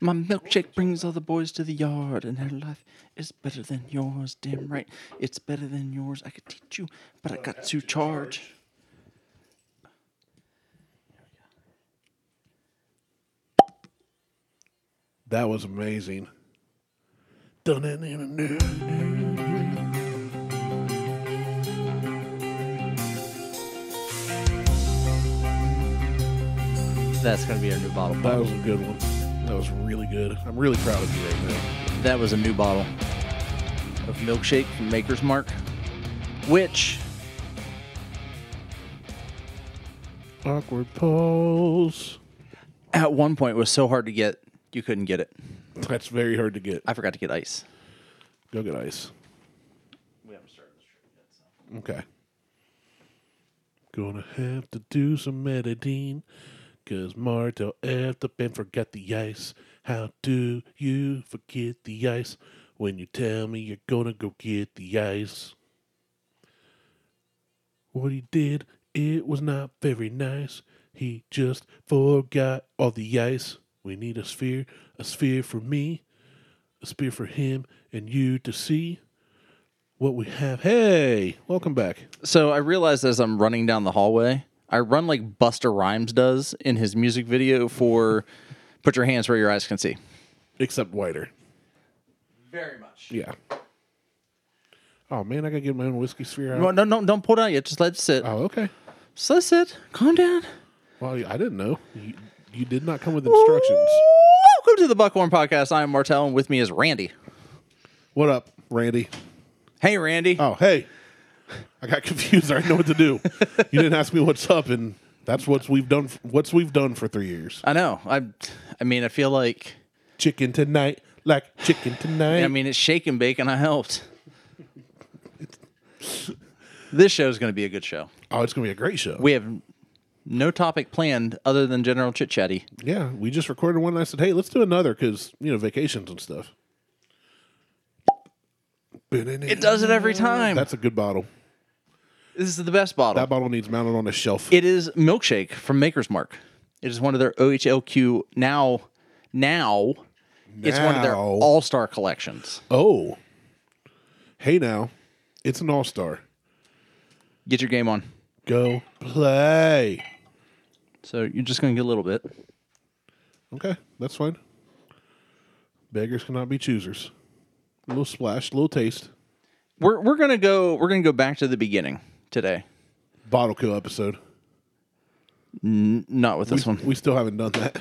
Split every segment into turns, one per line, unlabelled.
My milkshake brings all the boys to the yard, and her life is better than yours. Damn right, it's better than yours. I could teach you, but I got to charge.
That was amazing. Done it in a new.
That's going to be our new bottle.
That was a good one. That was really good. I'm really proud of you right now.
That was a new bottle of milkshake from Maker's Mark, which
Awkward pause.
at one point was so hard to get, you couldn't get it.
That's very hard to get.
I forgot to get ice.
Go get ice. We haven't started this trip yet, so. Okay. Gonna have to do some editing. Cause Martel effed up and forgot the ice. How do you forget the ice when you tell me you're gonna go get the ice? What he did, it was not very nice. He just forgot all the ice. We need a sphere, a sphere for me a spear for him and you to see what we have. Hey, welcome back.
So I realized as I'm running down the hallway, I run like Buster Rhymes does in his music video for Put Your Hands Where Your Eyes Can See.
Except whiter.
Very much.
Yeah. Oh man, I gotta get my own whiskey sphere out.
No, no, no, don't pull it out yet. Just let it sit.
Oh, okay.
Just let it sit. Calm down.
Well, I didn't know. You, you did not come with instructions.
Welcome to the Buckhorn Podcast. I am Martel, and with me is Randy.
What up, Randy?
Hey, Randy.
Oh, hey. I got confused. I didn't know what to do. you didn't ask me what's up, and that's what we've done. What's we've done for three years.
I know. I, I mean, I feel like.
Chicken tonight, like chicken tonight.
I mean, it's shake and bake, and I helped. this show is going to be a good show.
oh, it's gonna be a great show.
We have no topic planned other than general chit chatty.
Yeah, we just recorded one. And I said, "Hey, let's do another because you know vacations and stuff."
It does it every time.
That's a good bottle.
this is the best bottle.
That bottle needs mounted on a shelf.
It is milkshake from Maker's Mark. It is one of their OHLQ now. Now, it's one of their
Now.
all star collections.
oh, hey now, it's an all star.
Get your game on.
Go play.
So you're just going to get a little bit.
Okay, that's fine. Beggars cannot be choosers. A little splash, a little taste.
We're we're gonna go. We're gonna go back to the beginning today.
Bottle kill episode.
Not with this
We,
one.
we still haven't done that.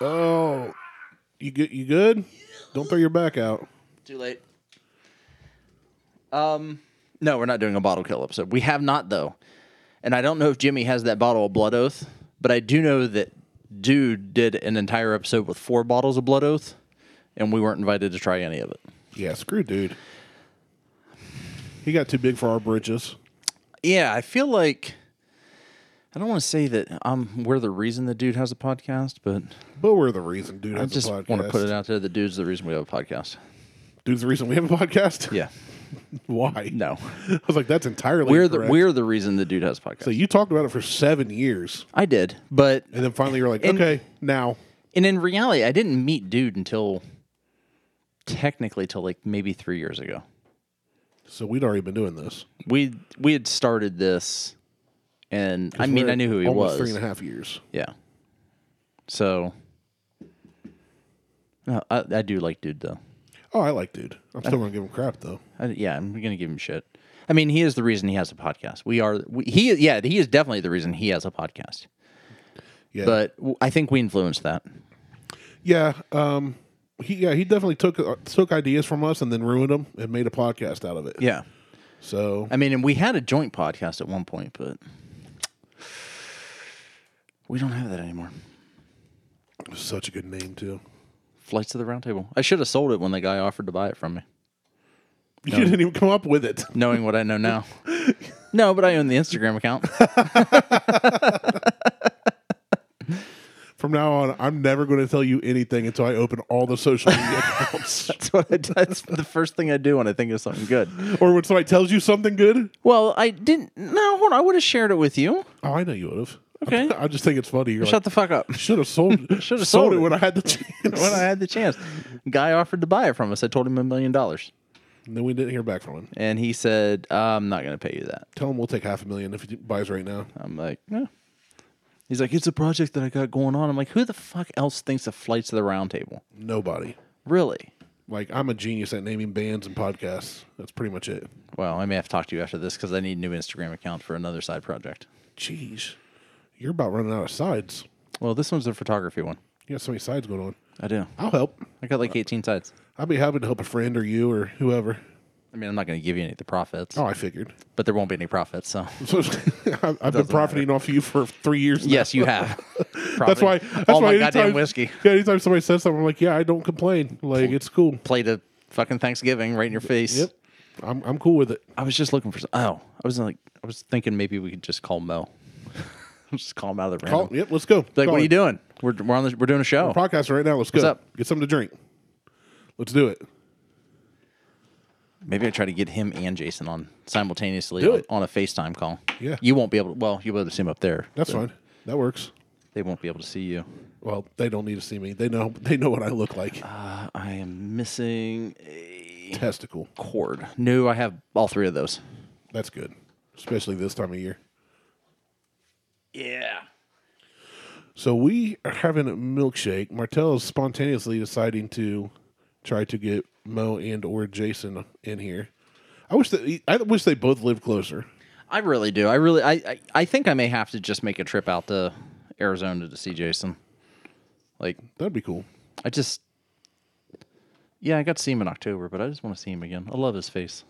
Oh, you good? You good? Don't throw your back out.
Too late. Um, no, we're not doing a bottle kill episode. We have not though, and I don't know if Jimmy has that bottle of Blood Oath, but I do know that Dude did an entire episode with four bottles of Blood Oath, and we weren't invited to try any of it.
Yeah, screw dude. He got too big for our britches.
Yeah, I feel like I don't want to say that um we're the reason the dude has a podcast, but
But we're the reason dude
I
has
just
a podcast.
want to put it out there that dude's the reason we have a podcast.
Dude's the reason we have a podcast.
Yeah,
Why?
no,
I was like, that's entirely
we're the
correct.
we're the reason the dude has a podcast.
So you talked about it for seven years,
I did, but
and then finally you're like,
And-
okay, now
And in reality, I didn't meet dude until technically till like maybe three years ago.
so we'd already been doing this.
We we had started this, and I mean
We're
I knew who he
almost
was.
Three and a half years.
Yeah. So. No, I, I do like dude though.
Oh, I like dude. I'm still gonna give him crap though.
I, yeah, I'm gonna give him shit. I mean, he is the reason he has a podcast. We are we, he. Yeah, he is definitely the reason he has a podcast.
Yeah,
But w- I think we influenced that.
yeah. Um, he yeah he definitely took uh, took ideas from us and then ruined them and made a podcast out of it.
Yeah.
So
I mean, and we had a joint podcast at one point, but we don't have that anymore.
such a good name too.
Flights of the Round Table. I should have sold it when the guy offered to buy it from me,
You didn't even come up with it.
knowing what I know now. no, but I own the Instagram account.
From now on, I'm never going to tell you anything until I open all the social media accounts.
That's what I, that's the first thing I do when I think of something good.
Or when somebody tells you something good.
Well, I didn't. No, hold on. I would have shared it with you.
Oh, I know you would have.
Okay.
I just think it's funny. You're
Shut the fuck up.
should have sold,
Shoulda
sold,
sold
it,
it.
when I had the chance.
when I had the chance, guy offered to buy it from us. I told him a million dollars,
and then we didn't hear back from him.
and he said, "I'm not going to pay you that."
Tell him we'll take half a million if he buys right now.
I'm like, "Eh." He's like, "It's a project that I got going on." I'm like, "Who the fuck else thinks of flights to the round table?"
Nobody.
Really?
Like I'm a genius at naming bands and podcasts. That's pretty much it.
Well, I may have to talk to you after this because I need a new Instagram account for another side project.
Jeez, you're about running out of sides.
Well, this one's a photography one.
You got so many sides going on.
I do.
I'll help.
I got like 18 sides.
I'd be happy to help a friend or you or whoever.
I mean, I'm not going to give you any of the profits,
Oh, I figured.
but there won't be any profits. So,
So I- I've been profiting off you for three years. now.
yes, you have.
That's
Profiting
why. That's
all my
why anytime-
goddamn whiskey.
Yeah, anytime somebody says something, I'm like, yeah, I don't complain. Like it's cool.
Plate of fucking Thanksgiving right in your face.
Yep, I'm I'm cool with it.
I was just looking for. Some, oh, I was like, I was thinking maybe we could just call Mo. just call him out of the random.
Call, yep, let's go.
like,
Call
what are
it.
you doing? We're, we're on. The, we're doing a show.
Podcast right now. Let's go.
up?
Get something to drink. Let's do it.
Maybe I try to get him and Jason on simultaneously
Do
on,
it.
on a FaceTime call.
Yeah.
you won't be able. to Well, you'll be able to see him up there.
That's fine. That works.
They won't be able to see you.
Well, they don't need to see me. They know. They know what I look like.
Uh, I am missing a
Testicle.
cord. No, I have all three of those.
That's good, especially this time of year.
Yeah.
So we are having a milkshake. Martell is spontaneously deciding to try to get Mo and or Jason in here. I wish that I wish they both lived closer.
I really do. I really. I, I. I think I may have to just make a trip out to Arizona to see Jason. Like
That'd be cool.
I just, yeah, I got to see him in October, but I just want to see him again. I love his face.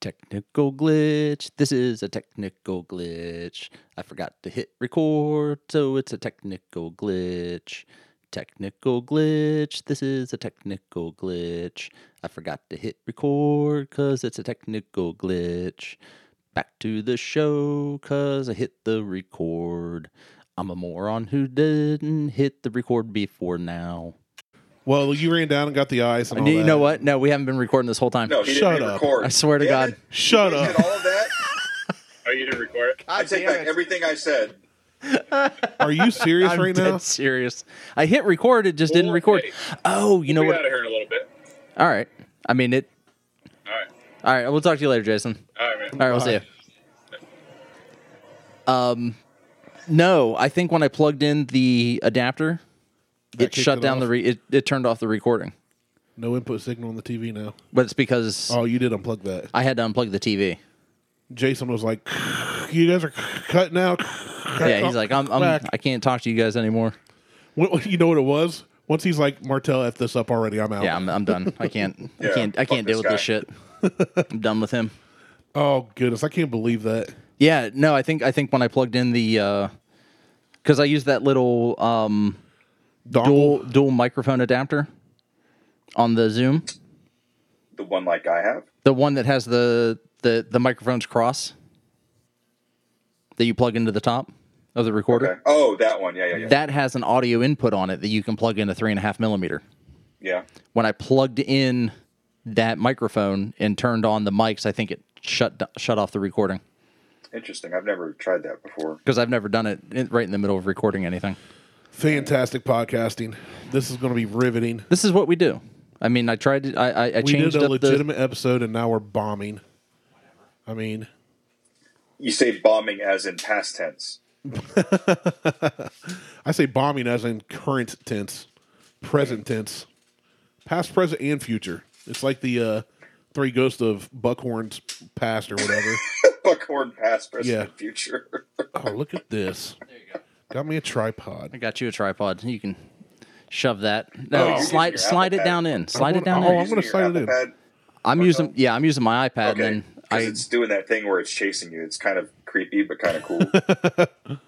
Technical glitch. This is a technical glitch. I forgot to hit record, so it's a technical glitch. Technical glitch. This is a technical glitch. I forgot to hit record because it's a technical glitch. Back to the show because I hit the record. I'm a moron who didn't hit the record before now.
Well, you ran down and got the ice. And all
you
that.
know what? No, we haven't been recording this whole time.
No, he
Shut
didn't hit
up.
I
record.
swear to
Damn
God.
it.
Shut
You did
up.
all of that.
Oh, you didn't record it?
I take back everything I said.
Are you serious
I'm
right
dead
now?
serious. I hit record, it just didn't
Okay.
record. Oh, you know
we
what?
out of here in a little bit.
All right. I mean it.
All right.
All right, we'll talk to you later, Jason.
All right, man.
All right, we'll see you. Um, no, I think when I plugged in the adapter, it
kicked
shut
it
down
off?
the re- it, it turned off the recording.
No input signal on the TV now.
But it's because
Oh, you did unplug that.
I had to unplug the TV.
Jason was like, "You guys are cutting out."
Yeah, he's like, I'm, I'm
Back.
I can't talk to you guys anymore.
What- you know what it was? Once he's like, "Martell, f this up already. I'm out."
Yeah, I'm, I'm done. I can't, I
Yeah,
can't, I
fuck
can't deal
this
with this shit. I'm done with him.
Oh goodness, I can't believe that.
Yeah, no, I think, I think when I plugged in the, because I used that little um,
Dongle.
dual dual microphone adapter on the Zoom,
The one like I have.
the one that has the the the microphones cross that you plug into the top of the recorder.
Okay. Oh, that one. Yeah, yeah, yeah.
That has an audio input on it that you can plug in a three and a half millimeter.
yeah.
When I plugged in that microphone and turned on the mics, I think it shut shut off the recording.
Interesting. I've never tried that before.
because I've never done it in- right in the middle of recording anything.
Fantastic podcasting. This is going to be riveting.
This is what we do. I mean, I tried to, I, I, I
We did
changed
a
up the.
legitimate episode, and now we're bombing. I mean,
You say bombing as in past tense.
I say bombing as in current tense, present tense, past, present, and future. It's like the uh, three ghosts of Buckhorn's past or whatever.
Buckhorn past, present,
Yeah.
and future.
oh, look at this. Got me a
I
tripod.
got you a tripod. You can shove that. No,
Oh,
slide
your
slide it
iPad.
down in. Slide it
gonna-
down
oh, I'm
in.
gonna
Using your
sign it in.
iPad?
I'm using yeah, I'm using my iPad
Okay.
and then I
Because it's doing that thing where it's chasing you. It's kind of creepy, but kind of cool.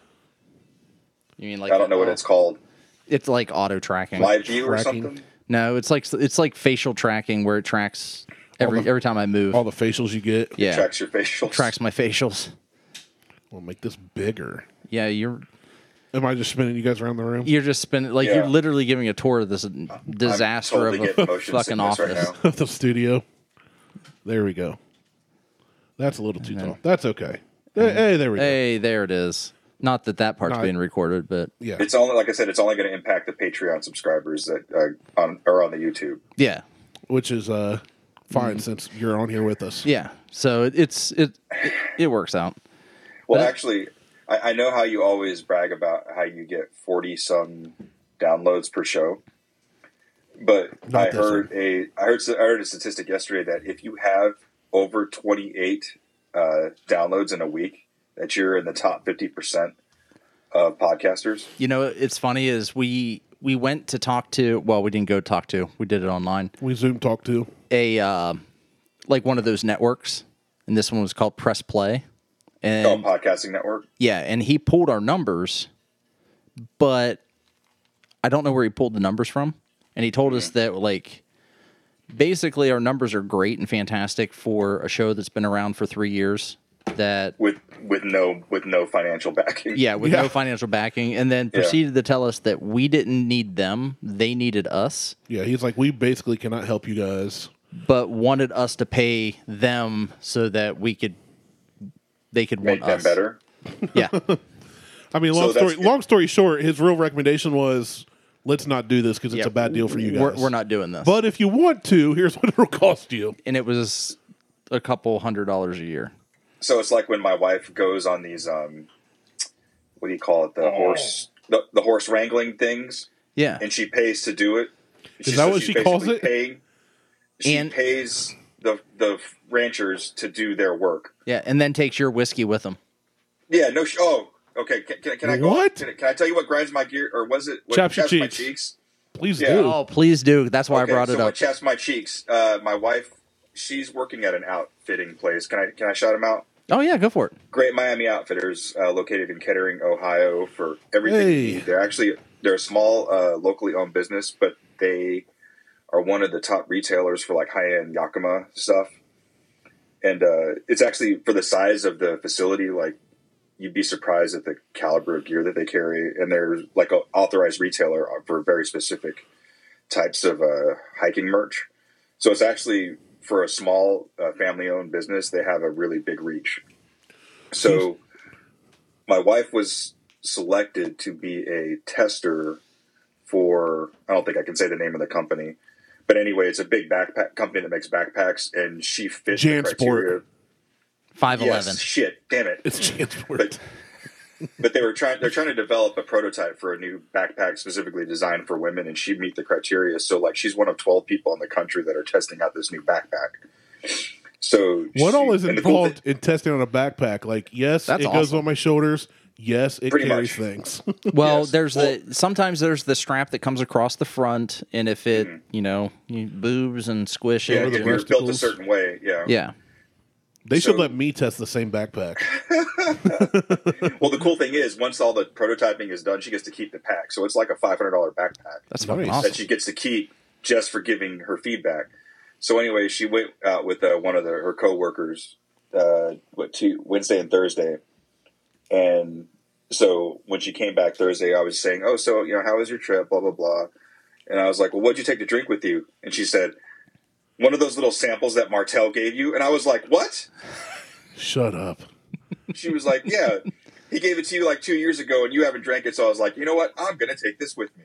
you mean like
I don't know what it's called.
It's like auto tracking.
Live view or
Tracking.
something?
No, it's like it's like facial tracking where it tracks every every time I move.
All the facials you get.
yeah.
Tracks your facial.
Tracks my facials.
We'll make this bigger.
Yeah, you're
Am I just spinning you guys around the room?
you're just spinning like
Yeah.
you're literally giving a tour of this disaster
totally
of
getting
a
motion
fucking
sickness right
office.
now.
of the studio. There we go. That's a little too tall. That's okay. Hey, hey, there we
Hey, there it is. Not that that part's
No, I-
being recorded, but
Yeah.
It's only like I said. It's only going to impact the Patreon subscribers that uh, on are on the YouTube.
yeah,
Which is uh fine since you're on here with us.
yeah. So it, it's it, it it works out.
Well,
But-
actually, I, I know how you always brag about how you get forty some downloads per show, but
Not
I
this
heard a I heard I heard a statistic yesterday that if you have over twenty eight uh, downloads in a week, that you're in the top fifty percent of podcasters.
You know, it's funny is we we went to talk to well, we didn't go talk to, we did it online.
We Zoom talk too.
A uh, like one of those networks, and this one was called Press Play, and
Oh, podcasting network.
yeah, and he pulled our numbers, but I don't know where he pulled the numbers from, and he told
Mm-hmm.
us that like basically our numbers are great and fantastic for a show that's been around for three years that
with with no with no financial backing.
Yeah, with
Yeah.
no financial backing, and then proceeded to tell us that we didn't need them; they needed us,
Yeah, he's like, we basically cannot help you guys.
but wanted us to pay them so that we could, they could
make
want
them
us
better.
Yeah,
I mean, long
So that's
story.
good.
Long story short, his real recommendation was, let's not do this because
Yeah.
it's a bad deal for you guys.
we're, we're not doing this.
But if you want to, here's what it'll cost you.
and it was a couple hundred dollars a year.
So it's like when my wife goes on these um, what do you call it?
Oh.
The horse the, the horse wrangling things,
Yeah,
and she pays to do it. Is
that what she calls it?
Paying, she
And-
pays the the ranchers to do their work.
yeah, and then takes your whiskey with them.
Yeah. No. Sh- oh. Okay. Can, can, can I go?
What?
Can, I- can I tell you what grinds my gear, or was it what
Chaps your
my
cheeks.
cheeks?
Please
Yeah.
do.
Oh, please do. That's why
Okay,
I brought
so
it
what
up.
chaps my cheeks? Uh, my wife, she's working at an outfitting place. Can I can I shout him out?
oh yeah, go for it.
Great Miami Outfitters, uh, located in Kettering, Ohio, for everything
Hey.
you need. They're actually they're a small, uh, locally owned business, but they are one of the top retailers for like high end Yakima stuff. And uh, it's actually for the size of the facility, like you'd be surprised at the caliber of gear that they carry. And they're like an authorized retailer for very specific types of uh, hiking merch. So it's actually for a small uh, family owned business, they have a really big reach. So my wife was selected to be a tester for I don't think I can say the name of the company. But anyway, it's a big backpack company that makes backpacks and she fits the
Jansport.
criteria.
Five eleven.
Yes, shit, damn it.
It's Jansport.
But but they were trying they're trying to develop a prototype for a new backpack specifically designed for women and she meet the criteria. So like she's one of 12 people in the country that are testing out this new backpack. So
What
she-
all is
and the cool
involved in testing on a backpack? Like, yes,
That's
it goes
awesome.
on my shoulders. Yes, it
Pretty
carries
much.
things.
Well,
Yes.
there's
Well-
the sometimes there's the strap that comes across the front, and if it you know you boobs and squish
thing-
it,
Mm-hmm. yeah,
it
if you're
works.
built a
Testicles.
certain way, yeah.
yeah,
they should
So-
let me test the same backpack.
Well, the cool thing is, once all the prototyping is done, she gets to keep the pack. So it's like a five hundred dollar backpack
that's fucking
Nice.
awesome.
that she gets to keep just for giving her feedback. So anyway, she went out with uh, one of the, her coworkers, uh, what two Wednesday and Thursday, and so when she came back Thursday, I was saying, "Oh, so you know, how was your trip?" Blah blah blah, and I was like, "Well, what'd you take to drink with you?" And she said, "One of those little samples that Martell gave you," and I was like, "What?"
Shut up.
she was like, "Yeah, he gave it to you like two years ago, and you haven't drank it." So I was like, "You know what? I'm gonna take this with me."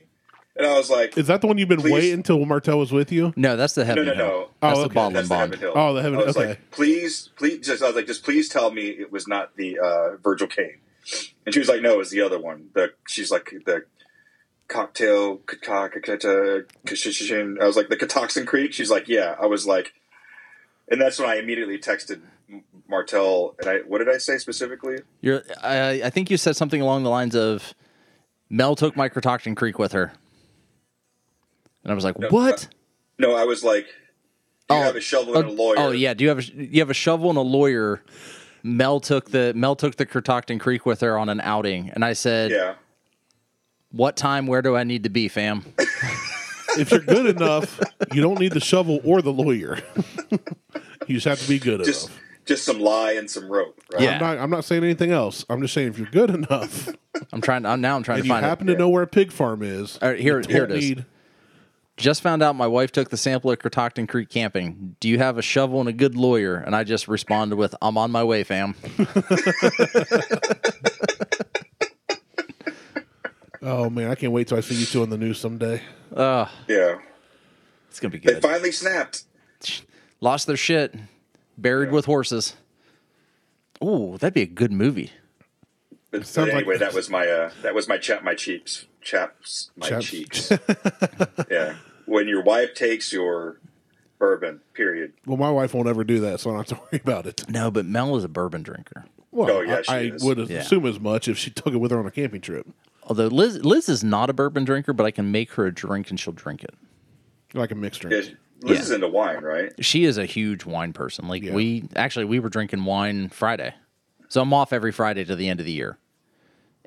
And I was like,
Is that the one you've been
Please.
waiting until Martel was with you?
No, that's the
"No,
heaven.
no,
Hill.
no."
That's
Oh,
the
okay.
bottle
That's
and
the
bond.
Heaven Hill.
Oh, the Heaven-
I was
okay.
like, please, please, just I was like, just please tell me it was not the uh, Virgil Kane. And she was like, no, it was the other one. The she's like the cocktail Kata- Kata- Kashishin. I was like the Catoxin Creek. She's like, yeah. I was like, and that's when I immediately texted M- Martel. And I what did I say specifically?
You're, I, I think you said something along the lines of Mel took Microtoxin Creek with her, and I was like, "What?
No, I was like, do you
Oh,
have a shovel and a lawyer?
Oh yeah, do you have a, you have a shovel and a lawyer?" Mel took the Mel took the Curtoctin Creek with her on an outing, and I said,
yeah.
"What time? Where do I need to be, fam?"
If you're good enough, you don't need the shovel or the lawyer. you just have to be good
Just
enough.
just some lie and some rope. Right?
Yeah.
I'm not, I'm not saying anything else. I'm just saying if you're good enough
I'm trying. I'm now. I'm trying
and
to
you
find it.
happen to know where a pig farm is,
All right, here,
you
here it
don't
is.
need-
Just found out my wife took the sample at Catoctin Creek camping. Do you have a shovel and a good lawyer? And I just responded with, "I'm on my way, fam."
Oh man, I can't wait till I see you two on the news someday.
Ugh,
Yeah.
it's gonna be
They
good.
finally snapped.
Lost their shit, buried with horses. Ooh, that'd be a good movie.
But,
sounds
but
like-
anyway, that was my uh, that was my chap my cheeks chaps my
Chaps.
cheeks. yeah, when your wife takes your bourbon, period.
Well, my wife won't ever do that, so I don't have to worry about it.
No, but Mel is a bourbon drinker.
Well,
Oh, yeah, she
I, I
is.
would
Yeah.
assume as much if she took it with her on a camping trip.
Although Liz, Liz is not a bourbon drinker, but I can make her a drink and she'll drink it.
Like a mixed
Yeah,
drink.
Liz
Yeah.
is into wine, right?
She is a huge wine person. Like we actually we were drinking wine Friday. So I'm off every Friday to the end of the year.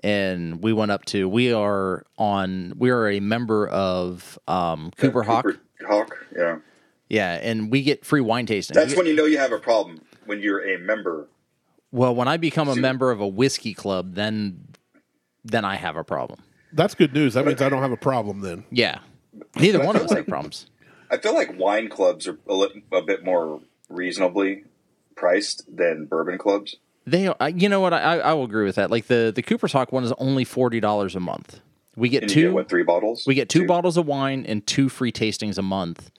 And we went up to we are on we are a member of um Cooper Hawk.
Cooper Hawk. Yeah,
Yeah, and we get free wine tasting.
that's
We-
when you know you have a problem when you're a member.
well, when I become a member of a whiskey club, then then I have a problem.
That's good news. That means I don't have a problem then.
Yeah. Neither one of
feel
us have
like-
problems.
I feel like wine clubs are a, li- a bit more reasonably priced than bourbon clubs.
They, are- I- you know what? I, I I will agree with that. Like the the Cooper's Hawk one is only forty dollars a month. We get
And
two.
you get what three bottles?
we get two, bottles of wine and two free tastings a month.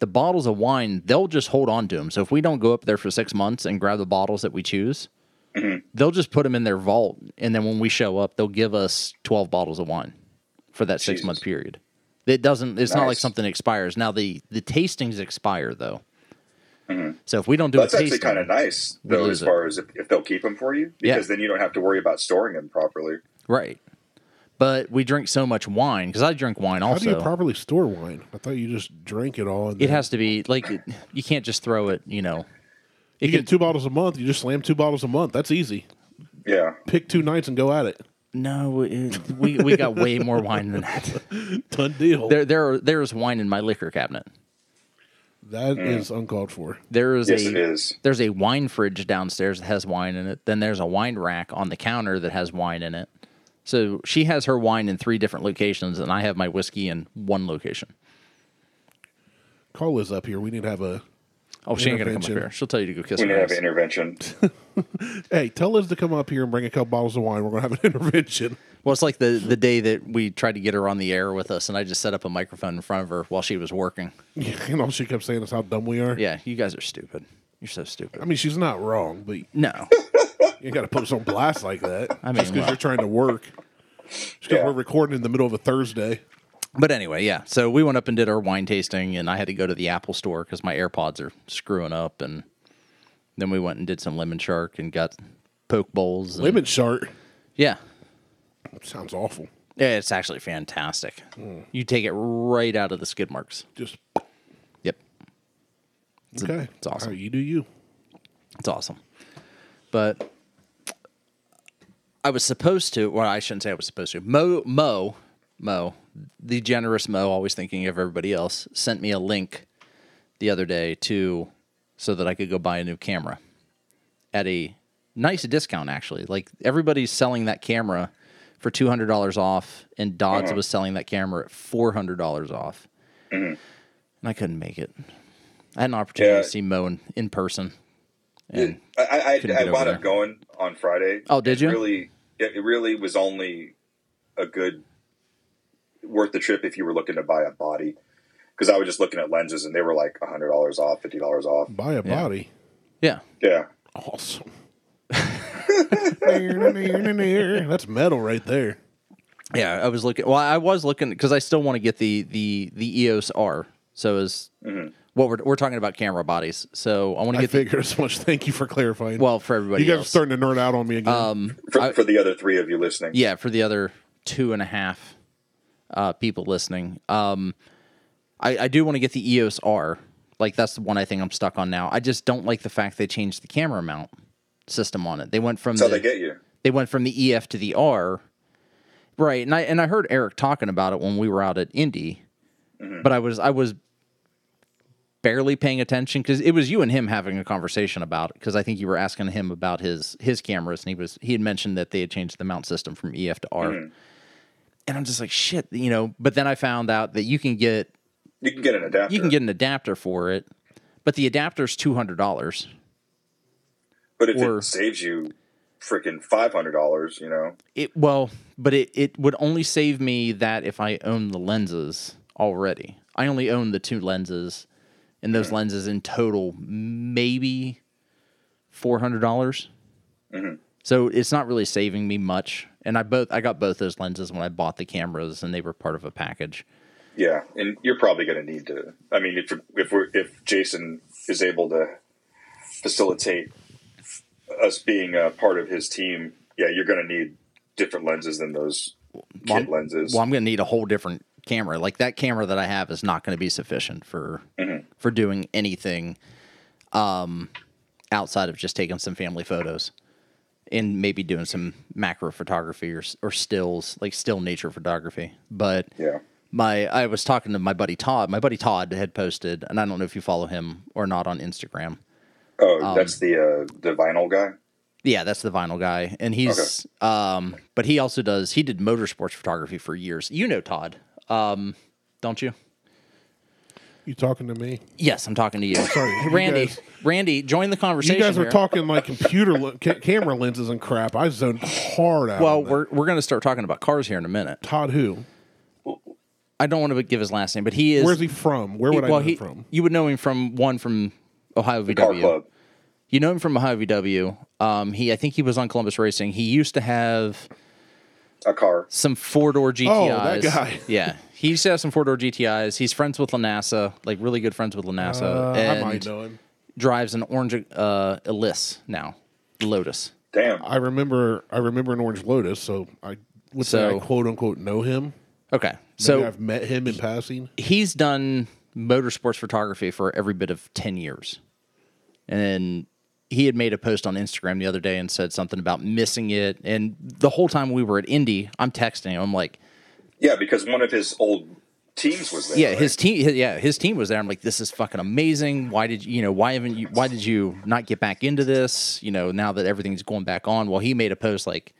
The bottles of wine, they'll just hold on to them. So if we don't go up there for six months and grab the bottles that we choose,
Mm-hmm.
they'll just put them in their vault, and then when we show up, they'll give us twelve bottles of wine for that six month
Jesus.
period. It doesn't. It's not like
Nice.
something expires. Now the the tastings expire though. So if we don't do
That's
a
Mm-hmm. actually
tasting,
kind of nice,
we
though,
lose
as far as if, if they'll keep them for you,
Yeah.
because then you don't have to worry about storing them properly.
Right. But we drink so much wine because I drink wine
How
also.
do you properly store wine? I thought you just drank it all. And
it
then-
has to be like it- you can't just throw it. You know, it
You
can,
get two bottles a month. You just slam two bottles a month. That's easy.
Yeah,
Pick two nights and go at it.
no. It, we we got way more wine than that.
Done deal.
There there are, there is wine in my liquor cabinet.
That is uncalled for.
There is
yes,
a
it is.
there's a wine fridge downstairs that has wine in it. Then there's a wine rack on the counter that has wine in it. So she has her wine in three different locations, and I have my whiskey in one location.
Call Liz up here. We need to have a.
Oh, she ain't gonna come up
Intervention.
here. She'll tell you to go kiss
We need to
her
have
ass.
an intervention.
Hey, tell Liz to come up here and bring a couple bottles of wine. We're gonna have an intervention.
Well, it's like the the day that we tried to get her on the air with us, and I just set up a microphone in front of her while she was working.
and all she kept saying is how dumb we are.
Yeah, you guys are stupid. You're so stupid.
I mean, she's not wrong, but you
No,
ain't got to put us on blast like that.
I mean,
just because
well-
you're trying to work. Just 'cause
Yeah.
we're recording in the middle of a Thursday.
but anyway, yeah. So we went up and did our wine tasting, and I had to go to the Apple store because my AirPods are screwing up, and then we went and did some lemon shark and got poke bowls. and-
Lemon shark
yeah,
sounds awful.
yeah. It's actually fantastic. You take it right out of the skid marks.
Just
Yep,
okay.
it's awesome.
All right, you do you.
It's awesome. But I was supposed to, well, I shouldn't say I was supposed to. Mo, Mo, Mo, the generous Mo, always thinking of everybody else, sent me a link the other day to so that I could go buy a new camera at a nice discount, actually. Like everybody's selling that camera for $200 off, and Dodds was selling that camera at $400 off. And I couldn't make it. I had an opportunity
Yeah.
to see Mo in, in person. And
I, I, I,
Couldn't
I
get over
wound
there.
up going on Friday.
Oh, did
It
you?
Really, it it really was only a good worth the trip if you were looking to buy a body. Because I was just looking at lenses, and they were like hundred dollars off, fifty dollars off.
Buy a body.
yeah.
Yeah,
Awesome. That's metal right there.
Yeah, I was looking. Well, I was looking because I still want to get the the the EOS R. So is what we're we're talking about camera bodies. So I want to
I
get the,
figure as much. Thank you for clarifying.
well Um, for everybody.
you guys are
else.
starting to nerd out on me again.
for, for the other three of you listening,
yeah for the other two and a half uh, people listening. Um, I I do want to get the EOS R. Like that's the one I think I'm stuck on now. I just don't like the fact they changed the camera mount system on it. They went from
that's how
the,
they get you.
they went from the EF to the R. Right, and I and I heard Eric talking about it when we were out at Indy, but I was I was barely paying attention because it was you and him having a conversation about it because I think you were asking him about his his cameras and he was he had mentioned that they had changed the mount system from EF to R, and I'm just like shit, you know. But then I found out that you can get
You can get an adapter.
you can get an adapter for it, but the adapter's two hundred dollars.
but if
or-
it saves you freaking five hundred dollars. You know,
It well, but it, it would only save me that if I own the lenses already. I only own the two lenses, and those lenses in total maybe four hundred dollars. So it's not really saving me much. And I both I got both those lenses when I bought the cameras, and they were part of a package.
yeah, and you're probably going to need to. I mean, if if we're if Jason is able to facilitate us being a part of his team, yeah, you're going to need different lenses than those
Well,
kit
I'm-
lenses.
Well, I'm going to need a whole different camera. Like that camera that I have is not going to be sufficient for for doing anything um outside of just taking some family photos and maybe doing some macro photography or s- or stills, like still nature photography. But
yeah,
my I was talking to my buddy Todd. My buddy Todd had posted, and I don't know if you follow him or not on Instagram.
oh, that's the uh, the vinyl guy.
Yeah, that's the vinyl guy, and he's um, but he also does he did motorsports photography for years. You know Todd, um, don't you?
You talking to me?
Yes, I'm talking to you.
Oh, Sorry, you
Randy.
guys-
Randy, join the conversation.
You guys were
here.
talking like computer le- ca- camera lenses and crap. I zoned hard out.
Well,
on that.
we're we're going to start talking about cars here in a minute.
Todd who?
I don't want to give his last name, but he is.
Where's he from? Where would I know
well,
him
he-
from?
You would know him from one from Ohio VW.
Car club.
You know him from Ohio VW. Um, he, I think he was on Columbus Racing. He used to have
A car.
some four door GTIs.
Oh, that guy.
yeah, he used to have some four door GTIs. He's friends with Lanasa, like really good friends with Lanasa,
Uh, I
and
might know him.
drives an orange uh, Elise now, Lotus.
Damn.
I remember. I remember an Orange Lotus, so I would say
So-
I quote unquote know him.
Okay,
So
so
I've met him in passing.
he's done motorsports photography for every bit of 10 years. And he had made a post on Instagram the other day and said something about missing it. And the whole time we were at Indy, I'm texting him. I'm like,
Yeah, because one of his old teams was there.
yeah,
right?
his team, his- yeah, his team was there. I'm like, this is fucking amazing. Why did you, you know, why haven't you, why did you not get back into this? You know, now that everything's going back on. Well, he made a post like,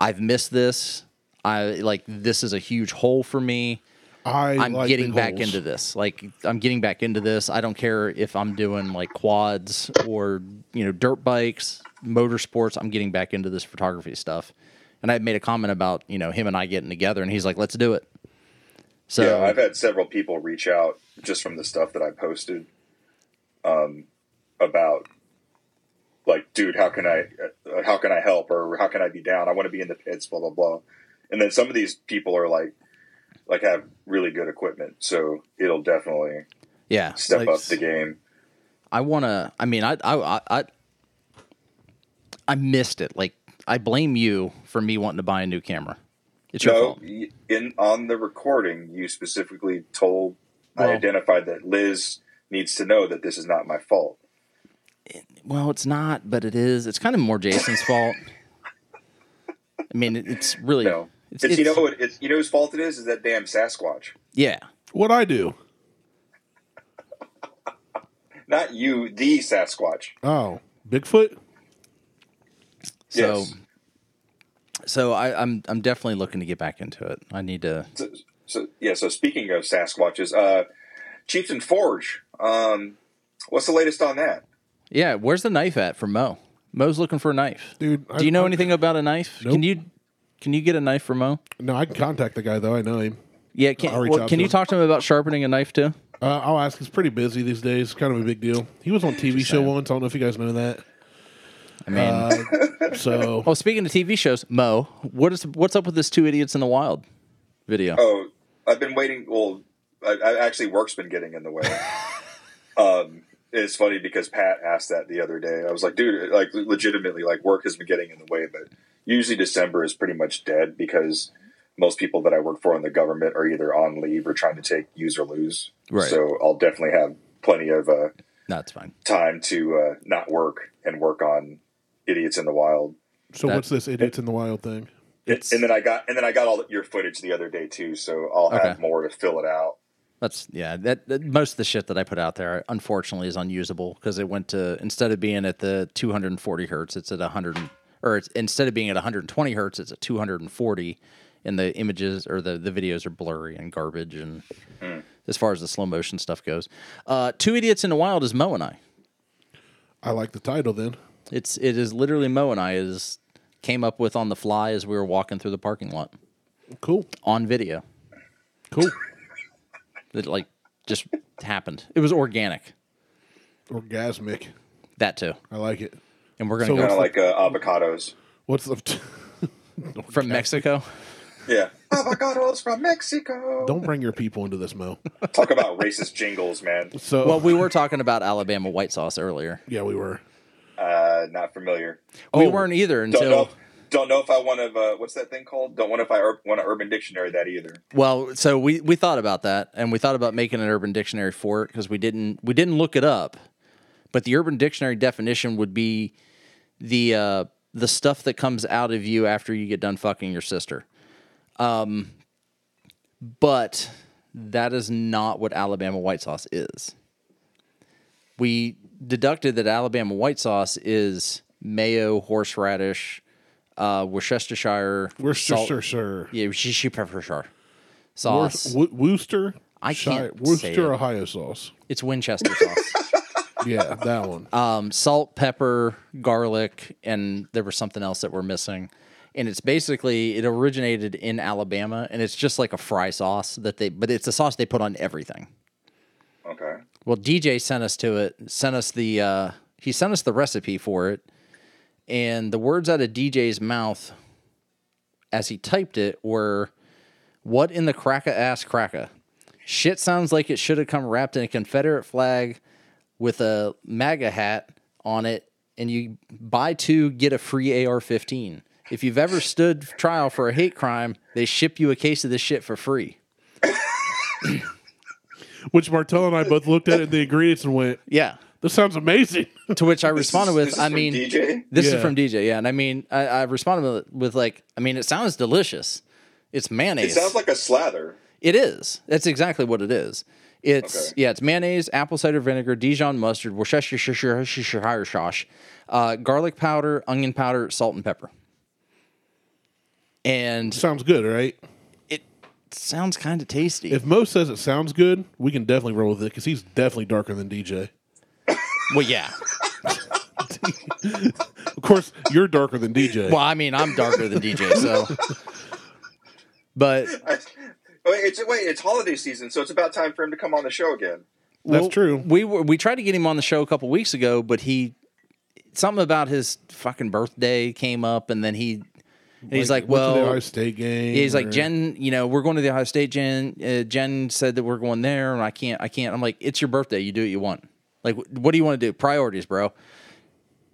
I've missed this. I like, this is a huge hole for me.
I
I'm
like
getting
big
back
holes.
into this. Like I'm getting back into this. I don't care if I'm doing like quads or you know dirt bikes, motorsports. I'm getting back into this photography stuff. And I made a comment about you know him and I getting together, and he's like, "Let's do it." So
Yeah, I've had several people reach out just from the stuff that I posted um, about like, dude, how can I, uh, how can I help, or how can I be down? I want to be in the pits, blah blah blah. And then some of these people are like, like have really good equipment, so it'll definitely
yeah,
step
like,
up the game.
I want to. I mean, I, I, I, I, I missed it. Like I blame you for me wanting to buy a new camera. It's your
No,
fault.
y- in on the recording, you specifically told, I
Well-
identified that Liz needs to know that this is not my fault.
Well, it's not, but it is. It's kind of more Jason's fault. I mean, it- it's really
No,
It's,
it's, you know
it's-
what it's you know whose fault it is is that damn Sasquatch.
yeah.
What I do?
Not you, the Sasquatch.
Oh, Bigfoot.
So,
Yes.
so I, I'm I'm definitely looking to get back into it. I need to.
So, so yeah. So speaking of Sasquatches, uh, Chieftain Forge. Um, what's the latest on that?
Yeah, where's the knife at for Mo? Mo's looking for a knife.
Dude,
do
I-
you know
I-
anything about a knife? Can
Nope.
you can you get a knife for Mo?
No, I can contact the guy though. I know him.
Yeah, can,
I'll reach
well,
out
can
to
you
him.
talk to him about sharpening a knife too?
Uh, I'll ask. He's pretty busy these days. Kind of a big deal. He was on TV show once. I don't know if you guys know that.
I mean,
Uh, So
oh, speaking of TV shows, Mo, what is what's up with this two idiots in the wild video?
Oh, I've been waiting. Well, I, I actually work's been getting in the way. um, it's funny because Pat asked that the other day. I was like, dude, like legitimately, like work has been getting in the way. But usually December is pretty much dead because most people that I work for in the government are either on leave or trying to take use or lose.
Right.
So I'll definitely have plenty of uh,
No, it's fine.
time to uh, not work and work on idiots in the wild.
so
That-
what's this idiots in the wild thing?
It's
and then I got and then I got all your footage the other day too, so I'll have
Okay.
more to fill it out.
That's yeah. That, that most of the shit that I put out there, unfortunately, is unusable because it went to instead of being at the 240 hertz, it's at 100, and- or it's instead of being at 120 hertz, it's at 240, and the images or the the videos are blurry and garbage. And as far as the slow motion stuff goes, uh, Two Idiots in the Wild is Mo and I.
I like the title. Then
It's it is literally Mo and I is came up with on the fly as we were walking through the parking lot
Cool.
on video.
Cool.
That like just happened. It was organic.
Orgasmic.
That too.
I like it.
And we're gonna
So
go
kind of like uh, avocados.
What's the?
from Mexico.
Yeah, avocados from Mexico.
Don't bring your people into this, Mo.
Talk about racist jingles, man.
So
Well, we were talking about Alabama white sauce earlier.
yeah, we were.
Uh, not familiar.
We
Oh.
weren't either
Don't know.
until
If, don't know if I want to. Uh, what's that thing called? Don't want if I ur- want an Urban Dictionary that either.
well, so we we thought about that and we thought about making an urban dictionary for it because we didn't we didn't look it up. But the urban dictionary definition would be the uh, the stuff that comes out of you after you get done fucking your sister. Um, but that is not what Alabama white sauce is. We deducted that Alabama white sauce is mayo, horseradish, uh, Worcestershire, salt-
Worcestershire. sure.
Yeah, she, she pepper sure.
Wor-
Sauce.
Wo- Worcester.
I
Shire-
can't say
Worcester,
it.
Ohio sauce.
it's Winchester sauce.
Yeah, that one.
um, salt, pepper, garlic, and there was something else that we're missing. And it's basically it originated in Alabama, and it's just like a fry sauce that they, but it's a sauce they put on everything.
Okay.
Well, DJ sent us to it, sent us the uh, he sent us the recipe for it, and the words out of DJ's mouth as he typed it were, "What in the cracka ass cracka? Shit sounds like it should have come wrapped in a Confederate flag with a MAGA hat on it, and you buy two get a free AR-15. If you've ever stood trial for a hate crime, they ship you a case of this shit for free."
Which Martell and I both looked at it, the ingredients and went,
Yeah.
"This sounds amazing."
To which I
This
responded
is-
with,
this is
"I
from
mean."
DJ.
This
Yeah.
is from DJ, yeah. And I mean, I, I responded with, with like, I mean, it sounds delicious. It's
It
mayonnaise.
sounds like a slather.
it is. That's exactly what it is. It's
Okay.
yeah, it's mayonnaise, apple cider vinegar, Dijon mustard, Worcestershire sauce, uh, garlic powder, onion powder, salt and pepper. And
sounds good, right?
it sounds kind of tasty.
If Mo says it sounds good, we can definitely roll with it because he's definitely darker than DJ.
well, yeah.
Of course, you're darker than DJ.
Well, I mean, I'm darker than DJ, so. But
I, wait, it's wait, it's holiday season, so it's about time for him to come on the show again.
That's
Well,
true.
We were, we tried to get him on the show a couple weeks ago, but he something about his fucking birthday came up, and then he and he's like,
went to the Ohio
well.
State game.
He's like
or-
Jen, you know, we're going to the Ohio State. Jen, uh, Jen said that we're going there, and I can't, I can't. I'm like, it's your birthday. You do what you want. Like, wh- what do you want to do? Priorities, bro.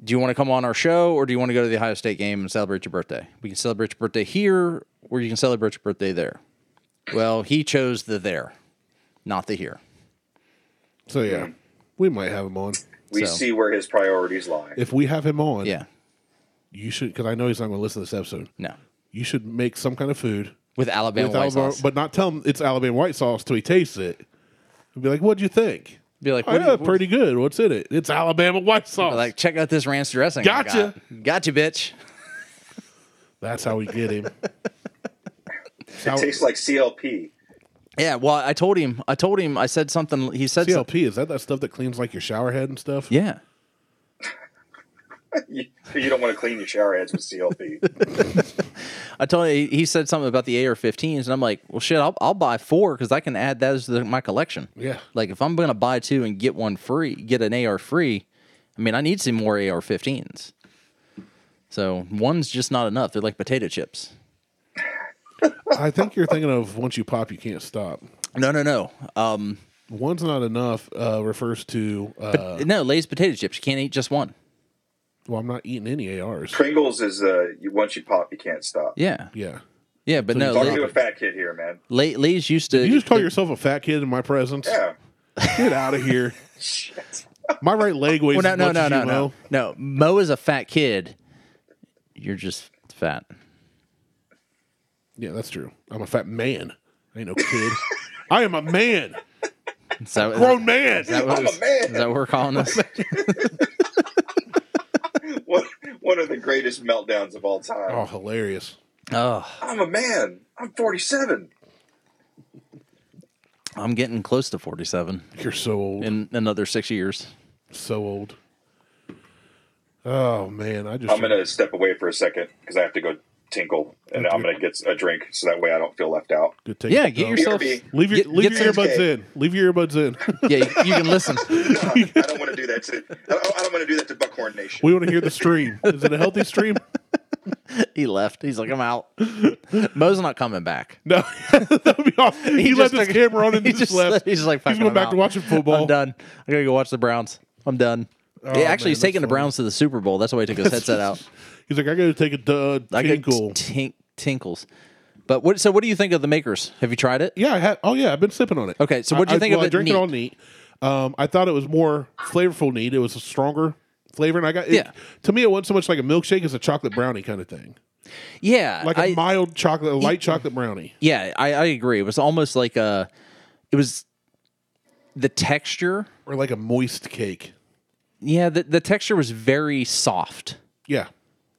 Do you want to come on our show, or do you want to go to the Ohio State game and celebrate your birthday? We can celebrate your birthday here, or you can celebrate your birthday there. Well, he chose the there, not the here.
So yeah, we might have him on
We
So-
see where his priorities lie.
if we have him on.
Yeah,
you should because I know he's not going to listen to this episode.
no.
You should make some kind of food
with Alabama
with
white
Alabama-
sauce.
but not tell him it's Alabama white sauce till he tastes it. And be like, "What'd you think?"
be like,
Oh,
what do
yeah,
you,
pretty good. What's in it? It's Alabama white sauce.
like check out this ranch dressing. I
Gotcha.
got. gotcha, bitch.
That's how we get him.
it tastes like CLP.
Yeah. Well, I told him. I told him. I said something. He said something.
CLP is that that stuff that cleans like your shower head and stuff?
Yeah.
You, you don't want to clean your shower heads with CLP.
I told him. He said something about the AR-15s, and I'm like, well, shit. I'll, I'll buy four because I can add those to my collection.
Yeah.
Like if I'm gonna buy two and get one free, get an AR free. I mean, I need some more AR-15s. So one's just not enough. They're like potato chips.
I think you're thinking of once you pop, you can't stop.
No, no, no. Um,
One's not enough uh, refers to. Uh,
no, Lay's potato chips. You can't eat just one.
well, I'm not eating any ARs.
Pringles is uh, you, once you pop, you can't stop.
Yeah,
Yeah.
yeah, but no.
Talk
Lay-
to a fat kid here, man.
Lay, Lay's used to.
You just call yourself a fat kid in my presence.
Yeah.
Get out of here. My right leg weighs
Well, no,
as
no,
much
no,
as
no,
you,
no, no.
Mo.
Mo is a fat kid. You're just fat.
Yeah, that's true. I'm a fat man. I ain't no kid. I am a man.
Is that,
Grown man.
Is that what,
I'm a man.
is that what we're calling us?
One, one of the greatest meltdowns of all time.
Oh, hilarious.
oh,
I'm a man. I'm 47.
I'm getting close to 47
You're so old.
in another six years.
so old. Oh man, I just
I'm gonna step away for a second because I have to go tinkle, and I'm gonna get a drink so that way I don't feel left out.
Good take
Yeah,
the
get
dog.
yourself.
BRB.
leave your
get-
leave
get
your
some-
earbuds in. Leave your earbuds in.
Yeah, you, you can listen.
I don't want to do that to. I don't, I don't want to do that to Buckhorn Nation.
We want to hear the stream. Is it a healthy stream?
He left. He's like, I'm out. Mo's not coming back.
No, that would be awesome. He, left
just
his
took-
camera on and
he
just, left.
He's just like,
he's
"Fuck it,
going
I'm
back to
out.
watching football.
I'm done. I gotta go watch the Browns. I'm done. yeah, actually,
Oh, man,
he's taking
that's
the Browns to the Super Bowl. That's why he took his headset out.
He's like, I got to take a dud
I got
tinkle.
tink- tinkles. But what? So, what do you think of the makers? Have you tried it?
Yeah, I had. Oh yeah, I've been sipping on it.
Okay, so what'd you
I- I-
think of
well, I
it
drink it
neat?
all neat. Um, I thought it was more flavorful neat. It was a stronger flavor, and I got. It,
Yeah.
To me, it wasn't so much like a milkshake as a chocolate brownie kind of thing,
Yeah,
like a
I-
mild chocolate, a light chocolate brownie.
yeah, I, I agree. It was almost like a. It was the texture.
or like a moist cake.
Yeah, the, the texture was very soft.
Yeah.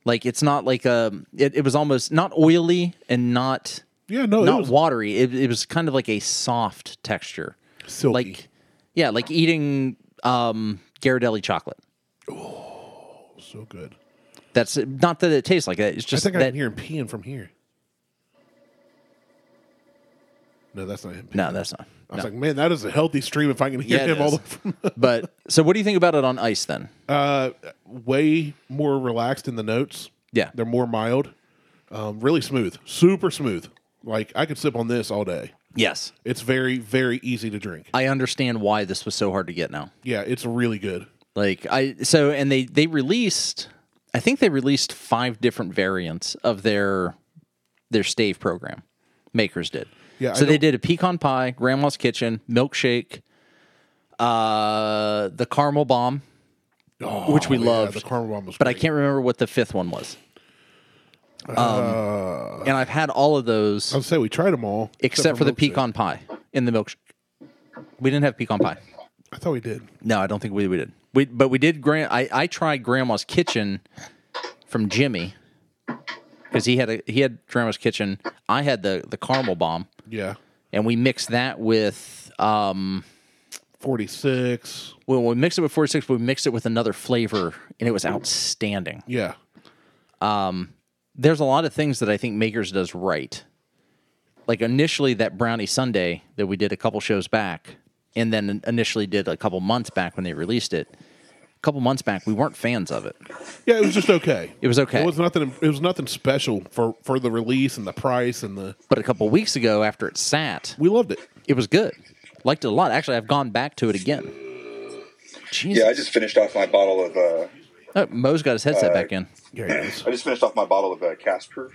Like it's not like um It, it was almost not oily and not
Yeah, no, it
not
was
watery. It, it was kind of like a soft texture.
silky.
like yeah like eating um ghirardelli chocolate
so good.
that's not that it tastes like that it's
I
just
think I
that
can hear him peeing from here. No, that's not him. Peeing.
no that's not
I was like, man, that is a healthy stream if I can hear
Yeah, it
him all
is.
the from
but so what do you think about it on ice then
uh way more relaxed in the notes.
Yeah.
They're more mild. Um, really smooth. Super smooth. Like I could sip on this all day.
yes
It's very, very easy to drink.
i understand why this was so hard to get now
Yeah, it's really good.
like i so and they they released i think they released five different variants of their their stave program makers did
Yeah, I
so they
don't-
did a pecan pie grandma's kitchen milkshake uh the caramel bomb
Oh,
Which we
yeah,
loved.
The caramel bomb was
but I
great.
can't remember what the fifth one was. Um,
Uh,
and I've had all of those
I would say we tried them all.
except for, the
milkshake.
pecan pie in the milkshake. We didn't have pecan pie.
I thought we did.
No, I don't think we, we did. We but we did. Grant, I, I tried Grandma's Kitchen from Jimmy because he had a he had Grandma's Kitchen. I had the the caramel bomb,
Yeah.
and we mixed that with um.
46.
Well, we mixed it with 46, but we mixed it with another flavor, and it was outstanding.
Yeah.
there's a lot of things that I think Makers does right. Like initially that brownie Sunday that we did a couple shows back, and then initially did a couple months back when they released it. A couple months back, we weren't fans of it.
Yeah, it was just okay.
It was okay,
It was nothing it was nothing special for for the release and the price and the
but a couple weeks ago after it sat,
we loved it.
it was good. Liked it a lot. Actually, I've gone back to it again. Jesus,
Yeah, I just finished off my bottle of. Uh,
oh, Mo's got his headset back in.
Yeah, it is.
I just finished off my bottle of uh, Cast Proof.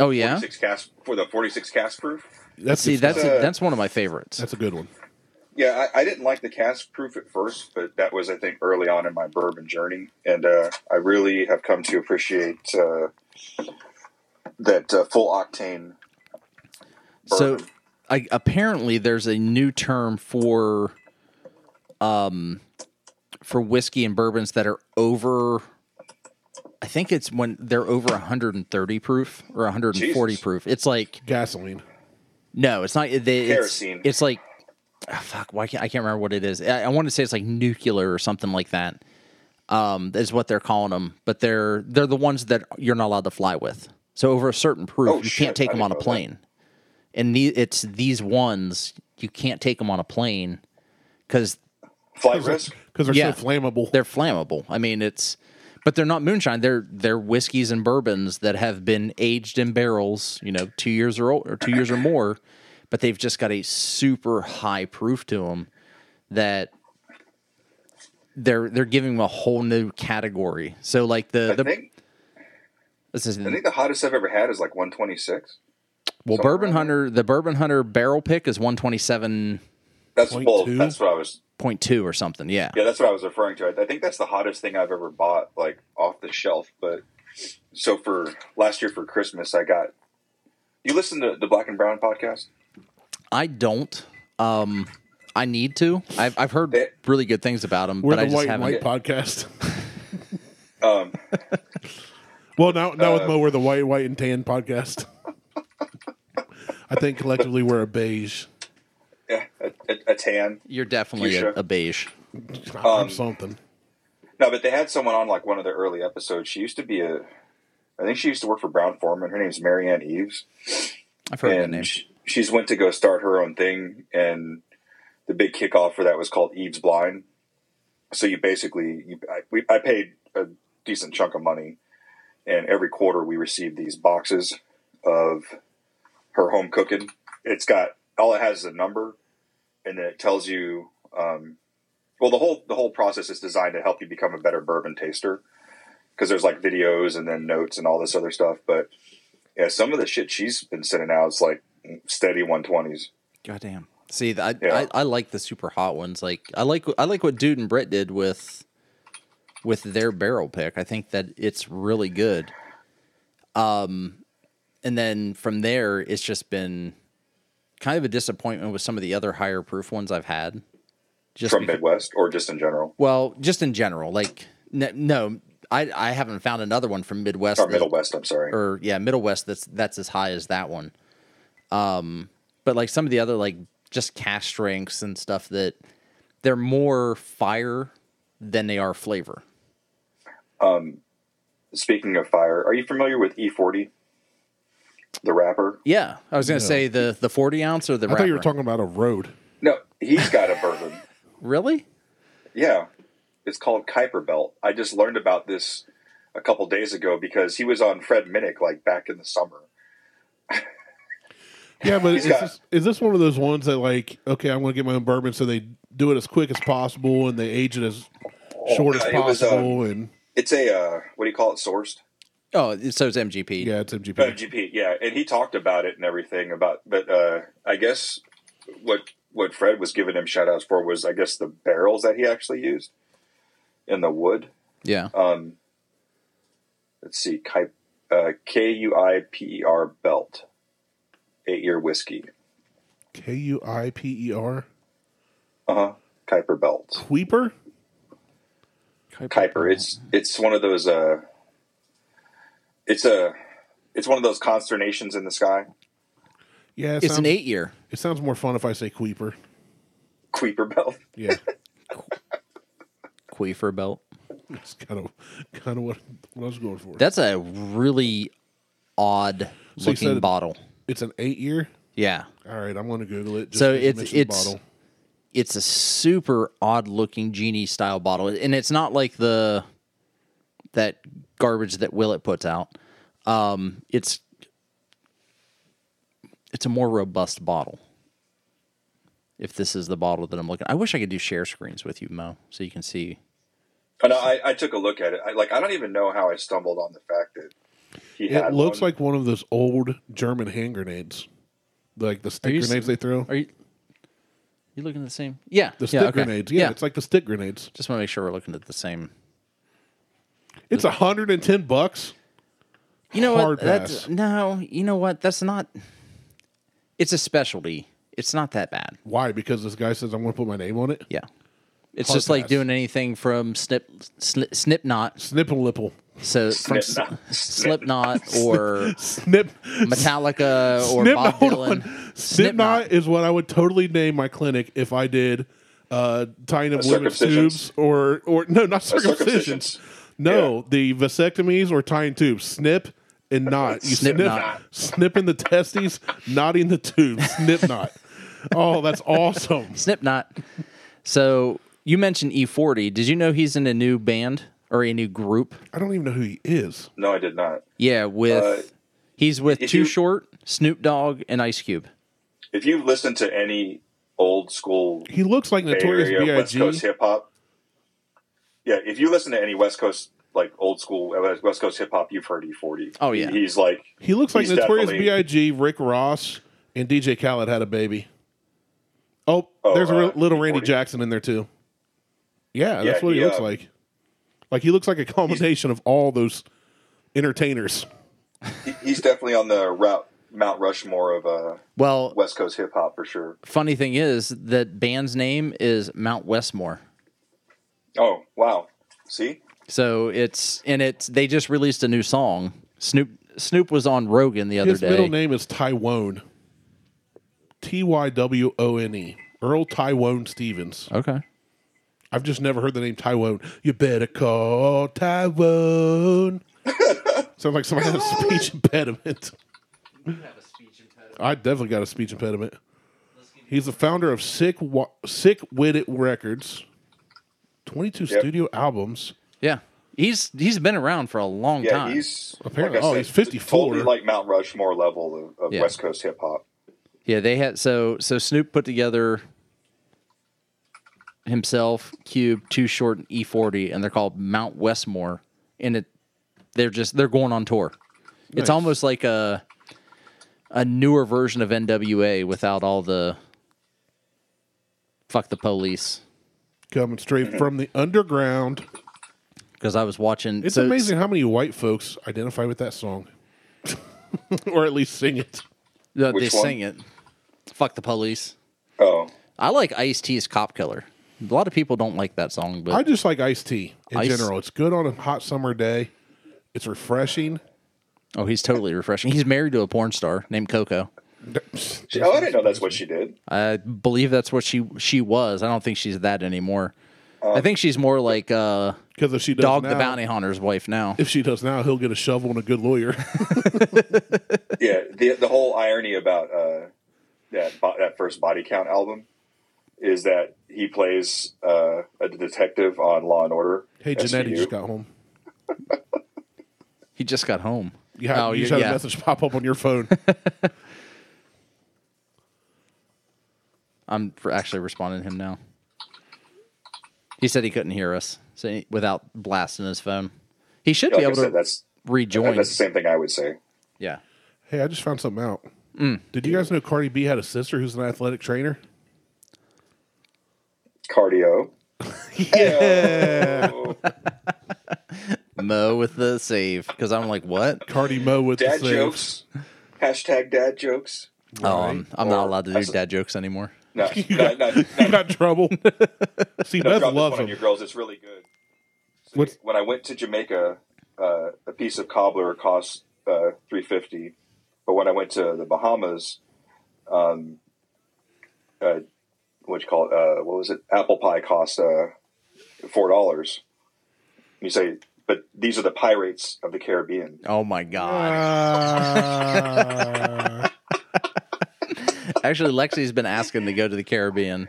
Oh yeah,
Six Cast for the 46 Cast Proof.
That's
see
good
that's
stuff.
uh,
that's one of my favorites.
that's a good one.
Yeah, I, I didn't like the Cast Proof at first, but that was I think early on in my bourbon journey, and uh, I really have come to appreciate uh, that uh, full octane.
So,
bourbon.
I, apparently, there's a new term for, um, for whiskey and bourbons that are over. I think it's when they're over 130 proof or 140
Jesus.
proof. It's like
Gasoline.
no, it's not. They, it's,
Kerosene.
it's like ah, fuck. Why can't I can't remember what it is? I, I want to say it's like nuclear or something like that. Um, is what they're calling them, but they're they're the ones that you're not allowed to fly with. So over a certain proof,
Oh,
you
shit,
can't take
I
them
didn't
on a
know that.
plane. And the, it's these ones you can't take them on a plane because
Flight risk.
Because they're
Yeah.
so flammable.
they're flammable. I mean, it's but they're not moonshine. They're they're whiskeys and bourbons that have been aged in barrels, you know, two years or old, or two years or more, but they've just got a super high proof to them that they're they're giving them a whole new category. So like the
I
the
think
this is-
I think the hottest I've ever had is like 126.
well
somewhere
bourbon
around
hunter the bourbon hunter barrel pick is one twenty seven
That's
Point
well,
two?
that's what I was.
point two or something. Yeah.
Yeah, that's what I was referring to. I, I think that's the hottest thing I've ever bought, like off the shelf. But so for last year for Christmas, I got. You listen to the Black and Brown podcast?
I don't. Um, I need to. I've, I've heard
They-
really good things about them,
We're
but I
the
just
white and
haven't.
white podcast.
Um,
well, now now with
Uh,
Mo, we're the white, white and tan podcast. I think collectively we're a beige
yeah, a, a, a tan.
You're definitely a,
Fuchsia.
a beige.
or
Um,
something.
No, but they had someone on like one of the early episodes. She used to be a, I think she used to work for Brown Foreman. Her name's Marianne Eves.
I've heard that
and
name.
sh- she's went to go start her own thing, and the big kickoff for that was called Eve's Blind. So you basically, you, I, we, I paid a decent chunk of money, and every quarter we received these boxes of her home cooking. It's got all it has is a number, and then it tells you. Um, well, the whole the whole process is designed to help you become a better bourbon taster because there's like videos and then notes and all this other stuff, but yeah, some of the shit she's been sending out is like steady 120s.
Goddamn.
See, I,
Yeah.
I I like the super hot ones. Like I like I like what Dude and Brett did with with their barrel pick. I think that it's really good. Um, and then from there, it's just been kind of a disappointment with some of the other higher proof ones I've had. Just
From
because-
Midwest or just in general?
well, just in general, like n- no, I I haven't found another one from Midwest
Or
that-
Middle West, I'm sorry.
or yeah, Middle West that's that's as high as that one. Um but like some of the other like just cash strengths and stuff that they're more fire than they are flavor.
Speaking of fire, are you familiar with E40? The rapper?
Yeah, I was gonna say the the forty ounce or the
I thought you were
wrapper.
talking about a road.
No, he's got a bourbon.
really
Yeah. It's called Kuiper Belt. I just learned about this a couple days ago because he was on Fred Minnick like back in the summer.
Yeah, but is
got-
this, is this one of those ones that like, okay, I'm going to get my own bourbon, so they do it as quick as possible and they age it as short as
Uh, it was,
possible, and
It's a, uh, what do you call it, sourced?
Oh, so it's MGP.
yeah, it's MGP.
Uh, GP, yeah, and he talked about it and everything about, but uh, I guess what what Fred was giving him shout outs for was, I guess, the barrels that he actually used and the wood.
Yeah.
Um, let's see, Ki- uh, K U I P E R belt, eight year whiskey,
K U I P E R.
uh huh, Kuiper belt,
Kuiper?
Kuiper. It's it's one of those uh, it's a it's one of those consternations in the sky,
Yeah, it
It's
sounds,
an eight year.
It sounds more fun if I say Kuiper.
Kuiper belt.
Yeah,
Queefer belt.
that's kind of kind of what, what I was going for.
That's a really odd
So you
looking
said-
bottle.
it's an eight year.
Yeah.
All right, I'm going to Google it.
So
'cause you
it's-
mentioned the
it's- it's a super odd looking genie style bottle and it's not like the that garbage that Willet puts out um it's it's a more robust bottle if this is the bottle that I'm looking I wish I could do share screens with you Mo so you can see
And I, I took a look at it. I, like I don't even know how I stumbled on the fact that he had.
It looks
one.
like one of those old German hand grenades, like the stick
you s-
grenades they throw.
are you you looking at the same yeah yeah,
The stick
okay.
grenades. Yeah, it's like the stick grenades.
just want to make sure we're looking at the same
It's 110 bucks.
You know
Hard
what? That's
pass.
no. You know what? That's not. It's a specialty. It's not that bad.
Why? Because this guy says I'm going to put my name on it.
Yeah. It's
Hard
just like
pass.
doing anything from snip snip, snip knot
Snip and lipple.
so from
Snip Knot.
Sli- Slipknot or
Snip.
Metallica or
Snip-
Bob
hold
Dylan.
on.
Snip
Snip knot
Knot.
is what I would totally name my clinic if I did uh, tying up women's
circumcisions.
tubes or or no, not circumcisions.
circumcisions.
No, the vasectomies or tying tubes. Snip and knot. You
Snip
snip,
knot.
snipping the testes, knotting the tubes. Snip knot. Oh, that's awesome.
Snip knot. So you mentioned E40. Did you know he's in a new band or a new group?
I don't even know who he is.
No, I did not.
Yeah, with
Uh,
he's with
if
Too
you-
Short, Snoop Dogg, and Ice Cube.
If you've listened to any old school
He looks like
Bay
Notorious
Area West Coast
B.I.G.
hip hop, yeah, if you listen to any West Coast like old school uh, West Coast hip hop, you've heard E40.
Oh, yeah.
He- he's like
He looks like
He's
Notorious
definitely-
B.I.G., Rick Ross, and DJ Khaled had a baby. Oh,
Oh,
there's a
uh,
real little Randy
40.
Jackson in there too. Yeah,
Yeah,
that's what he,
he,
looks
uh,
like. Like he looks like a combination of all those entertainers.
he- he's definitely on the route Mount Rushmore of uh,
Well,
West Coast hip hop for sure.
funny thing is that band's name is Mount Westmore.
Oh wow, see,
So it's and it's they just released a new song. Snoop Snoop was on Rogan the other
His middle
day.
name is Tywone. T Y W O N E. Earl Tywone Stevens.
Okay.
I've just never heard the name Tywone. You better call Tywone. Sounds like somebody had a speech impediment. I definitely got a speech impediment. He's the founder of Sick Wa- Sick Witted Records, 22
Yep.
studio albums.
Yeah. He's he's been around for a long
Yeah,
time.
he's
Apparently-
like I
oh,
said,
he's 54.
Totally like Mount Rushmore level of, of
Yeah.
West Coast hip hop.
Yeah, they had so so Snoop put together himself, Cube, Too Short, and E forty, and they're called Mount Westmore. And it they're just they're going on tour. It's almost like a a newer version of NWA without all the fuck the police.
Coming straight from the underground.
Because I was watching
It's
so-
amazing how many white folks identify with that song, or at least sing it.
no, they
Which one?
sing it. Fuck the police.
Oh,
I like Ice T's Cop Killer. A lot of people don't like that song, but
I just like iced tea in
Ice-
general. It's good on a hot summer day. It's refreshing.
oh, he's totally refreshing. He's married to a porn star named Coco.
she, oh, I didn't know that's what she did.
I believe that's what she she was. I don't think she's that anymore. I think she's more like uh,
Because if she does
Dog
now,
the Bounty Hunter's wife now.
if she does now, he'll get a shovel and a good lawyer.
yeah, the the whole irony about uh, that bo- that first Body Count album is that he plays uh, a detective on Law and Order.
hey, Janetti
SVU.
just got home.
He just got home.
Yeah,
oh,
you just
yeah.
had
yeah.
a message pop up on your phone.
I'm for actually responding to him now. He said he couldn't hear us so he- without blasting his phone. He should
Like
be
I
able
said,
to
that's
rejoin.
that's the same thing I would say.
yeah.
hey, I just found something out.
Mm.
Did you guys know Cardi B had a sister who's an athletic trainer?
Cardio. yeah.
Mo with the save because I'm like, what?
Cardi Mo with
dad
the save.
jokes. Hashtag dad jokes.
Oh, I'm, I'm not
Or-
allowed to do
that's a-
dad jokes anymore.
No, no, no, no.
You got in trouble. See, Beth
drop
loves
this one on
him.
your girls. It's really good. So
What's-
when I went to Jamaica, uh, a piece of cobbler cost uh, three fifty, but when I went to the Bahamas, um, uh, what you call it? Uh, what was it? Apple pie cost uh, four dollars. You say, but these are the pirates of the Caribbean.
Oh my god! Actually, Lexi's been asking to go to the Caribbean.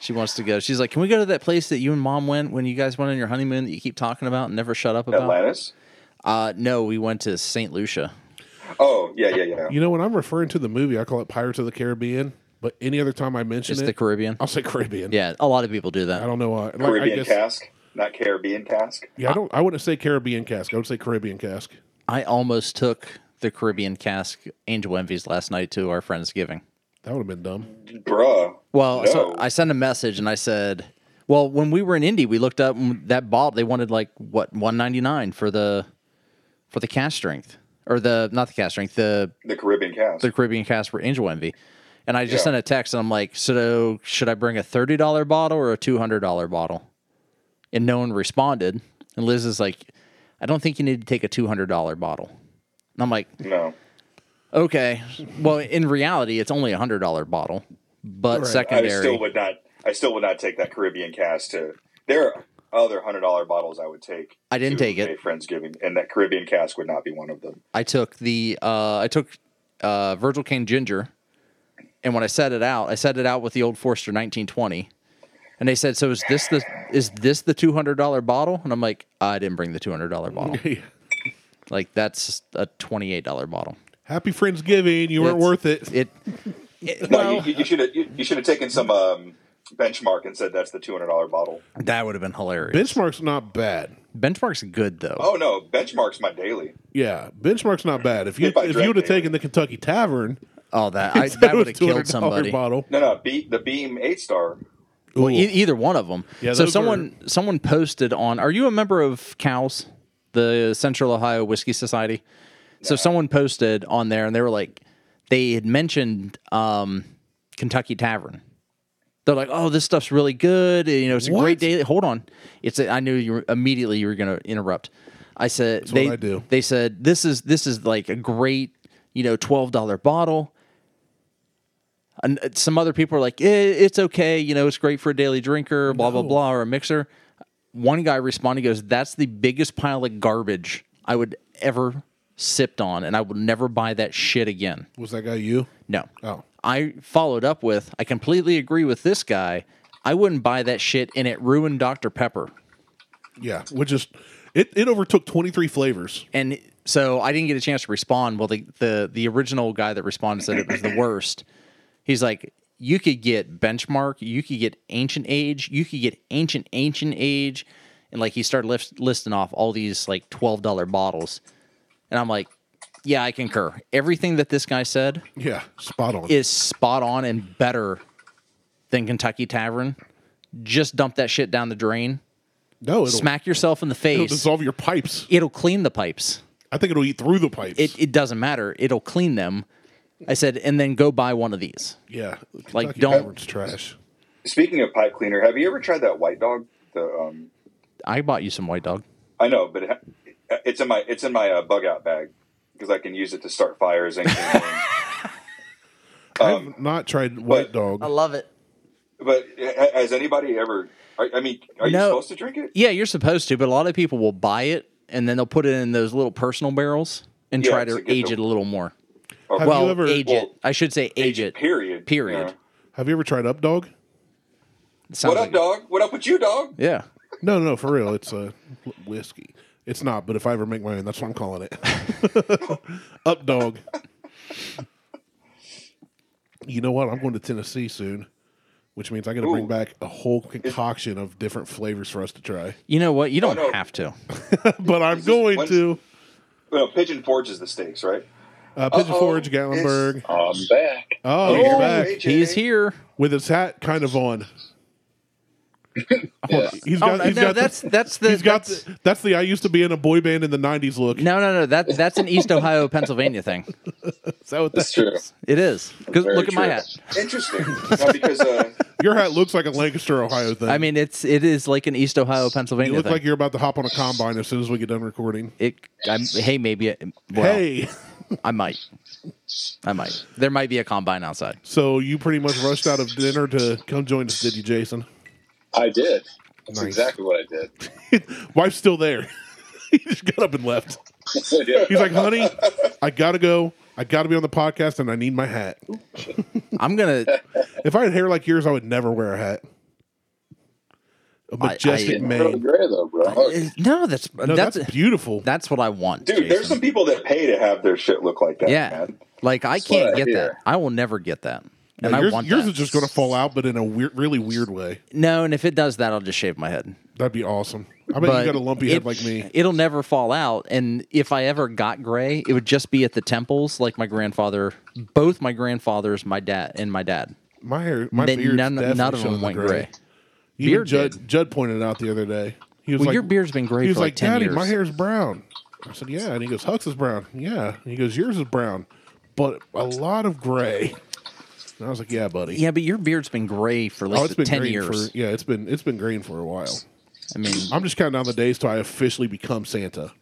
She wants to go. She's like, "Can we go to that place that you and mom went when you guys went on your honeymoon that you keep talking about and never shut up about?"
Atlantis.
Uh, no, we went to Saint Lucia.
Oh yeah, yeah, yeah.
You know, when I'm referring to the movie, I call it Pirates of the Caribbean. But any other time I mention
It's
it,
the Caribbean.
I'll say Caribbean.
Yeah, a lot of people do
Oh. I
that.
don't know why. Like, I
Caribbean
guess,
cask, not Caribbean cask.
Yeah, I don't. I wouldn't say Caribbean cask. I would say Caribbean cask.
I almost took the Caribbean cask Angel Envy's last night to our friends' giving.
That would have been dumb.
Bruh.
Well, so
No.
I sent a message and I said, "Well, when we were in Indy, we looked up and that bottle. They wanted like what one ninety nine for the for the cast strength or the not the cast strength the
The Caribbean cask.
the Caribbean cast for Angel Envy." And I just
Yeah.
sent a text and I'm like, "So should I bring a thirty dollar bottle or a two hundred dollar bottle?" And no one responded. And Liz is like, "I don't think you need to take a two hundred dollar bottle." And I'm like,
no.
"Okay, well, in reality, it's only a hundred dollar bottle." But secondary,
I still would not. I still would not take that Caribbean cast to. There are other hundred dollar bottles I would take.
I didn't
to
take it.
a Friendsgiving, and that Caribbean cask would not be one of them.
I took the uh, I took uh, Virgil Cane Ginger, and when I set it out, I set it out with the old Forster 1920, and they said, "So is this the is this the two hundred dollar bottle?" And I'm like, "I didn't bring the two hundred dollar bottle. like that's a twenty eight dollar bottle.
Happy Friendsgiving. You weren't
It's-
worth it.
It
No, you, you should have. You, you should have taken some um, benchmark and said that's the two hundred dollar bottle.
that would have been hilarious.
Benchmark's not bad.
Benchmark's good though.
Oh no, benchmark's my daily.
Yeah, benchmark's not bad. If you
If I
if
drank
you would have
it.
taken the Kentucky Tavern,
Oh, that I,
instead
that
of
would have
$200
killed somebody.
Bottle.
No, no, be, the Beam eight star.
Well,
Ooh.
e- either one of them.
Yeah,
so
those
someone someone posted on. Are you a member of Cows, the Central Ohio Whiskey Society? So someone posted on there, and they were like, they had mentioned um, Kentucky Tavern. They're like, oh, this stuff's really good. You know, it's a
What?
great day. Hold on, it's. A, I knew you were, immediately you were going to interrupt. I said
what
they
I do.
they said this is this is like a great you know twelve dollar bottle. And uh, some other people are like, "Eh, it's okay, you know, it's great for a daily drinker, blah blah blah, or a mixer. One guy responded, he goes, "That's the biggest pile of garbage I would ever sipped on, and I will never buy that shit again."
Was that guy you?
No.
Oh.
I followed up with, I completely agree with this guy. I wouldn't buy that shit, and it ruined Dr. Pepper.
Yeah, which is it, it overtook 23 flavors.
And so I didn't get a chance to respond. Well, the the, the original guy that responded said it was the worst. He's like, you could get benchmark, you could get ancient age, you could get ancient ancient age, and like he started list, listing off all these like twelve dollar bottles, and I'm like, yeah, I concur. Everything that this guy said
Yeah, spot on.
is spot on and better than Kentucky Tavern. Just dump that shit down the drain.
no, it'll,
Smack yourself in the
it'll
face.
dissolve your pipes.
It'll clean the pipes.
I think it'll eat through the pipes.
It, it doesn't matter. It'll clean them. I said, and then go buy one of these.
yeah,
like,
Kentucky
don't-
Tavern's trash.
Speaking of pipe cleaner, have you ever tried that White Dog? The um,
I bought you some white dog.
I know, but it ha- it's in my it's in my uh, bug out bag because I can use it to start fires and. um,
I've not tried White
but-
Dog.
love it.
but ha- has anybody ever? Are, I mean, are you
No.
supposed to drink it?
Yeah, you're supposed to, but a lot of people will buy it and then they'll put it in those little personal barrels and
Yeah,
try
it's
to
a good
age
one.
it a little more.
Or,
Have
well,
you ever-
age it.
well,
I should say age it.
Period.
Period.
Yeah.
Have you ever tried Up Dog?
It sounds
What up,
like-
dog? What up with you, dog?
Yeah.
No, no, for real. It's a whiskey. It's not, but if I ever make my own, that's what I'm calling it. Up dog. You know what? I'm going to Tennessee soon, which means I got to bring
Ooh.
back a whole concoction of different flavors for us to try.
You know what? You don't
Oh, no.
have to.
But I'm going
when-
to
Well, Pigeon Forge is the stakes, right?
uh, Pigeon
Uh-oh,
Forge,
it's-
Gallenberg.
I'm back.
Oh, he's
Oh,
back
AJ.
He's here.
with his hat kind of on. He's
Oh,
got.
no, no,
he's got the-
that's that's the
he's got.
that's-
the- That's the I used to be in a boy band in the '90s look.
no, no, no. That that's an East Ohio, Pennsylvania thing.
Is that what
That's
that?
true.
It is. 'Cause
Very
look at my
true.
hat.
um, Interesting. no, because uh,
Your hat looks like a Lancaster, Ohio thing.
I mean, it's it is like an East Ohio, Pennsylvania
You look
thing.
like you're about to hop on a combine as soon as we get done recording.
it. I'm, hey, maybe. It, well,
Hey,
I might. I might. There might be a combine outside.
so you pretty much rushed out of dinner to come join us, did you, Jason?
I did. That's
Nice.
exactly what I did.
Wife's still there. he just got up and left. He's like, "Honey, I gotta go. I gotta be on the podcast, and I need my hat.
I'm gonna.
If I had hair like yours, I would never wear a hat. A
I-
majestic
I-
Real
mane.
gray though, bro.
Uh, no, that's
No,
that's
that's,
that's,
beautiful.
what I want,
Oh. dude,
Jason.
there's some people that pay to have their shit look like that.
yeah,
man.
like I
what
can't
I
get that.
hear.
I will never get that, and
yours
I want
yours
that.
is just gonna fall out, but in a weird, really weird way.
no, and if it does that, I'll just shave my head.
That'd be awesome. I bet
But
you got a lumpy
it-
head like me.
It'll never fall out. And if I ever got gray, it would just be at the temples, like my grandfather, both my grandfathers, my dad, and my dad.
My hair, my
Then
beard,
none- none of them went
gray.
gray.
Even
Beard
Judd,
did.
Judd pointed it out the other day. He was
Well,
like,
your beard's been gray
He was
for like,
like,
10
Daddy,
years.
my hair's brown. I said, Yeah, and he goes, Huck's is brown. Yeah, and he goes, Yours is brown, but a lot of gray. And I was like, Yeah, buddy.
Yeah, but your beard's been gray for like
Oh, it's been
10
green
years.
for yeah, it's been it's been green for a while.
I mean,
I'm just counting down the days till I officially become Santa.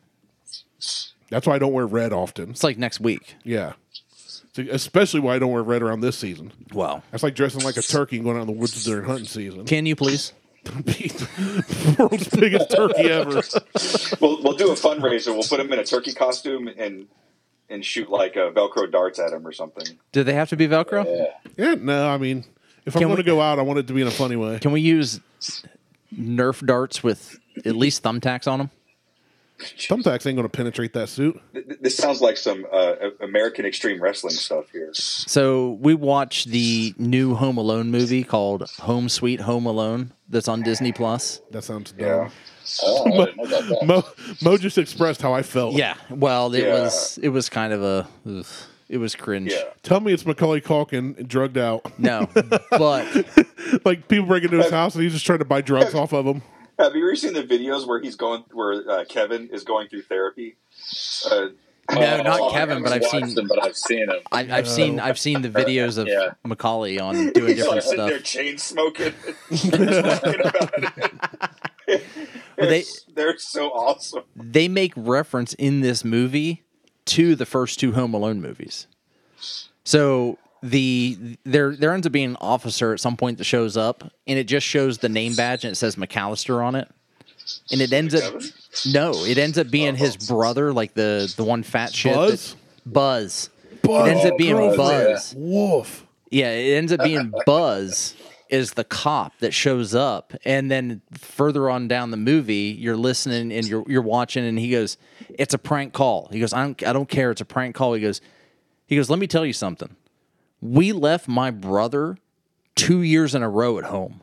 That's why I don't wear red often.
it's like next week.
Yeah, So, especially why I don't wear red around this season.
Wow.
That's like dressing like a turkey and going out in the woods during hunting season.
Can you please?
be world's biggest turkey ever.
We'll we'll do a fundraiser. We'll put him in a turkey costume and and shoot like uh, Velcro darts at him or something.
Do they have to be Velcro?
Yeah, no, I mean, if I'm
Can
going to
we-
go out, I want it to be in a funny way.
Can we use Nerf darts with at least thumbtacks on them?
Thumbtacks ain't going to penetrate that suit.
Th- th- This sounds like some uh, American extreme wrestling stuff here.
So we watched the new Home Alone movie called Home Sweet Home Alone that's on Disney Plus.
That sounds dumb.
Yeah.
Oh, I didn't know about that.
Mo, Mo just expressed how I felt.
Yeah. Well, it
Yeah.
was it was kind of a oof, it was cringe.
Yeah.
Tell me it's Macaulay Culkin drugged out.
No, but
like people break into his house and he's just trying to buy drugs off of him.
Have you ever seen the videos where he's going, where uh, Kevin is going through therapy? Uh,
no,
Oh,
not
I
Kevin.
haven't
But I've
watched
seen
them, but I've seen them.
I, I've seen I've seen the videos of
Yeah.
Macaulay on doing
he's
different
like sitting
stuff.
there chain smoking. talking about it.
But they
They're so awesome.
they make reference in this movie to the first two Home Alone movies. So the there there ends up being an officer at some point that shows up, and it just shows the name badge and it says McAllister on it, and it ends up no, it ends up being his brother, like the the one fat shit that-
Buzz?
Buzz.
Buzz,
It ends up being
girlfriend.
Buzz.
Wolf.
Yeah, it ends up being Buzz is the cop that shows up, and then further on down the movie, you're listening and you're you're watching, and he goes, "It's a prank call." He goes, "I don't I don't care. It's a prank call." He goes, he goes, "Let me tell you something. We left my brother two years in a row at home."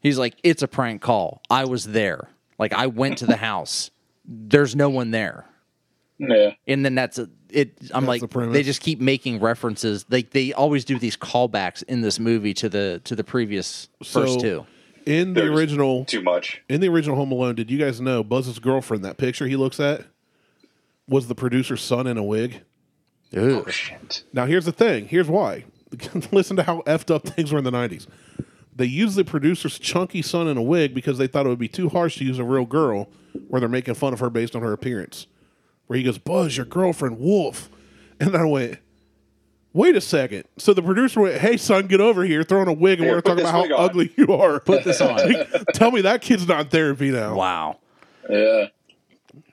He's like, "It's a prank call. I was there. Like I went to the house. There's no one there."
Yeah.
and then that's a, it. I'm
the
like,
premise.
they just keep making references. Like they always do these callbacks in this movie to the to the previous first
So,
two.
In the
There's
original,
Too much.
in the original Home Alone, did you guys know Buzz's girlfriend? That picture he looks at was the producer's son in a wig.
Ooh.
Shit.
Now, here's the thing. Here's why. Listen to how effed up things were in the 90s. They used the producer's chunky son in a wig because they thought it would be too harsh to use a real girl where they're making fun of her based on her appearance. Where he goes, Buzz, your girlfriend, Wolf. And I went, wait a second. So the producer went, hey, son, get over here, throwing a wig, and
Here,
we're
put
talking about
this
how
wig on."
ugly you are.
Put this on.
Tell me that kid's not in therapy now.
wow.
Yeah.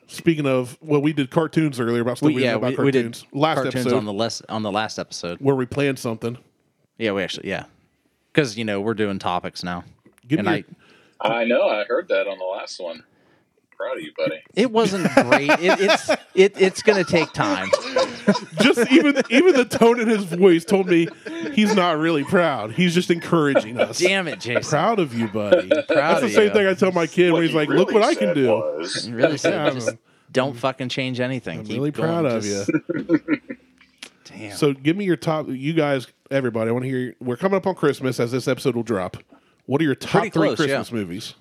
Speaking of, well, we did cartoons earlier about stuff
We,
we,
yeah,
didn't know
we,
about
we did
cartoons. Last
cartoons
episode,
on the less on the last episode.
where we planned something.
Yeah, we actually yeah, because you know we're doing topics now.
Give
and
me
I
your-
I know. I heard that on the last one. Proud of you, buddy.
it wasn't great. It, it's it it's gonna take time.
just even even the tone in his voice told me he's not really proud. He's just encouraging us.
Damn it, Jason.
Proud of you, buddy.
Proud
That's the
of
same
you.
thing I tell my kid when he's
he
like, "Look
really
what I can
said
do."
was-
You Really, said,
Yeah,
just
I'm-
don't fucking change anything.
I'm
Keep
really
going.
proud of
Just-
you.
Damn.
So, give me your top. You guys, everybody, I want to hear. We're coming up on Christmas as this episode will drop. What are your top
Pretty
three
close,
Christmas
yeah.
movies?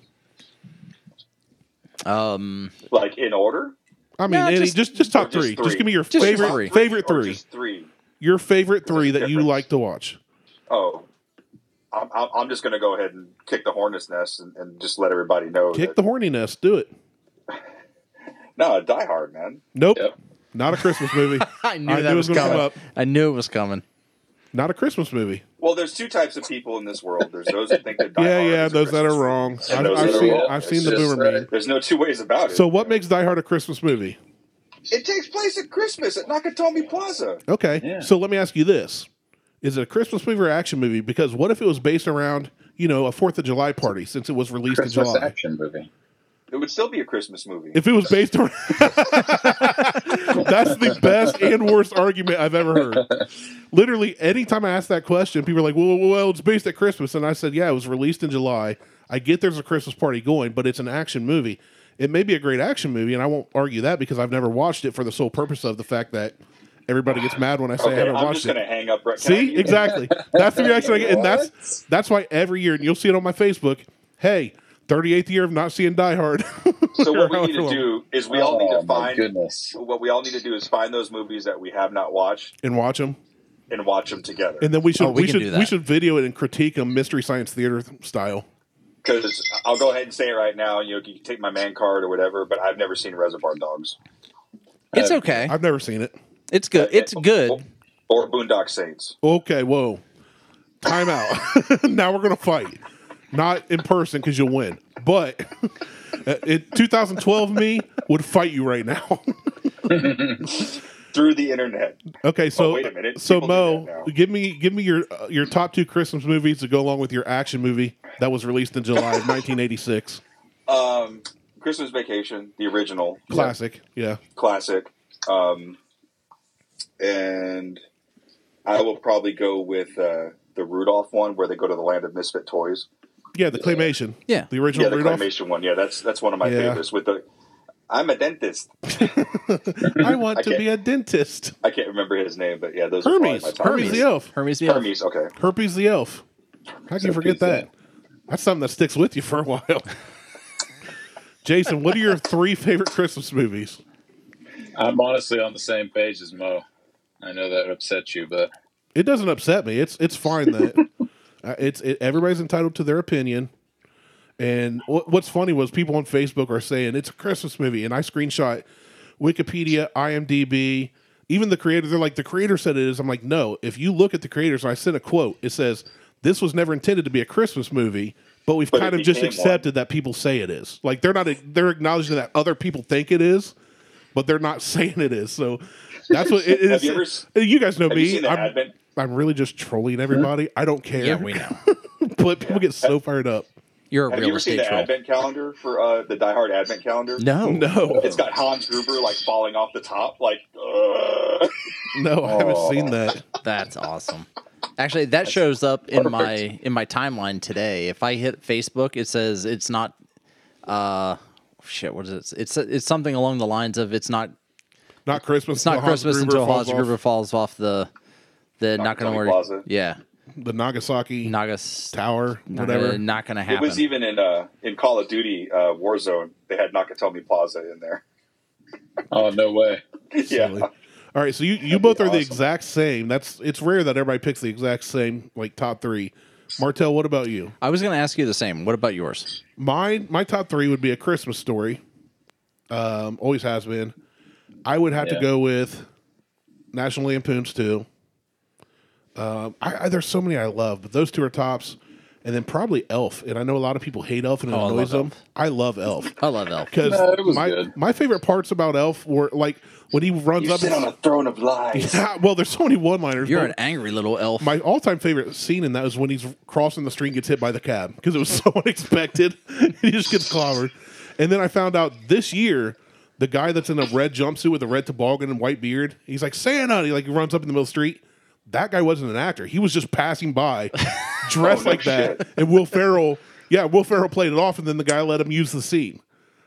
um.
Like in order?
I mean,
No,
any, just,
just-
just top
just
three.
three.
Just give me your
Just
favorite
three.
favorite
Or
three.
just three.
Your favorite three that you
difference.
like to watch.
Oh, I'm, I'm I'm just going to go ahead and kick the hornet's nest and, and just let everybody know.
Kick the
that,
horniness. Do it.
no, Die Hard, man.
Nope.
Yep.
Not a Christmas movie.
I knew
I
that
knew it
was
was gonna
coming.
come up.
I knew it was coming.
Not a Christmas movie.
Well, there's two types of people in this world. There's those that think that Die
yeah,
Hard
yeah,
is a
those that
Christmas
are
movie.
wrong.
And
I've,
those
I've
that are
seen,
wrong.
I've
It's
seen the
just
boomer
right.
meme.
There's no two ways about it.
So, what makes Die Hard a Christmas movie?
it takes place at Christmas at Nakatomi Plaza.
Okay,
Yeah.
so let me ask you this: Is it a Christmas movie or action movie? Because what if it was based around you know a Fourth of July party since it was released
Christmas
in July?
action movie.
It would still be a Christmas movie.
If it was based around, that's the best and worst argument I've ever heard. Literally, anytime I ask that question, people are like, "Well, well, well, it's based at Christmas," and I said, "Yeah, it was released in July. I get there's a Christmas party going, but it's an action movie. It may be a great action movie, and I won't argue that because I've never watched it for the sole purpose of the fact that everybody gets mad when I say I
okay,
haven't
I'm
watched
just
it."
going to hang up right
See,
now.
exactly. That's the reaction I get, and that's that's why every year, and you'll see it on my Facebook. Hey, 38th year of not seeing Die Hard.
So what we
However
need to
long.
do is we all need
oh,
to
my
find
goodness.
what we all need to do is find those movies that we have not watched
and watch them.
and watch them together.
And then we should
Oh,
we,
we can do
should
that.
we should video it and critique them mystery science theater th- style.
Because I'll go ahead and say it right now. You know, you can take my man card or whatever, but I've never seen Reservoir Dogs
It's okay.
I've never seen it.
It's good. It's
oh,
good.
or Boondock Saints.
Okay, whoa. Time out. now we're gonna fight. Not in person because you'll win, but uh, it, 2012 me would fight you right now.
Through the internet.
okay, so
Oh, wait a minute.
so
People do
Mo,
that now.
give me give me your uh, your top two Christmas movies to go along with your action movie that was released in July of 1986.
Um, Christmas Vacation, the original
Classic, yeah.
classic. Um, and I will probably go with uh, the Rudolph one where they go to the land of misfit toys.
Yeah, the claymation.
Yeah.
The original
yeah, the
Rudolph.
claymation one. Yeah, that's that's one of my
Yeah.
favorites. With the, I'm a dentist.
I want
I
to
can't-
be a dentist.
I can't remember his name, but yeah, those
Hermes.
are probably my top
Hermes the
favorites.
elf.
Hermes the Elf.
Hermes. Okay,
Herpes the elf. How can you forget
Herpes the
that?
Elf.
That's something that sticks with you for a while. Jason, what are your three favorite Christmas movies?
I'm honestly on the same page as Mo. I know that upsets you, but
It doesn't upset me. It's it's fine that uh, it's it, everybody's entitled to their opinion. And what, what's funny was people on Facebook are saying it's a Christmas movie, and I screenshot Wikipedia, IMDb, Even the creator, they're like, the creator said it is. I'm like, no. If you look at the creators, I sent a quote. It says, this was never intended to be a Christmas movie, but we've
But it
kind of just
became
accepted that people say it is. Like they're not, they're acknowledging that other people think it is, but they're not saying it is. So that's what it
Have
is.
you
You, guys know
Have
me.
you seen the
I'm,
Advent?
I'm really just trolling everybody. I don't care.
Yeah, we know.
but people get so fired up.
You're a
Have
real
you ever seen
estate
the
troll.
Advent calendar for uh, the Die Hard Advent calendar?
No.
No,
It's got Hans Gruber like falling off the top, like. Uh,
no, I haven't
Oh.
Aw.
seen that.
That's awesome. Actually, that shows up in my in my timeline today. If I hit Facebook, it says it's not. Uh, shit. What is it? It's it's something along the lines of it's not
Not Christmas.
it's not
until Hans
Christmas
Gruber
until
falls
Hans
off
Gruber falls off the the not gonna
Nakatomi
work.
Plaza.
Yeah,
The Nagasaki
Nagas.
Tower,
Not
whatever.
gonna, not uh, gonna
it
happen.
was even in uh, in Call of Duty uh, Warzone. They had Nakatomi Plaza in there.
Oh no way!
yeah,
All right, so you, you
That'd
both
be
are the
awesome.
exact same. That's it's rare that everybody picks the exact same like top three. Martel, what about you?
I was gonna ask you the same. What about yours?
Mine, my top three would be a Christmas story. Um, always has been. I would have to
Yeah.
go with National Lampoon's too. Um, I, I, there's so many I love, but those two are tops. And then probably Elf. And I know a lot of people hate Elf and it
Oh, I love
annoys them.
Elf.
I love Elf
I love Elf.
because
No, it was
my,
good.
my favorite parts about Elf were like when he runs
you
up.
sit on a throne of lies.
Yeah, well, there's so many one-liners.
You're
but
an angry little elf.
my all-time favorite scene in that was when he's crossing the street and gets hit by the cab because it was so unexpected. he just gets clobbered. And then I found out this year, the guy that's in a red jumpsuit with a red toboggan and white beard, he's like Santa. He like runs up in the middle of the street. That guy wasn't an actor. He was just passing by, dressed like that. And Will Ferrell, yeah, Will Ferrell played it off, and then the guy let him use the scene.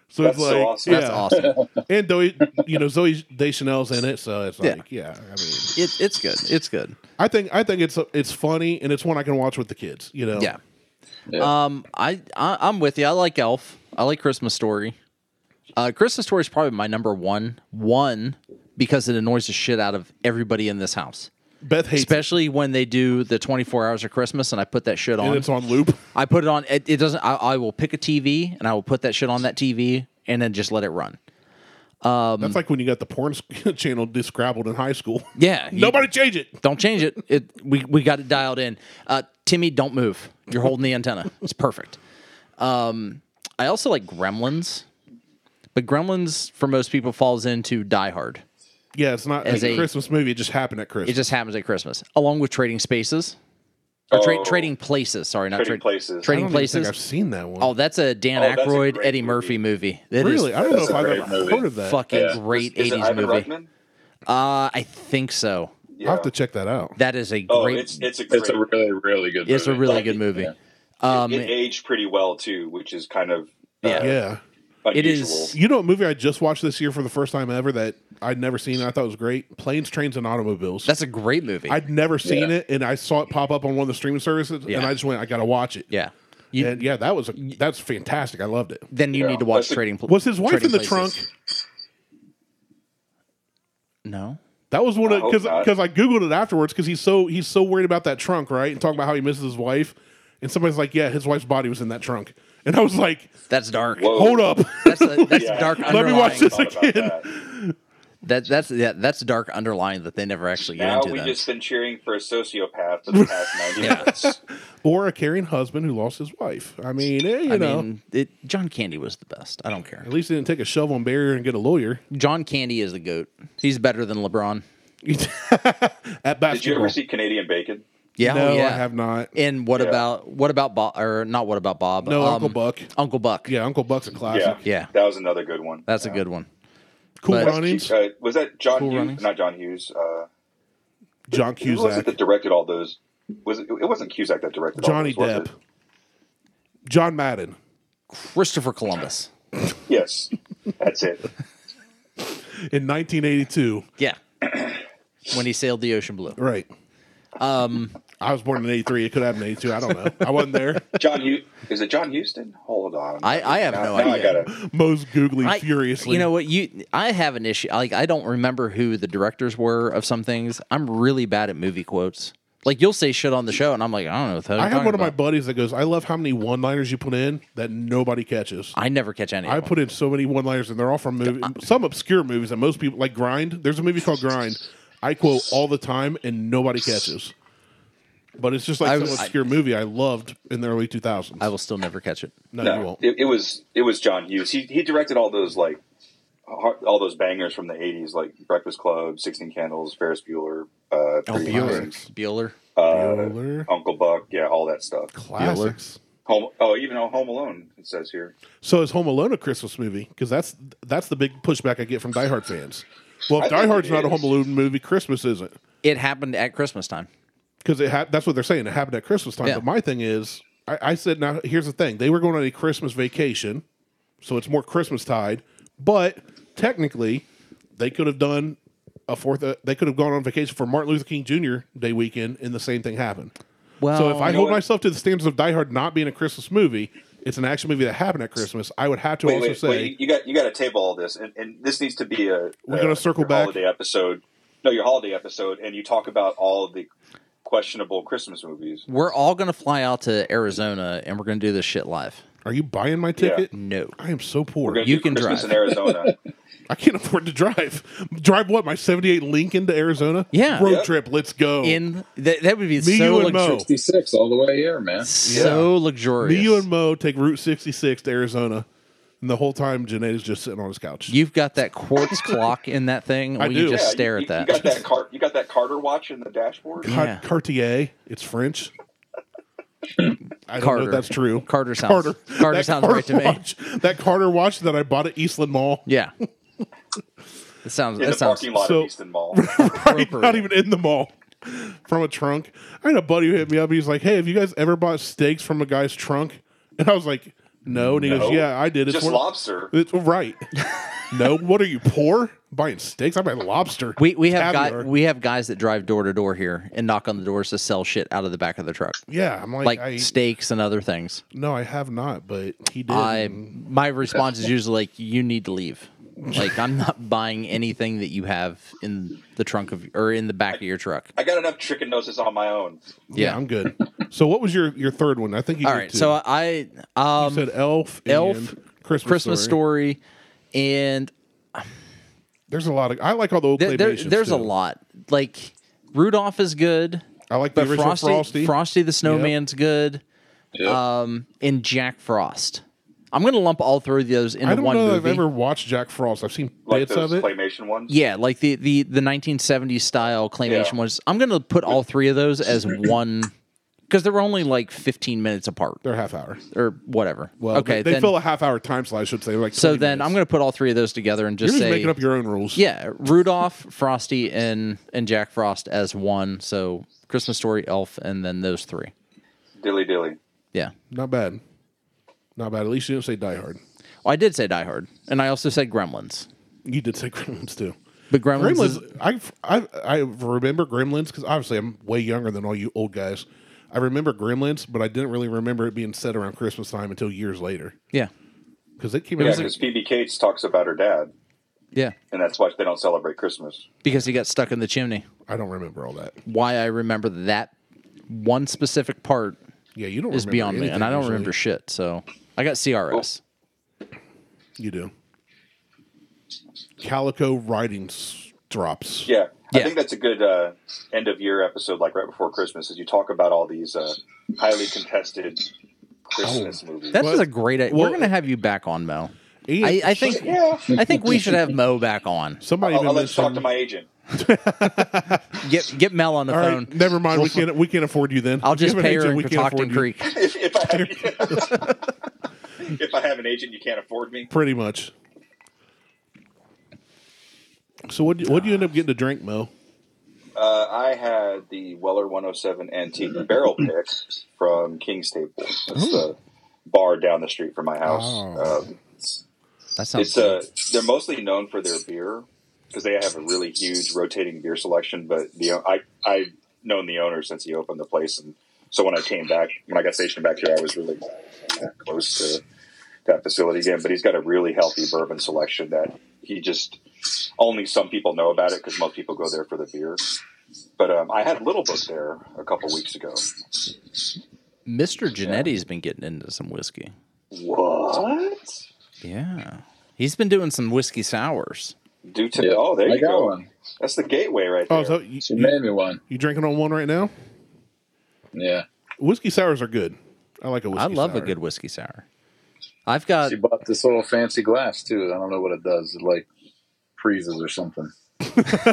So
That's
it's
so
like,
awesome.
That's
yeah.
awesome.
And though he- you know Zoe Deschanel's in it, so it's
Yeah.
like, yeah, I mean.
It, it's good. It's good.
I think I think it's it's funny and it's one I can watch with the kids. You know.
Yeah.
Yeah.
Um, I, I I'm with you. I like Elf. I like Christmas Story. Uh, Christmas Story is probably my number one. One because it annoys the shit out of everybody in this house,
Beth hates it,
especially when they do the 24 hours of Christmas, and I put that shit
and
on.
it's on loop.
I put it on. It, it doesn't. I, I will pick a TV and I will put that shit on that TV and then just let it run.
That's like when you got the porn s- channel descrabbled in high school.
Yeah. you-
Nobody change it.
Don't change it. It we we got it dialed in. Uh, Timmy, don't move. You're holding the antenna. It's perfect. Um, I also like Gremlins, but Gremlins for most people falls into Die Hard.
Yeah, it's not
As
like a
a-
Christmas movie. It just happened at
It
Christmas.
just happens at Christmas, along with Trading Spaces or tra-
Oh.
Trading Places. Sorry, not
Trading
Tra-
Places.
I
Trading
don't even think I've
Places.
seen that one.
Oh, that's a Dan
Oh, that's a
Aykroyd,
great
Eddie
movie.
Murphy movie. That is
really? I don't know
that's
if
a
I've
great
ever
movie.
heard of that.
fucking
Yeah.
great
Is it
80s
Ivan
movie.
Reitman?
Uh, I think so.
I'll have to check that out.
That is a
Oh,
great.
it's it's a great.
It's a really, really good. Movie.
it's a really
like
good
it.
movie.
Yeah.
Um,
it aged pretty well too, which is kind of uh,
Yeah.
yeah.
unusual.
It is-
You know, a movie I just watched this year for the first time ever that I'd never seen. And I thought it was great. Planes, Trains, and Automobiles.
that's a great movie.
I'd never seen it, and I saw it pop up on one of the streaming services,
Yeah.
and I just went, I gotta watch it.
yeah. You,
and yeah, that was a, that's fantastic. I loved it.
Then you
Yeah.
need to watch
That's a-
Trading Pl-
Was his wife
Trading
in the
Places.
trunk?
No.
That was one
I
of
hope
because
not.
because I googled it afterwards because he's so he's so worried about that trunk, right? And talking about how he misses his wife, and somebody's like, "Yeah, his wife's body was in that trunk," and I was like,
That's dark.
Whoa.
"Hold up,
That's a, that's
Yeah.
dark
Let
me
underlying.
watch this.
Thought about
again.
that.
That that's yeah, that's dark underlying that they never actually get
Now
into.
we've
Then.
just been cheering for a sociopath for the past ninety
Yeah.
minutes.
or a caring husband who lost his wife." I mean, eh, you
I
know,
mean, it, John Candy was the best. I don't care.
at least he didn't take a shovel and barrier and get a lawyer
John Candy is the goat. He's better than LeBron.
at
Did you
basketball.
ever see Canadian Bacon?
Yeah,
no,
oh, yeah.
I have not.
And what
Yeah.
about what about Bob or not? What about Bob?
No,
Um,
Uncle Buck.
Uncle Buck.
Yeah, Uncle Buck's a classic.
Yeah,
Yeah.
That was another good one.
that's a good one.
Cool
But-
Runnings,
Uh, was that John
Cool
Hughes?
Runnings.
Not John Hughes. Uh,
John
who was it
Cusack,
that directed all those? Was it, it wasn't Cusack that directed
Johnny
all those, was
Depp, John Madden.
Christopher Columbus.
it? Yes, that's it.
in 1982.
Yeah. when he sailed the ocean blue.
Right.
Um,
Um, I was born in 83. It could have been 82. I don't know. I wasn't there.
John Hughes. Is it John Houston? Hold on.
I- I have
Now-
no
now I
idea.
gotta-
Moe's googly
I-
furiously.
You know what? You, I have an issue. Like, I don't remember who the directors were of some things. I'm really bad at movie quotes. Like you'll say shit on the show, and I'm like, I don't know. What the hell
I
you're
have
talking
one of my
about.
buddies that goes, I love how many one liners you put in that nobody catches.
I never catch any.
I put in so many one liners, and they're all from movie, some obscure movies that most people like. Grind. There's a movie called Grind. I quote all the time, and nobody catches. But it's just like
I
some
was-
obscure movie I loved in the early 2000s.
I will still never catch it.
no, you
No,
won't.
it, it was it was John Hughes. He he directed all those like har- all those bangers from the '80s, like Breakfast Club, Sixteen Candles, Ferris Bueller, uh, Three Things,
Bueller.
uh,
Oh, Bueller.
Uncle Buck, yeah, all that stuff.
Classics.
Home, oh, even on Home Alone, it says here.
So is Home Alone a Christmas movie? Because that's that's the big pushback I get from Die Hard fans. Well,
I
if Die
think
Hard's
it
not a
is.
Home Alone movie, Christmas isn't.
It happened at Christmas time.
because it ha- that's what they're saying. It happened at Christmas time.
Yeah.
But my thing is, I, I said, now here's the thing: they were going on a Christmas vacation, so it's more Christmas tide. But technically, they could have done a fourth. Uh, they could have gone on vacation for Martin Luther King Jr. Day weekend, and the same thing happened.
Well,
so if I hold
Oh, what?
myself to the standards of Die Hard not being a Christmas movie, it's an action movie that happened at Christmas. I would have to
Wait,
also
wait,
say
wait! You got you got to table all this, and, and this needs to be a
We're
a-
gonna circle
your
back.
holiday episode. No, your holiday episode, and you talk about all the questionable Christmas movies.
we're all gonna fly out to Arizona and we're gonna do this shit live.
Are you buying my ticket?
No,
I am so
We're
poor.
gonna
You
do
can
Christmas
drive.
in Arizona.
I can't afford to drive. Drive what? My 78 Lincoln to Arizona?
Yeah.
Road
Yep.
trip. Let's go.
in that, that would be
Me,
so
you, and Mo.
luxurious.
66 all the way here, man.
So luxurious.
Me, you, and Mo take Route 66 to Arizona. And the whole time, Janae's just sitting on his couch.
You've got that quartz clock in that thing. and
I
we
do.
can just
Yeah,
stare
you,
at that.
You got that Car- you got that Carter watch in the dashboard.
Car-
yeah.
Cartier. It's French. I don't know
Carter.
if that's true.
Carter sounds-
Carter.
Carter
That
sounds right to me.
watch- That Carter watch that I bought at Eastland Mall.
Yeah. It sounds.
in
That
the
sounds.
parking lot
so-
of Easton Mall.
right,
Appropriate.
not even in the mall. From a trunk. I had a buddy who hit me up. He's like, "Hey, have you guys ever bought steaks from a guy's trunk?" And I was like, "No." And he goes,
No.
"Yeah, I did." It's
Just
one-
lobster.
It's right. no, what are you poor? Buying steaks? I buy lobster.
We we have
Caviar.
guy, we have guys that drive door to door here and knock on the doors to sell shit out of the back of the truck,
yeah, I'm like,
like
I,
steaks and other things.
no, I have not, but he did.
I my response is usually like, "You need to leave." Like I'm not buying anything that you have in the trunk of or in the back of your truck.
I got enough trichinosis on my own.
Yeah.
I'm good. so what was your your third one? I think you
All
did
right.
two.
So I um
you said Elf,
Elf,
and Christmas,
Christmas
story.
story, and
There's a lot of. I like all the old
there, there-
playmations,
there's a
too.
lot. Like Rudolph is good,
I like the
but
original
Frosty, Frosty,
Frosty.
the Snowman's good,
Yep.
um, and Jack Frost. I'm gonna lump all three of those into
I don't
one
know that
movie.
I've ever watched Jack Frost. I've seen
Like
bits
those
of it.
claymation ones.
Yeah, like the the the 1970s style claymation
Yeah.
ones. I'm gonna put all three of those as one because they're only like 15 minutes apart
They're half hour.
or whatever.
Well,
okay,
they, they
then,
fill a half hour time slot. I should say. Like
so
20
then
minutes.
I'm gonna put all three of those together and
You're
just
just
say
making up your own rules.
yeah, Rudolph, Frosty, and and Jack Frost as one. So Christmas Story, Elf, and then those three.
Dilly dilly.
Yeah.
Not bad. Not bad. At least you didn't say Die Hard.
Well, I did say Die Hard, and I also said Gremlins.
You did say Gremlins too.
But Gremlins, is-
Gremlins. I I I remember Gremlins because obviously I'm way younger than all you old guys. I remember Gremlins, but I didn't really remember it being set around Christmas time until years later
yeah,
because it came
Yeah,
out.
because Phoebe Cates talks about her dad,
yeah,
and that's why they don't celebrate Christmas.
because he got stuck in the chimney.
I don't remember all that.
Why I remember that one specific part
Yeah, you don't.
is
remember
beyond me, and
anything
I don't
usually.
remember shit. So I got CRS.
You do. Calico riding s- drops.
Yeah,
Yeah.
I think that's a good uh, end of year episode, like right before Christmas, as you talk about all these uh, highly contested
Oh.
Christmas movies.
That's
Well-
just a great. idea.
well-
We're gonna have you back on Mo.
Ian,
I, I think.
yeah,
I think we should have Mo back on.
somebody
I'll,
even
I'll let you
mentioned-
talk to my agent.
Get get Mel on the
All right,
phone.
never mind. We can't. We can't afford you then.
I'll
If
just
you have an
pay her
agent,
in
we can't afford
Catoctin
you.
Creek.
If, if, I have, if I have an agent, you can't afford me.
Pretty much. So what? What do you end up getting to drink, Mo?
Uh, I had the Weller 107 antique barrel pick from King Staples. That's the bar down the street from my house.
Oh.
Um,
That sounds.
it's uh, they're mostly known for their beer because they have a really huge rotating beer selection. But the I I've known the owner since he opened the place, and so when I came back, when I got stationed back here, I was really close to that facility again. But he's got a really healthy bourbon selection that he just only some people know about it because most people go there for the beer. But um, I had Little Book there a couple weeks ago.
Mr. Genetti's been getting into some whiskey.
What?
Yeah. He's been doing some whiskey sours.
Do to oh, there
I
you
got
go.
one.
That's the gateway right there.
Oh, so you,
She
you,
made me one.
you drinking on one right now?
Yeah.
Whiskey sours are good. I like a whiskey
I love
sour.
a good whiskey sour. I've got
She bought this little fancy glass too. I don't know what it does. It like freezes or something.
Like,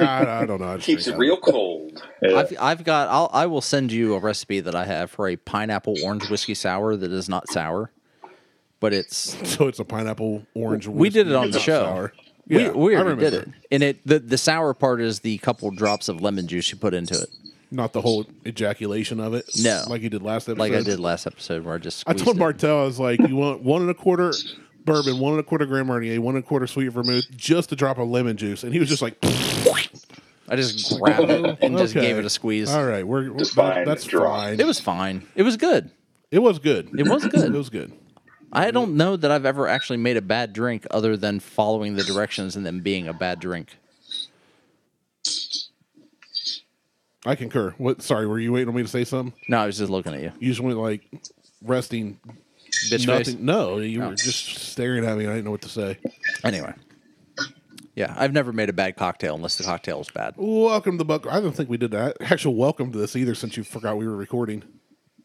I, I don't know. I just
Keeps
drink
it
out
real cold.
Yeah.
I've I've got I'll I will send you a recipe that I have for a pineapple orange whiskey sour that is not sour. But it's
of it. So it's a pineapple orange.
We did it on
whiskey
the show.
sour.
we, we
I
already did it.
remember.
And it the, the sour part is the couple drops of lemon juice you put into it.
Not the whole ejaculation of it.
No.
like you did last episode.
Like I did last episode where I just
I
squeezed
told
it.
Martell, I was like, you want one and a quarter bourbon, one and a quarter Grand Marnier, one and a quarter sweet vermouth, just a drop of lemon juice, and he was just like,
I just grabbed it and just
Okay.
gave it a squeeze.
all right, we're, we're
Just fine,
that- that's
drop.
fine.
It was fine. It was good.
It was good.
It was good.
it was good. Mm-hmm.
I don't know that I've ever actually made a bad drink other than following the directions and then being a bad drink.
I concur. What? Sorry, were you waiting on me to say something?
No, I was just looking at you.
You just went like resting.
Bitch face.
Nothing. No, you
Oh.
were just staring at me. and I didn't know what to say.
Anyway. Yeah, I've never made a bad cocktail unless the cocktail is bad.
Welcome to Buck. I don't think we did that. Actually, welcome to this either, since you forgot we were recording.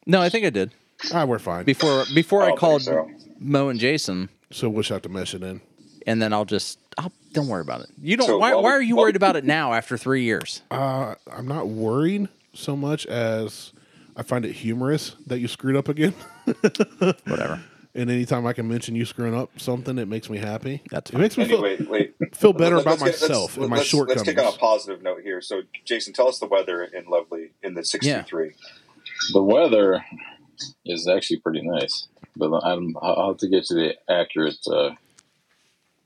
No, I think I did.
Ah, we're fine.
Before before I
Probably
called
so.
Mo and Jason
so we'll just have to mesh it in.
and then I'll just I'll, don't worry about it. You don't
So
why,
while
why
we-
are you
while
worried
we-
about it now after 3 years?
Uh, I'm not worried so much as I find it humorous that you screwed up again.
Whatever.
and anytime I can mention you screwing up something, it makes me happy.
That's
it makes me
Anyway,
feel,
wait.
feel better
Let-
about
let's get- let's-
myself and my
let's-
shortcomings.
Let's take on a positive note here. So, Jason, tell us the weather in Lovely in the 63.
the weather is actually pretty nice, but I'm, I'll have to get to the accurate uh,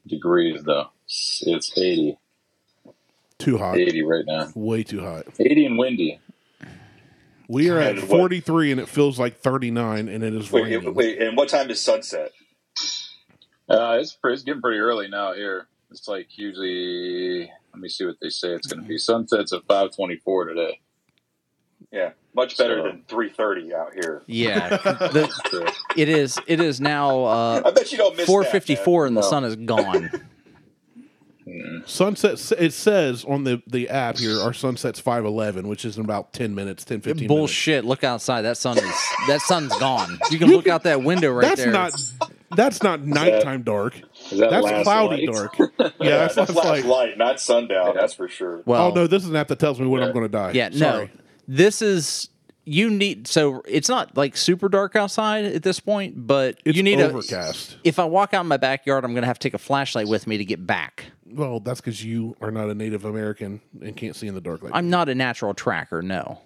degrees though. It's 80,
too hot,
80 right now.
way too hot.
80 and windy.
We are at
God, what-
43 and it feels like 39, and it is
Wait,
raining.
wait, wait, and what time is sunset?
Uh, it's, pre- it's getting pretty early now here. It's like usually. Let me see what they say. It's going to be sunsets at five twenty-four today.
Yeah, much better
So-
than 3:30 out here.
Yeah. the,
So,
it is it is now
I
uh
bet you don't miss that, man.
4:54 and the
No.
sun is gone.
Sunset. s- It says on the the app here our sunset's 5:11, which is in about 10 minutes, 10 15
Bullshit! Look outside. That sun is that sun's gone. You can look out that window right
minutes. That's
there.
not. That's not nighttime dark.
is that
That's
last
cloudy
light?
dark. Yeah, that's,
That's
that's
last
like.
light, not sundown. That's for sure.
well, uh,
oh no, this is an app that tells me when I'm going to die.
yeah, no.
Sorry.
This is you need. So it's not like super dark outside at this point, but
It's
you need
overcast.
A, if I walk out in my backyard, I'm gonna have to take a flashlight with me to get back.
Well, that's because you are not a Native American and can't see in the dark. Like
I'm not a natural tracker. No.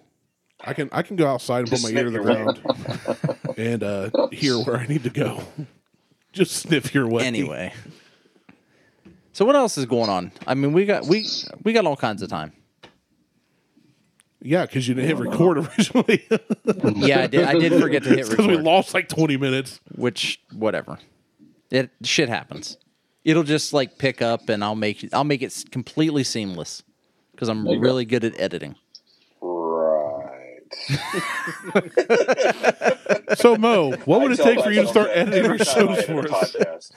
I can, I can go outside and put
Just
my ear to the
sniff your
ground and uh, hear where I need to go. Just sniff your way.
Anyway. So what else is going on? I mean, we got we we got all kinds of time.
yeah, because you didn't hit record originally
Yeah, I did. I did forget to hit
because we
record.
lost like 20 minutes.
which whatever it shit happens it'll just like pick up and i'll make i'll make it s- completely seamless because i'm
you go.
really good at editing
Right.
So Mo, what would
I
it
tell
take for you to
myself
start
that
editing our
every time I
shows
edit a
for us?
podcast.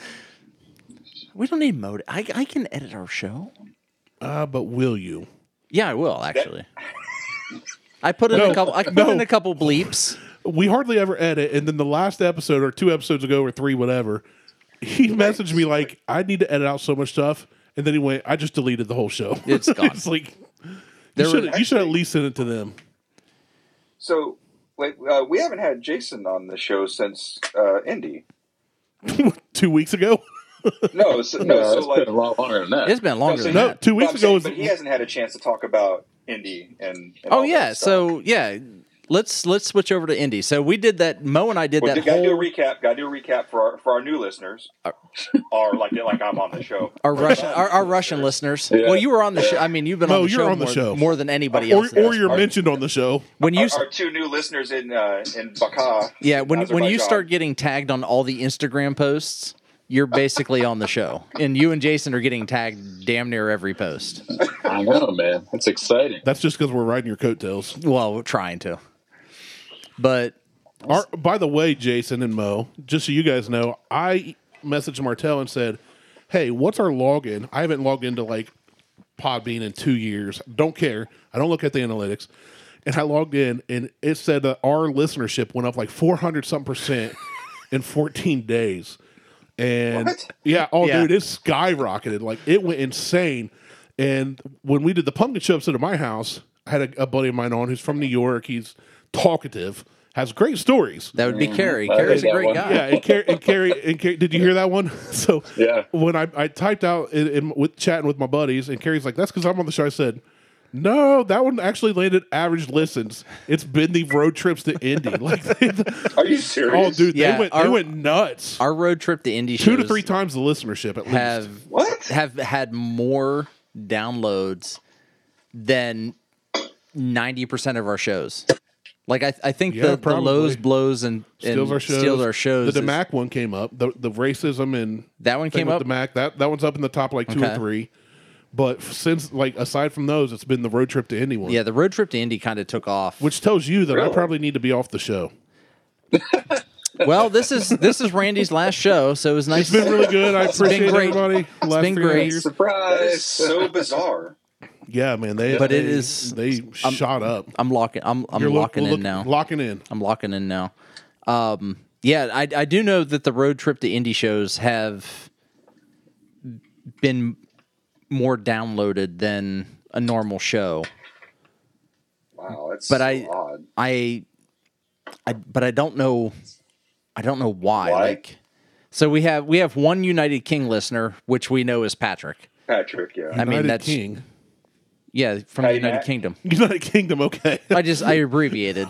we don't need mode i, I can edit our show
Uh, but will you?
yeah i will actually i put in
No,
a couple i put
no.
in a couple bleeps
We hardly ever edit, and then the last episode or two episodes ago or three, whatever, he messaged me like, "I need to edit out so much stuff," and then he went, "I just deleted the whole show."
It's gone.
it's like
There
you should,
were-
you should at least send it to them.
So, like, uh, we haven't had Jason on the show since uh, Indy.
two weeks ago.
No, so, no,
No,
so
it's
like,
been a lot longer than that.
it's been longer
No, so
than
you-
No,
that
two
But
weeks
I'm
ago
saying,
was
but he hasn't had a chance to talk about Indy and. and all
oh
that
yeah
stuff.
so yeah let's let's switch over to indie so we did that mo and i did
Well,
that
gotta do a
whole
recap. Gotta do a recap for our for our new listeners, or like like I'm on the show.
our russian our, our russian listeners
Yeah.
well you were on the show i mean you've been
Mo,
on, the,
you're
show
on the
more,
show.
more than anybody
or,
else
or you're mentioned on the show.
when you
Our, our two new listeners in uh, in Baca.
Yeah, when when you
Azerbaijan.
start getting tagged on all the Instagram posts, you're basically on the show, and you and Jason are getting tagged damn near every post.
I know, man. It's exciting.
That's just because we're riding your coattails.
Well, we're trying to, but
Our, by the way, Jason and Mo, just so you guys know, I messaged Martell and said, "Hey, what's our login? I haven't logged into like Podbean in two years. Don't care. I don't look at the analytics." And I logged in, and it said that our listenership went up like four hundred some percent in fourteen days. And yeah, oh
Yeah.
dude, it skyrocketed. Like it went insane. And when we did the pumpkin show episode at my house, I had a, a buddy of mine on who's from New York. He's talkative, has great stories.
that would be Carrie.
Mm-hmm. I heard
Carrie's a
that
great
one.
guy.
yeah, and Carrie, and Carrie, and Carrie, did you hear that one? So
Yeah.
when I, I typed out in, in, with chatting with my buddies, and Carrie's like, "That's because I'm on the show." I said, "No, that one actually landed average listens. It's been the road trips to Indy. Like, they,
Are you serious?
oh, dude,
Yeah,
they went,
our-
they went nuts.
Our road trip to Indy
Two to
shows
three times the listenership at least.
have
What?
have had more downloads than 90% of our shows. Like, I, I think
Yeah,
the, the lows,
probably.
blows, and, and
Steals our shows.
steals our shows
The
is-
DeMac one came up. The the racism and
That one
thing
came
with
up?
DeMac that that one's up in the top like two
Okay.
or three. But f- since like aside from those, it's been the road trip to Indy one.
yeah, the road trip to Indy kind of took off.
which tells you that I probably need to be off the show.
well, this is this is Randy's last show, so it was nice.
It's been really good. I
been
appreciate
great.
everybody.
It's
Last
been
three
great.
years.
That is
Surprise!
so bizarre.
Yeah, man. They
But it
they-
is-
they shot up.
I'm locking. I'm I'm
You're lo-
locking
look-
in now.
Locking in.
I'm locking in now. Um, yeah, I, I do know that the road trip to indie shows have been more downloaded than a normal show.
Wow, that's
But
so
I-
odd.
I, I, but I don't know, I don't know why.
Why?
Like, so we have we have one United King listener, which we know is Patrick.
Patrick, yeah.
I mean,
United
that's-
King.
Yeah, from the
Hey,
United
Matt.
Kingdom.
United Kingdom. Okay,
I just I abbreviated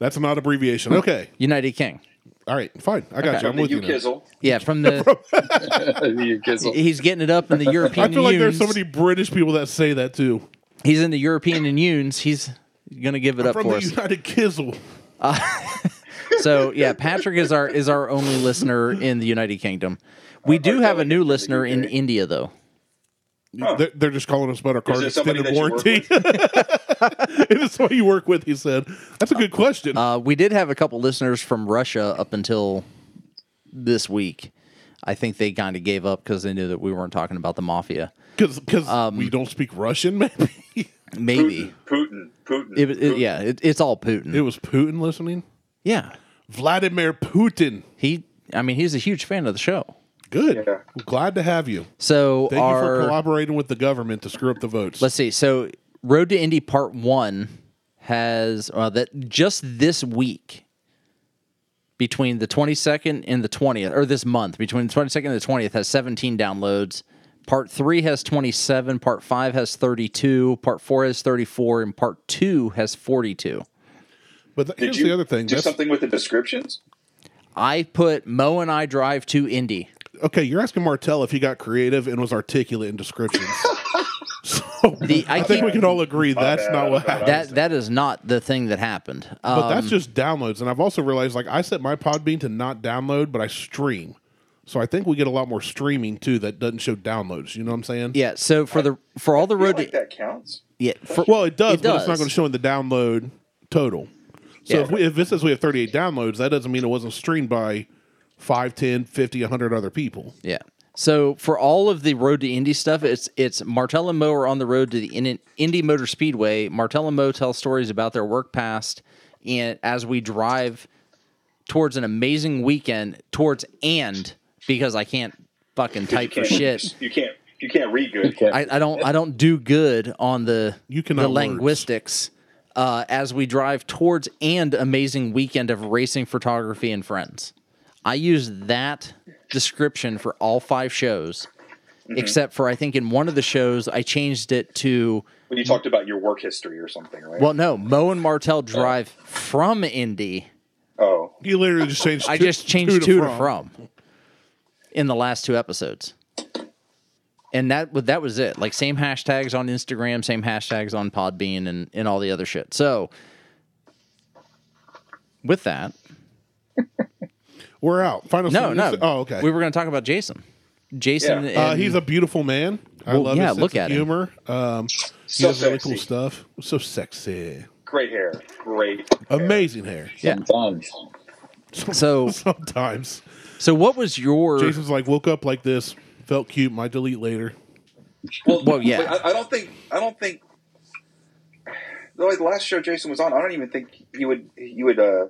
that's not abbreviation. Okay,
United King.
all right, fine. I got you. I'm
From the
with you. now.
UKizzle.
Yeah, from the
you kids will-
he's getting it up in the
I
European.
feel like there's so
Unions.
many British people that say that too.
He's in the European Unions. He's gonna give it up
From
for
the
us.
United Kizzle.
So yeah, Patrick is our is our only listener in the United Kingdom. We do have a new listener in India though.
They're, they're just calling us about our
Is
card
there somebody
extended
that you work
warranty.
with?
it is what you work with, he said. That's a good question.
Uh, we did have a couple listeners from Russia up until this week. I think they kind of gave up because they knew that we weren't talking about the mafia.
Because
um,
we don't speak Russian, maybe.
Maybe
Putin. Putin.
it, it,
Putin.
yeah, it, it's all Putin.
it was Putin listening.
yeah,
Vladimir Putin.
he. I mean, he's a huge fan of the show.
Good.
Yeah.
Glad to have you.
So
Thank you for
our
collaborating with the government to screw up the votes.
let's see. So Road to Indy Part One has uh, that just this week between the 22nd and the 20th, or this month between the 22nd and the 20th, has 17 downloads. Part three has 27. Part five has 32. Part four has 34, and part two has 42.
but th-
Did
here's
you
the other thing.
do
That's-
something with the descriptions?
I put Mo and I drive to Indy.
okay, you're asking Martell if he got creative and was articulate in descriptions. so
The- I
I, think
keep-
we can all agree that's
bad,
not
my
what
bad.
happened.
That that is not the thing that happened.
But
Um,
that's just downloads. And I've also realized, like, I set my Podbean to not download, but I stream. So I think we get a lot more streaming too that doesn't show downloads. You know what I'm saying?
yeah. So for the for all the
I feel
road
like
to,
that counts.
yeah for,
Well, it does,
It
but it's not
does.
going to show in the download total. So
Yeah.
if, we, if it says we have 38 downloads, that doesn't mean it wasn't streamed by 5, 10, 50, 100 other people.
Yeah. So for all of the road to Indy stuff, it's it's Martell and Mo are on the road to the In- Indy Motor Speedway. Martell and Mo tell stories about their work past, and as we drive towards an amazing weekend, towards and because I can't fucking type for
Can't-
shit.
You can't. You can't read good.
Okay.
I, I don't I don't do good on the
You
the
cannot words.
linguistics. Uh, as we drive towards and amazing weekend of racing photography and friends, I use that description for all five shows, except for I think in one of the shows I changed it to
When you talked about your work history or something, right?
well no Mo and Martell drive from Indy.
oh,
He literally just changed.
I
two-
just changed two, to, from. in the last two episodes. And that wa- that was it. Like same hashtags on Instagram, same hashtags on Podbean and, and all the other shit. So with that,
We're out. Final.
No,
scene.
no.
Oh, okay.
We were going to talk about Jason. Jason.
Yeah.
and-
Uh, he's a beautiful man. I
Well,
love
yeah,
his sense
look
of
at him.
humor. Um, he
So
does really
sexy.
cool stuff. So sexy.
Great hair. Great.
Amazing hair.
Yeah.
Sometimes.
So,
Sometimes
so what was your?
Jason's like woke up like this, felt cute. Might delete later.
Well,
Well, yeah.
like, I, I don't think. I don't think. though, Like the last show Jason was on, I don't even think you would you would uh,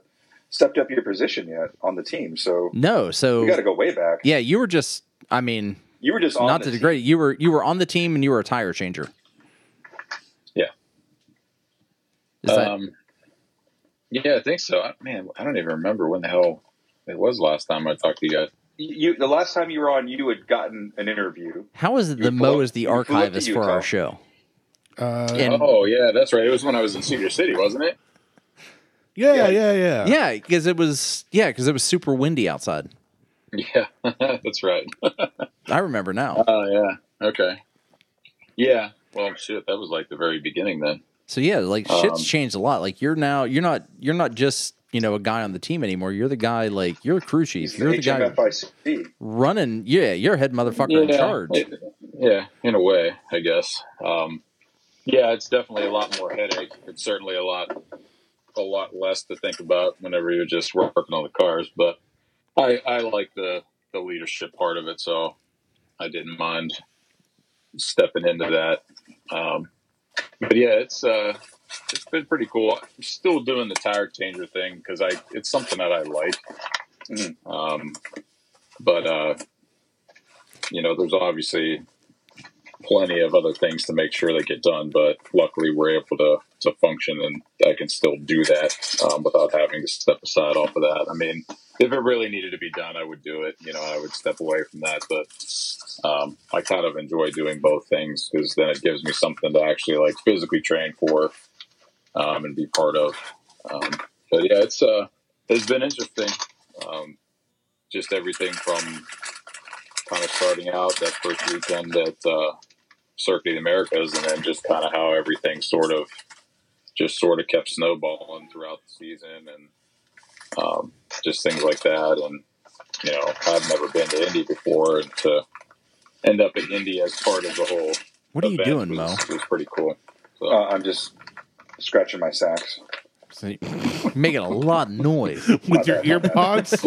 stepped up your position yet on the team. So
No. So
we got to go way back.
yeah, you were just. I mean,
You were just on
not
the
to
team.
degrade. You were you were on the team and you were a tire changer.
Yeah.
Is that-
um, yeah, I think so. I, man, I don't even remember when the hell it was last time I talked to you guys.
You the last time you were on, you had gotten an interview.
how is it
you
that Mo
blew-
is the
you blew up to
archivist for
Utah.
our show?
Uh,
And
oh, yeah, that's right. It was when I was in Cedar City, wasn't it?
yeah, yeah, yeah,
yeah, because it was yeah, because it was super windy outside.
Yeah, that's right.
I remember now.
Oh, yeah. Okay. Yeah. Well, shit, that was like the very beginning then.
So yeah, like shit's
Um,
changed a lot. Like you're now you're not you're not just you know a guy on the team anymore. You're the guy like you're the crew chief. You're the guy
HMFIC.
running. Yeah, you're head motherfucker in charge.
it- yeah, in a way, I guess. Um, yeah, it's definitely a lot more headache. It's certainly a lot, a lot less to think about whenever you're just working on the cars. But I, I like the the leadership part of it, so I didn't mind stepping into that. Um, but yeah, it's uh, it's been pretty cool. I'm still doing the tire changer thing because I it's something that I like.
Mhm.
Um, but uh, you know, there's obviously plenty of other things to make sure they get done, but luckily we're able to, to function and I can still do that um, without having to step aside off of that. I mean, if it really needed to be done, I would do it. You know, I would step away from that, but um, I kind of enjoy doing both things because then it gives me something to actually like physically train for um, and be part of. Um, but yeah, it's uh, it's been interesting. Um, just everything from kind of starting out that first weekend at uh, Circuit of the Americas, and then just kind of how everything sort of just sort of kept snowballing throughout the season, and um, just things like that. And you know, I've never been to Indy before, and to end up in Indy as part of the whole
what are you
event
doing, Mo?
was, was pretty cool. So,
Uh, I'm just scratching my sacks.
So you're Making a lot of noise.
With your
My
ear
bad.
pods.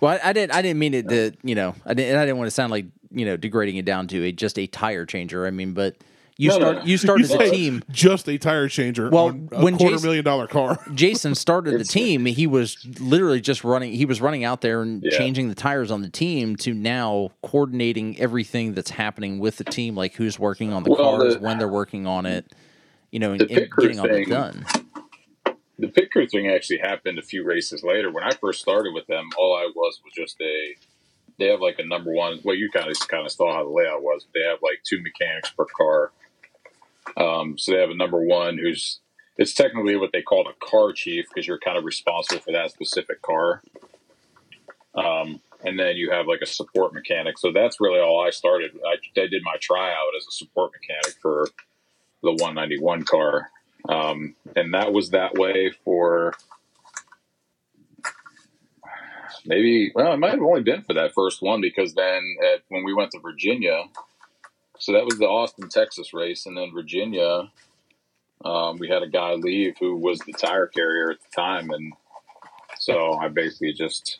Well, I, I didn't. I didn't mean it to. You know, I didn't. And I didn't want to sound like you know degrading it down to a just a tire changer. I mean, but you
No, no,
start
no.
you started the
say
team.
Just a tire changer.
Well,
on a
when
quarter
Jason-
million dollar car.
Jason started the
It's-
team. He was literally just running. He was running out there and
Yeah.
changing the tires on the team to now coordinating everything that's happening with the team, like who's working on the
Well,
cars,
the-
when they're working on it, you know, and,
The
and
pit crew
getting all that
thing-
done.
the pit crew thing actually happened a few races later. When I first started with them, all I was was just a. They have like a number one. Well, you kind of kind of saw how the layout was. They have like two mechanics per car. Um, so they have a number one who's it's technically what they call a car chief because you're kind of responsible for that specific car. Um, and then you have like a support mechanic. So that's really all I started. I, I did my tryout as a support mechanic for the 191 car um, and that was that way for maybe well it might have only been for that first one because then at, when we went to virginia so that was the austin texas race and then virginia um, we had a guy leave who was the tire carrier at the time and so i basically just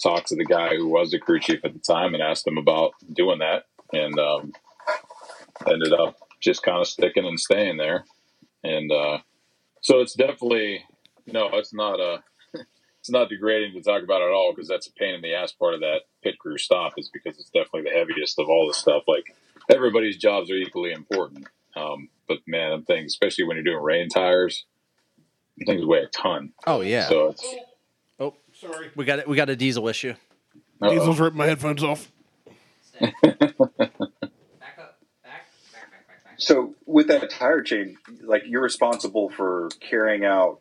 talked to the guy who was the crew chief at the time and asked him about doing that and um, ended up just kind of sticking and staying there and uh, so it's definitely no, it's not a, it's not degrading to talk about it at all because that's a pain in the ass part of that pit crew stop is because it's definitely the heaviest of all the stuff. Like everybody's jobs are equally important, um, but man, them things, especially when you're doing rain tires, them things weigh a ton.
Oh yeah,
So it's
Oh, sorry. We got it. We got a diesel issue.
uh-oh.
Diesel's ripped my headphones off.
So with that tire change, like you're responsible for carrying out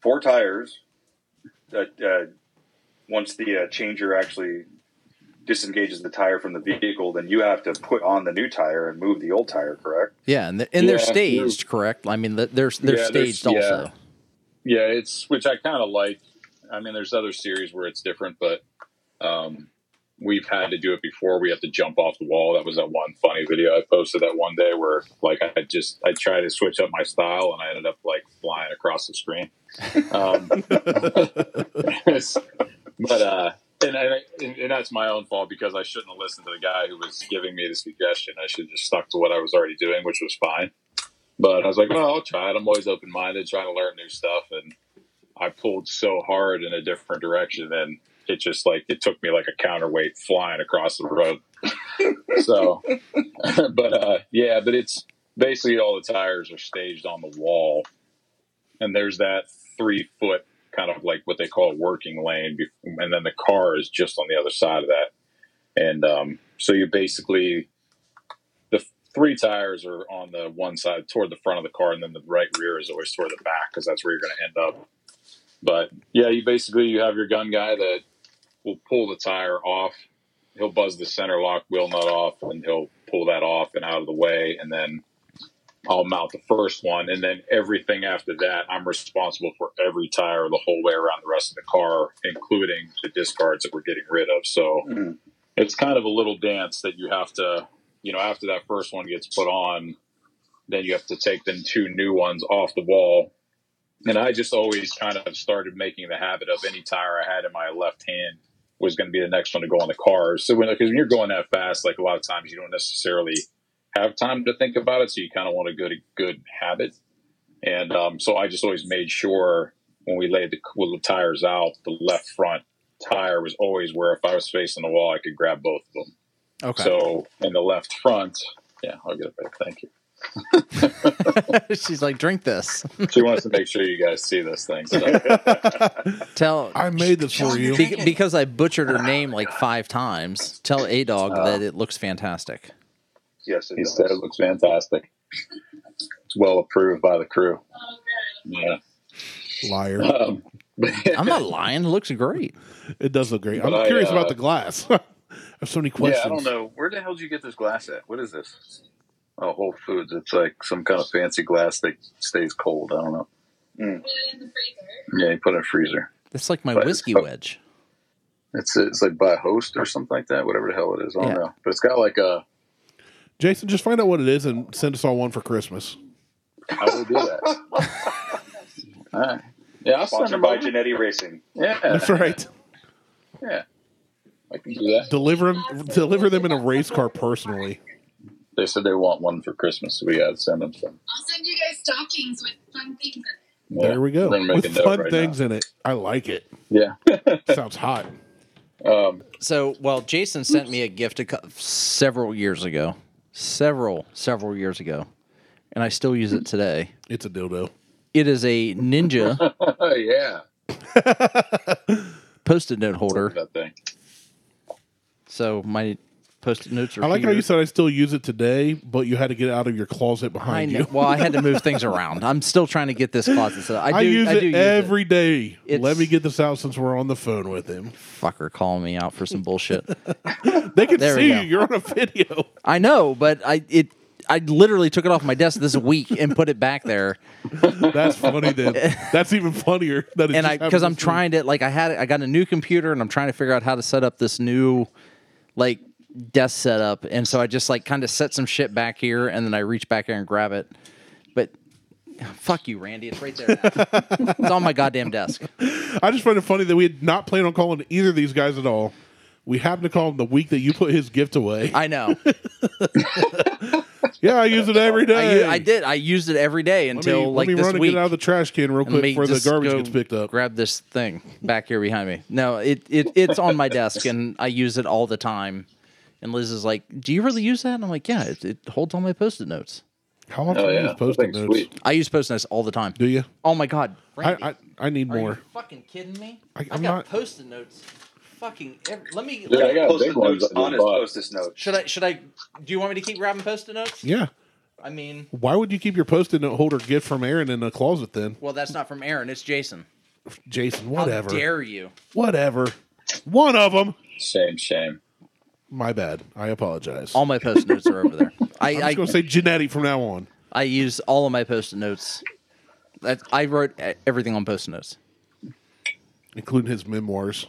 four tires. That uh, once the uh, changer actually disengages the tire from the vehicle, then you have to put on the new tire and move the old tire. Correct?
Yeah, and, they're, and they're
Yeah,
staged, correct? I mean, the- they're they're
Yeah, they're-
staged
yeah.
also.
yeah, it's which I kind of like. I mean, there's other series where it's different, but um, we've had to do it before. We have to jump off the wall. That was that one funny video I posted that one day where like I just I tried to switch up my style and I ended up like flying across the screen. Um, but uh, and, and, I- and and that's my own fault because I shouldn't have listened to the guy who was giving me the suggestion. I should have just stuck to what I was already doing, which was fine. But I was like, well, I'll try it. I'm always open minded, trying to learn new stuff. And I pulled so hard in a different direction, and it just like it took me like a counterweight flying across the road. so, but uh, yeah, but it's basically all the tires are staged on the wall, and there's that three foot kind of like what they call a working lane, be- and then the car is just on the other side of that. And um, so you basically the three tires are on the one side toward the front of the car, and then the right rear is always toward the back because that's where you're going to end up. But yeah, you basically you have your gun guy that will pull the tire off. He'll buzz the center lock wheel nut off, and he'll pull that off and out of the way, and then I'll mount the first one, and then everything after that, I'm responsible for every tire the whole way around the rest of the car, including the discards that we're getting rid of. So
Mhm.
it's kind of a little dance that you have to, you know, after that first one gets put on, then you have to take the two new ones off the wall. And I just always kind of started making the habit of any tire I had in my left hand was going to be the next one to go on the car. So when, cause when you're going that fast, like a lot of times you don't necessarily have time to think about it. So you kind of want a good, good habit. And um, so I just always made sure when we laid the, when the tires out, the left front tire was always where if I was facing the wall, I could grab both of them.
Okay.
So in the left front, yeah, I'll get it back. Thank you.
She's like, drink this.
She wants to make sure you guys see this thing. So
Tell
I made this for you.
Be- because I butchered her name like five times. Tell A Dog
Uh,
that it looks fantastic.
Yes, it
he
does.
said it looks fantastic. It's well approved by the crew. Yeah.
Liar.
Um, but
I'm not lying. It looks great.
It does look great.
But
I'm
I,
curious
uh,
about the glass. I have so many questions.
Yeah, I don't know. Where the hell did you get this glass at? What is this?
Oh, Whole Foods. It's like some kind of fancy glass that stays cold. I don't know.
Put it in the freezer.
Yeah, you put it in a freezer.
It's like my
But-
whiskey wedge.
It's it's like by host or something like that. Whatever the hell it is, I don't
Yeah.
know. But it's got like a.
Jason, just find out what it is and send us all one for Christmas.
I will do that. All right. Yeah, I'll send
Sponsored
them
by
by.
Genetti Racing.
Yeah,
That's right.
yeah. I can do that.
Deliver them, deliver them in a race car personally.
They said they want one for Christmas, so we got to send them some.
I'll send you guys stockings with fun things in it.
Yeah.
There we go.
I'm gonna make
With
a note
fun
right
things in it. I like it.
now.
Sounds hot.
Yeah. Um,
So, well, Jason sent me a gift a cou- several years ago, several, several years ago, and I still use it today.
It's a dildo.
It is a Ninja
Oh, yeah.
post-it note holder.
That thing.
So my post-it notes are.
I like how
here.
you said I still use it today, but you had to get it out of your closet
I
behind
know.
you.
Well, I had to move things around. I'm still trying to get this closet set up. I do.
I,
I,
use
do
it
use
every day.
It's-
Let me get this out since we're on the phone with him.
it. Fucker calling me out for some bullshit.
They can
There we
see
go.
you. You're on a video.
I know, but I it I literally took it off my desk this week and put it back there,
That's funny. Then that's even funnier. That it
and
just
I
happened
because I'm
this week.
trying to like I had I got a new computer and I'm trying to figure out how to set up this new like desk setup, and so I just like kind of set some shit back here, and then I reach back here and grab it, but. Fuck you, Randy. It's right there. now. it's on my goddamn desk.
I just find it funny that we had not planned on calling either of these guys at all. We happened to call him the week that you put his gift away.
I know.
yeah, I use it
I,
every day.
u- I did. I used it every day
Let me,
until like
let me
this
run and
week.
get out of the trash can real
And let
quick
me
before the
just
garbage
go
gets picked up.
Grab this thing back here behind me. No, it, it it's on my desk and I use it all the time. And Liz is like, "Do you really use that?" And I'm like, "Yeah, it, it holds all my post-it notes.
How often
Oh
do you
yeah.
use post-it
That thing's
notes?
sweet.
I use post-it notes all the time.
Do you?
Oh my god, Randy,
I, I I need
are
more.
you fucking kidding me?
I-
I,
I'm
got
not-
post-it notes. Fucking, every, let me.
Yeah, I got
Post-it
big ones.
notes,
I just
honest
bought.
post-it notes.
should I? Should I? Do you want me to keep grabbing post-it notes?
Yeah.
I mean,
Why would you keep your post-it note holder gift from Aaron in the closet then?
well, that's not from Aaron. It's Jason.
Jason,
How
whatever.
dare you?
Whatever. One of them.
Shame, shame.
My bad. I apologize.
All my post-it notes are over there. I,
I'm just
Oh, I
going to say Genetti from now on.
I use all of my post-it notes. That I wrote e- everything on post-it notes.
including his memoirs,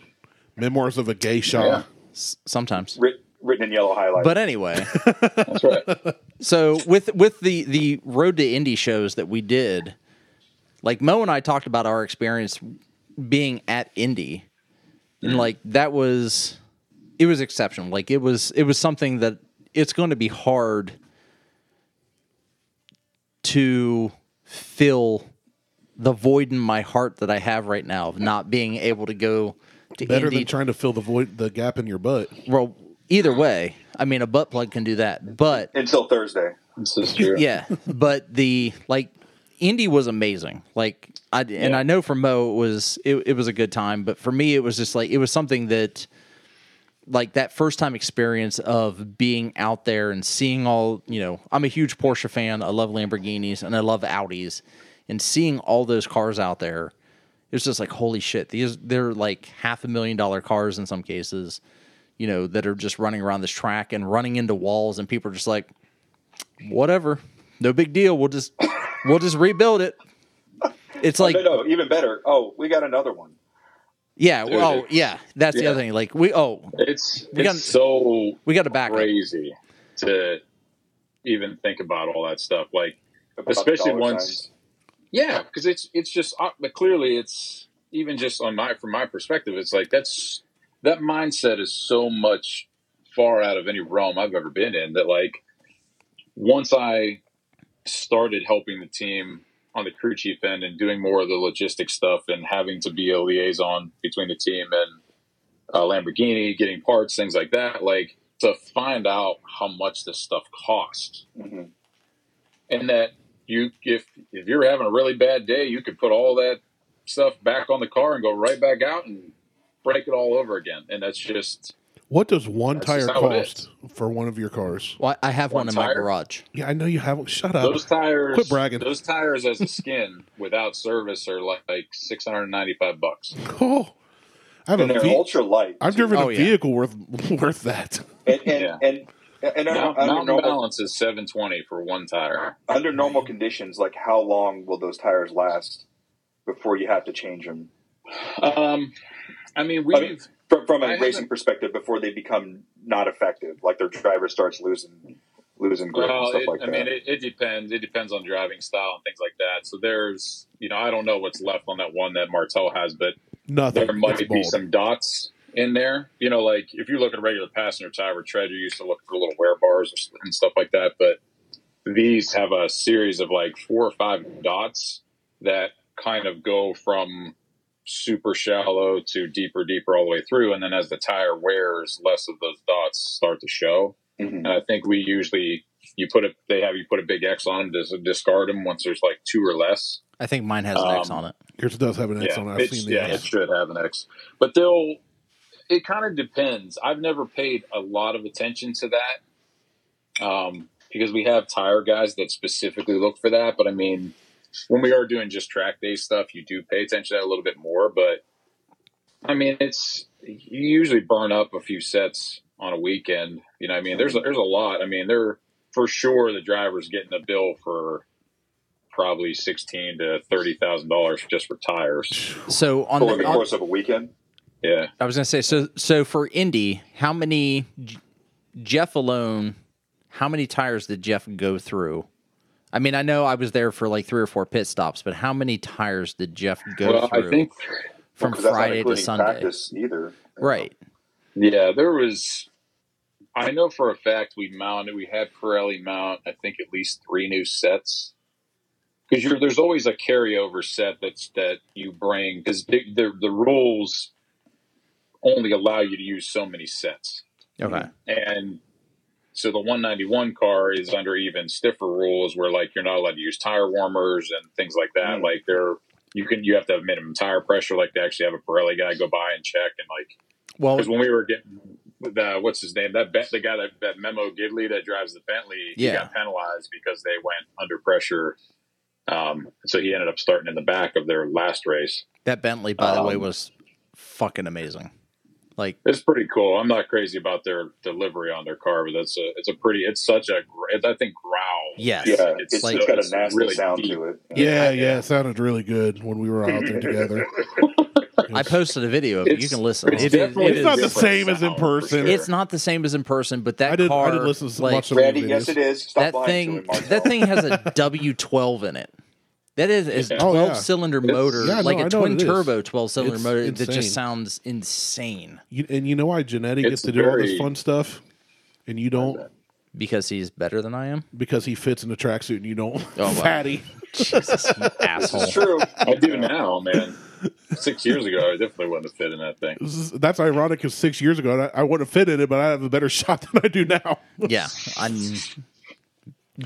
memoirs of a geisha.
S- sometimes.
Writ- written in yellow highlight.
But anyway,
That's right.
so with with the the road to indie shows that we did, like Mo and I talked about our experience being at indie,
Mm-hmm.
and like that was it was exceptional. Like it was it was something that it's going to be hard to fill the void in my heart that I have right now of not being able to go to
Better
indie
than trying to fill the void, the gap in your butt.
well, either way, I mean, a butt plug can do that, but
until Thursday.
This is true.
yeah, but the like, indie was amazing. Like, I and I know for Mo it was it, it was a good time, but for me it was just like it was something that, like that first time experience of being out there and seeing all you know. I'm a huge Porsche fan. I love Lamborghinis and I love Audis, and seeing all those cars out there. It's just like holy shit. These they're like half a million dollar cars in some cases, you know, that are just running around this track and running into walls, and people are just like, whatever. No big deal. We'll just we'll just rebuild it. It's like
no, no, even better. Oh, we got another one.
yeah,
Dude,
oh yeah. That's the
yeah.
other thing. Like we oh
It's
We
it's
got-
so
we got to back. up.
crazy to even think about all that stuff. Like
About the
Especially
dollar
once-
signs.
Yeah, because it's it's just uh, but clearly it's even just on my from my perspective, it's like that's that mindset is so much far out of any realm I've ever been in that like once I started helping the team on the crew chief end and doing more of the logistic stuff and having to be a liaison between the team and uh, Lamborghini, getting parts, things like that, like to find out how much this stuff costs
Mhm.
and that you if if you're having a really bad day, you could put all that stuff back on the car and go right back out and break it all over again. And that's just
What does one
That's
tire
just how it
cost for one of your cars?
Well, I have one,
One
in my
tire?
garage.
Yeah, I know you have. Shut up.
those tires.
Uh, quit bragging.
Those tires as a skin without service are like, like six hundred ninety five bucks.
oh, I have
And
a
they're
ve-
ultra light.
I've driven
Oh,
a
yeah.
vehicle worth worth that.
and and
Yeah.
and, and under,
Mount,
under
Mountain
normal
Balance is seven twenty for one tire.
under normal conditions, like how long will those tires last before you have to change them?
Um, I mean we've
I mean, from, from
I
a
haven't-
racing perspective, before they become not effective, like their driver starts losing losing grip and
Well,
stuff
it,
like
I
that.
mean, it, it depends. It depends on driving style and things like that. So there's, you know, I don't know what's left on that one that Martel has, but
Nothing.
there might
It's
be
bald.
some dots in there. You know, like if you look at a regular passenger tire or tread, you used to look at the little wear bars and stuff like that. But these have a series of like four or five dots that kind of go from super shallow to deeper, deeper all the way through. And then as the tire wears, less of those dots start to show.
Mhm.
And I think we usually you put a they have you put a big X on them to discard them once there's like two or less.
I think mine has an X
Um,
on it.
Yours does have an X
Yeah,
on it. I've
it's-
seen the
yeah, it
X.
should have an X. But they'll. It kind of depends. I've never paid a lot of attention to that um, because we have tire guys that specifically look for that. But I mean, when we are doing just track day stuff, you do pay attention to that a little bit more. But I mean, it's you usually burn up a few sets on a weekend. You know, what I mean, there's a, there's a lot. I mean, they're for sure the driver's getting a bill for probably sixteen to thirty thousand dollars just for tires.
So on
Over the
the on-
course of a weekend,
Yeah.
I was going to say so so for Indy, how many J- Jeff alone, how many tires did Jeff go through? I mean, I know I was there for like three or four pit stops, but how many tires did Jeff go
Well,
through
I think
from
because that's not
Friday to
including
Sunday?
practice either.
Right.
yeah, there was. I know for a fact we mounted. We had Pirelli mount. I think at least three new sets because you're there's always a carryover set that's that you bring because the, the the rules only allow you to use so many sets.
Okay.
And so the 191 car is under even stiffer rules where like you're not allowed to use tire warmers and things like that.
Hmm.
Mm.
Like there you can you have to have minimum tire pressure like to actually have a Pirelli guy go by and check and like
Well,
because when we were getting with, uh, what's his name that bet the guy that, that memo Gidley that drives the Bentley he
Yeah.
got penalized because they went under pressure. Um, so he ended up starting in the back of their last race.
That Bentley, by the way,
Um,
was fucking amazing. Like
It's pretty cool. I'm not crazy about their delivery on their car, but that's a it's a pretty it's such a gr- it's, I think growl.
yes,
Yeah,
It's
it's,
like-
it's got a
it's
nasty
really
sound
deep.
to it.
Yeah, yeah, it sounded really good when we were out there together.
I posted a video of it. You
It's-
can listen.
it's
It is-
definitely
it
It's not
is-
the
different
same as in
sound, for
person.
sure.
It's not the same as in person, but that
I didn't- I
car,
didn't listen to
like,
much of it.
Randy, yes, it is. Stop
that
lying
thing,
to him,
that thing has a W12 in it. That is a
Yeah.
12
Oh, yeah.
cylinder motor,
Yeah, no,
like a
I know what
twin
it is.
turbo 12 cylinder
It's
motor that
insane.
just sounds insane
You, and you know why Janetti
It's
gets to do all this
very-
fun stuff, and you don't
because he's better than I am.
because he fits in a tracksuit and you don't.
Oh, wow.
Fatty.
Jesus, you asshole.
It's true. I do now, man. Six years ago, I definitely wouldn't have fit in that thing.
This is, that's ironic because six years ago I, I would have fit in it, but I have a better shot than I do now.
Yeah, I'm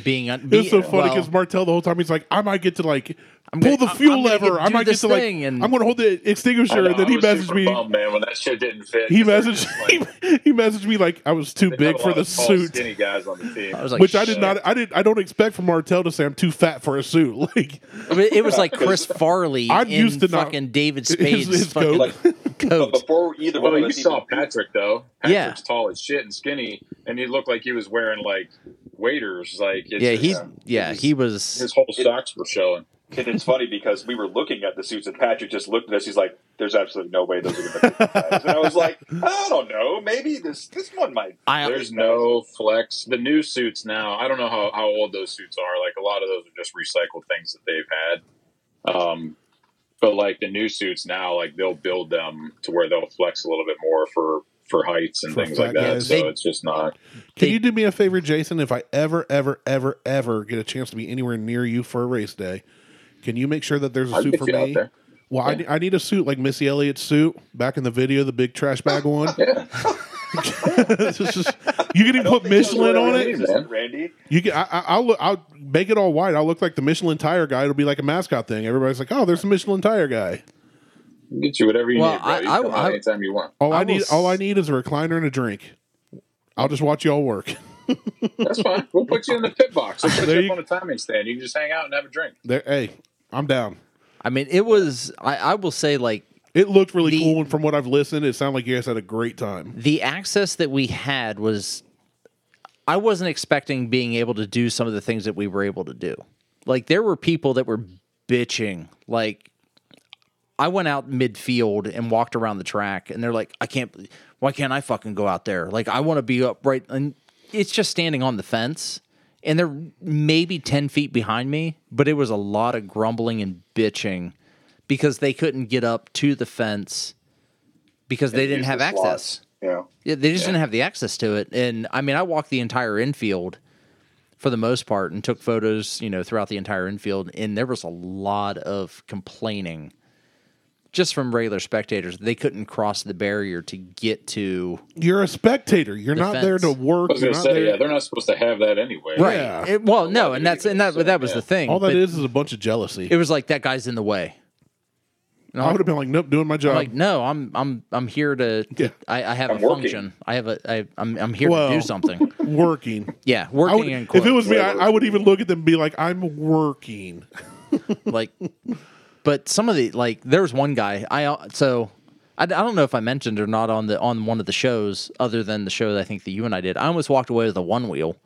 being un-
It's so funny
well,
because Martel the whole time he's like, I might get to like
gonna-
pull the
I-
fuel
I'm gonna
lever.
get-
I
do
might get
this
to like
thing and-
I'm gonna hold the
I
extinguisher,
know,
and then he
Oh, I
messaged
was super
me.
bummed, man, when that shit didn't fit.
He
'cause they were just
messaged he, he messaged me like I was too
they
big
had a
for
lot
the
of tall,
suit,
Skinny guys on the team.
I was like,
which I did
"Shit."
not. I did. I don't expect from Martel to say I'm too fat for a suit. Like
I mean, it was like Chris Farley
I'm
in
used to not-
fucking David Spade's
his
fucking
coat.
But
coat.
before either
well,
one of
you
us
saw
even-
Patrick though.
Yeah.
Patrick's tall as shit and skinny, and he looked like he was wearing like waiters. Like it's
Yeah,
just-
he's yeah, he was.
his whole socks were showing.
And it's funny because we were looking at the suits, and Patrick just looked at us. He's like, "There's absolutely no way those are going to be good guys." And I was like, "I don't know. Maybe this this one might."
I
There's no flex. The new suits now. I don't know how, how old those suits are. Like a lot of those are just recycled things that they've had. Um, but like the new suits now, like they'll build them to where they'll flex a little bit more for for heights and
For
things like
flat
that.
guys.
so
They-
it's just not.
They-
Can you do me a favor, Jason? If I ever, ever, ever, ever get a chance to be anywhere near you for a race day, can you make sure that there's a
I'll
suit
get
for
you out
me?
there.
Well, I, ne- I need a suit like Missy Elliott's suit back in the video, the big trash bag one.
Yeah,
It's just- you can even put Michelin on
really
it.
is. man.
Randy.
You can, I, I- I'll, look- I'll make it all white. I'll look like the Michelin tire guy. It'll be like a mascot thing. Everybody's like, "Oh, there's a Michelin tire guy."
I'll get you whatever you
Well,
need. Bro.
I-
You
I-
come out
I-
anytime you want.
All I,
I will
need,
s-
all I need is a recliner and a drink. I'll just watch y'all work.
That's fine. We'll put you in the pit box. We'll put
There
you
you-
up on a timing stand. You can just hang out and have a drink.
There, hey, I'm down.
I mean, it was. I, I will say, like
It looked really
The-
cool, and from what I've listened, it sounded like you guys had a great time.
the access that we had was. I wasn't expecting being able to do some of the things that we were able to do. Like there were people that were bitching. Like I went out midfield and walked around the track, and they're like, "I can't. bel- Why can't I fucking go out there? Like I want to be up right." And it's just standing on the fence, and they're maybe ten feet behind me. But it was a lot of grumbling and bitching because they couldn't get up to the fence because they didn't
Use
have
the
access.
slots. Yeah.
Yeah, they just didn't have the access to it. And I mean, I walked the entire infield for the most part and took photos, you know, throughout the entire infield. And there was a lot of complaining just from regular spectators. They couldn't cross the barrier to get to.
You're a spectator. You're not there to
Defense.
work.
I was
You're
going to
not
say,
there.
yeah, they're not supposed to have that anyway.
Yeah.
It- well, no, and that's and that that was
Yeah.
the thing.
All that
but
is is a bunch of jealousy.
it was like that guy's in the way. And I'm
I
like,
would have been like, nope, doing my job.
like no, I'm I'm I'm here to.
Yeah.
I, I have
I'm
a
working.
function. I have a I I'm I'm here
Well.
to do something.
working.
Yeah,
I
working
would,
and
if
quotes.
it was me, I, I would even look at them and be like, I'm working.
like but some of the like there was one guy i uh, so I, I don't know if i mentioned or not on the on one of the shows other than the show that i think that you and i did i almost walked away with a one wheel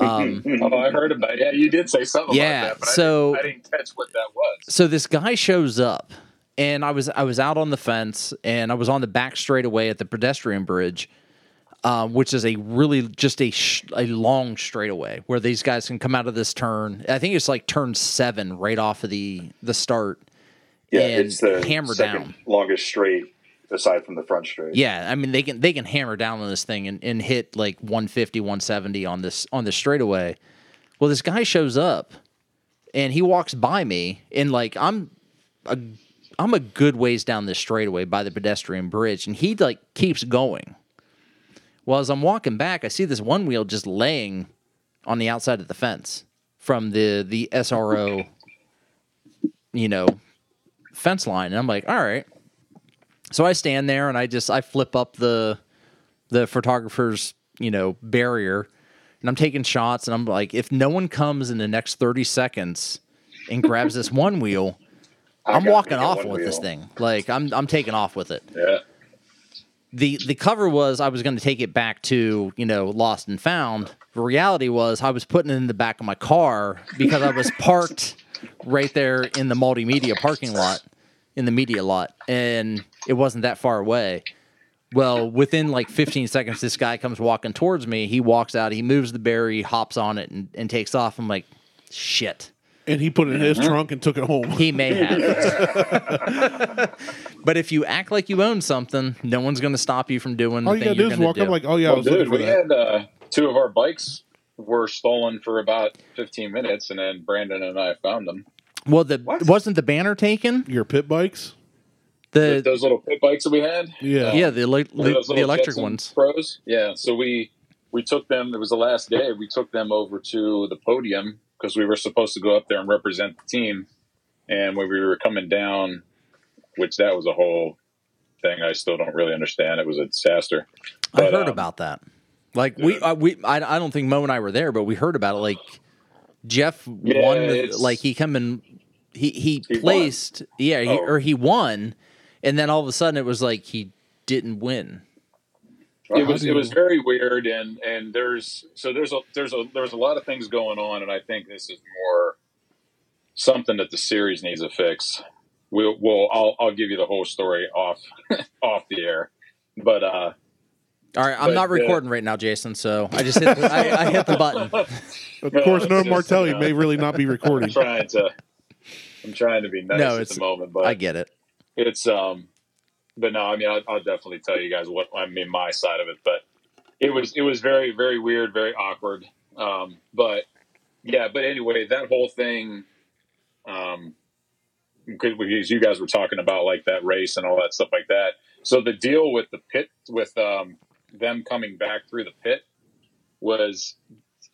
Oh, I heard about it. Yeah, you did say something
Yeah,
about that, but
so-
I, didn't, I didn't catch what that was.
so this guy shows up and i was i was out on the fence and i was on the back straightaway at the pedestrian bridge um, which is a really just a sh- a long straightaway where these guys can come out of this turn. I think it's like turn seven right off of the the start.
Yeah,
and
it's the
hammer
second
down.
longest straight aside from the front straight.
Yeah, I mean they can they can hammer down on this thing and, and hit like 150, 170 on this on this straightaway. Well, this guy shows up and he walks by me and like I'm a I'm a good ways down this straightaway by the pedestrian bridge and he like keeps going. Well, as I'm walking back, I see this one wheel just laying on the outside of the fence from the the SRO you know fence line and I'm like, "All right, so I stand there and I just I flip up the the photographer's you know barrier and I'm taking shots and I'm like if no one comes in the next 30 seconds and grabs this one wheel
I
I'm
got- I
walking
got
off
one
with this
wheel.
thing like I'm I'm taking off with it
Yeah.
the the cover was I was going to take it back to you know lost and found. The reality was I was putting it in the back of my car because I was parked right there in the multimedia parking lot, in the media lot, and it wasn't that far away. Well, within like 15 seconds, this guy comes walking towards me. He walks out, he moves the berry, hops on it, and, and takes off. I'm like, shit
And he put it in his
Uh-huh.
trunk and took it home.
he may have. but if you act like you own something, no one's going to stop you from doing the
All you
thing you
gotta do
are
is
going
walk
to
up
do.
like, oh yeah, I
Well,
was looking
dude,
for
we
that.
had uh, two of our bikes were stolen for about 15 minutes, and then Brandon and I found them.
well, the
What?
wasn't the banner taken?
Your pit bikes?
The
Those little pit bikes that we had.
Yeah.
yeah, the, elec-
One of those
the
little
electric
Jetson
ones.
Pros. Yeah. So we we took them. It was the last day. We took them over to the podium because we were supposed to go up there and represent the team. And when we were coming down, which that was a whole thing I still don't really understand. It was a disaster.
I
But,
heard
um,
about that. Like we, uh, we, I, I don't think Mo and I were there, but we heard about it. Like Jeff
Yeah,
won, the,
it's-
like he come and he he,
He won.
placed, yeah, he,
Oh.
or he won, and then all of a sudden it was like he didn't win.
it was it was very weird and and there's so there's a there's a there's a lot of things going on and i think this is more something that the series needs to fix we'll we'll i'll, I'll give you the whole story off off the air but uh
All right, I'm
But,
not
uh,
recording right now, Jason. So I just hit the, I, I hit the button.
Of
No,
course,
it's
Norm
just,
Martelli
uh,
may really not be
i'm
recording.
trying to i'm trying to be nice
No,
at
it's-
the moment but
I get it.
it's um but no i mean I'll, I'll definitely tell you guys what i mean my side of it but it was it was very very weird very awkward um but yeah but anyway that whole thing um because you guys were talking about like that race and all that stuff like that so the deal with the pit with um them coming back through the pit was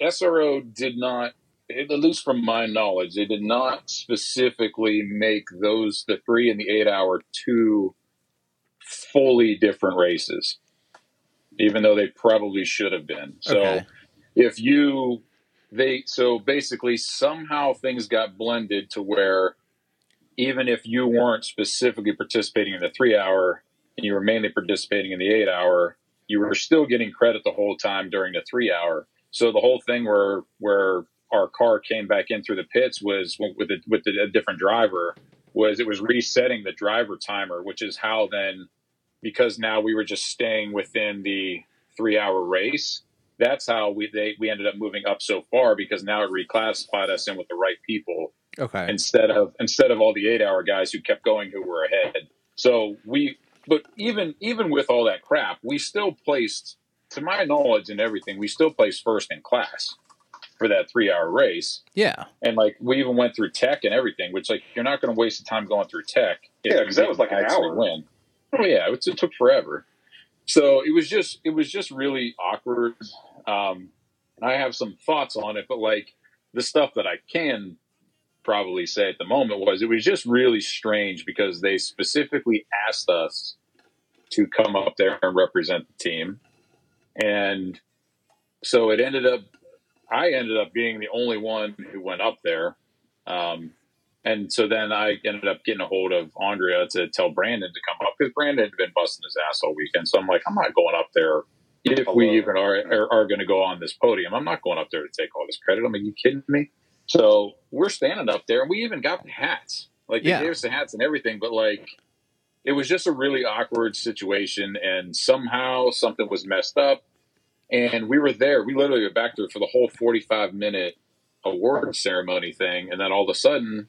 sro did not at least from my knowledge, they did not specifically make those the three and the eight hour two fully different races, even though they probably should have been. So
Okay.
if you they so basically somehow things got blended to where even if you weren't specifically participating in the three hour and you were mainly participating in the eight hour, you were still getting credit the whole time during the three hour. So the whole thing where where our car came back in through the pits was with a, with a different driver was it was resetting the driver timer, which is how then because now we were just staying within the three hour race. That's how we they, we ended up moving up so far because now it reclassified us in with the right people
Okay.
instead of instead of all the eight hour guys who kept going who were ahead. So we but even even with all that crap, we still placed to my knowledge and everything, we still placed first in class for that three hour race.
yeah.
And like we even went through tech and everything, which like you're not gonna waste the time going through tech. if
Yeah,
you
'cause that was like an
actually
hour.
Win. Oh yeah, it, it took forever. So it was just it was just really awkward. Um and I have some thoughts on it, but like the stuff that I can probably say at the moment was it was just really strange because they specifically asked us to come up there and represent the team. And so it ended up, I ended up being the only one who went up there. Um, and so then I ended up getting a hold of Andrea to tell Brandon to come up because Brandon had been busting his ass all weekend. So I'm like, I'm not going up there. If we
Alone.
even are, are, are going to go on this podium, I'm not going up there to take all this credit. I'm like, you kidding me? So we're standing up there, and we even got the hats. Like they
Yeah.
gave us the hats and everything, but like it was just a really awkward situation, and somehow something was messed up. And we were there. We literally were back there for the whole forty-five minute award ceremony thing, and then all of a sudden,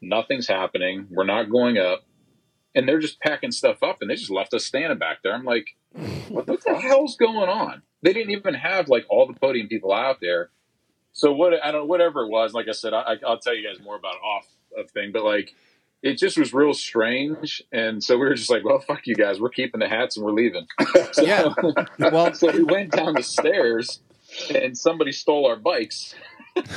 nothing's happening. We're not going up, and they're just packing stuff up, and they just left us standing back there. I'm like, what the hell's going on? They didn't even have like all the podium people out there. So what I don't whatever it was, like I said, I, I'll tell you guys more about it off of thing, but like it just was real strange, and so we were just like, well, fuck you guys, we're keeping the hats and we're leaving. So,
Yeah. Well,
so we went down the stairs, and somebody stole our bikes.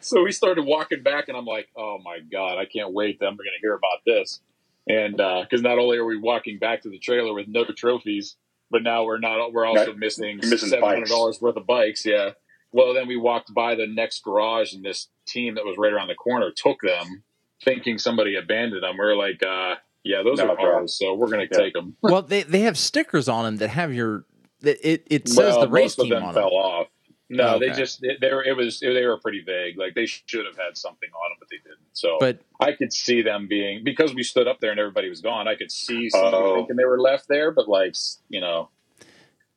so we started walking back, and I'm like, oh my god, I can't wait. that I'm going to hear about this, and because not only are we walking back to the trailer with no trophies, but now we're not we're also
Right.
missing
You're missing
seven hundred
bikes.
dollars worth of bikes. Yeah. Well, then we walked by the next garage, and this team that was right around the corner took them, thinking somebody abandoned them. We were like, uh, Yeah, those
No,
are
they're-
ours, so we're going to
Yeah.
take them.
well, they they have stickers on them that have your. that It it says
well,
the race
most of
team
them
on
fell
them.
off. No,
Oh,
they
okay.
just they, they were it was they were pretty vague. Like they should have had something on them, but they didn't. So
But
I could see them being because we stood up there and everybody was gone. I could see some people
Oh.
thinking they were left there, but like s- you know,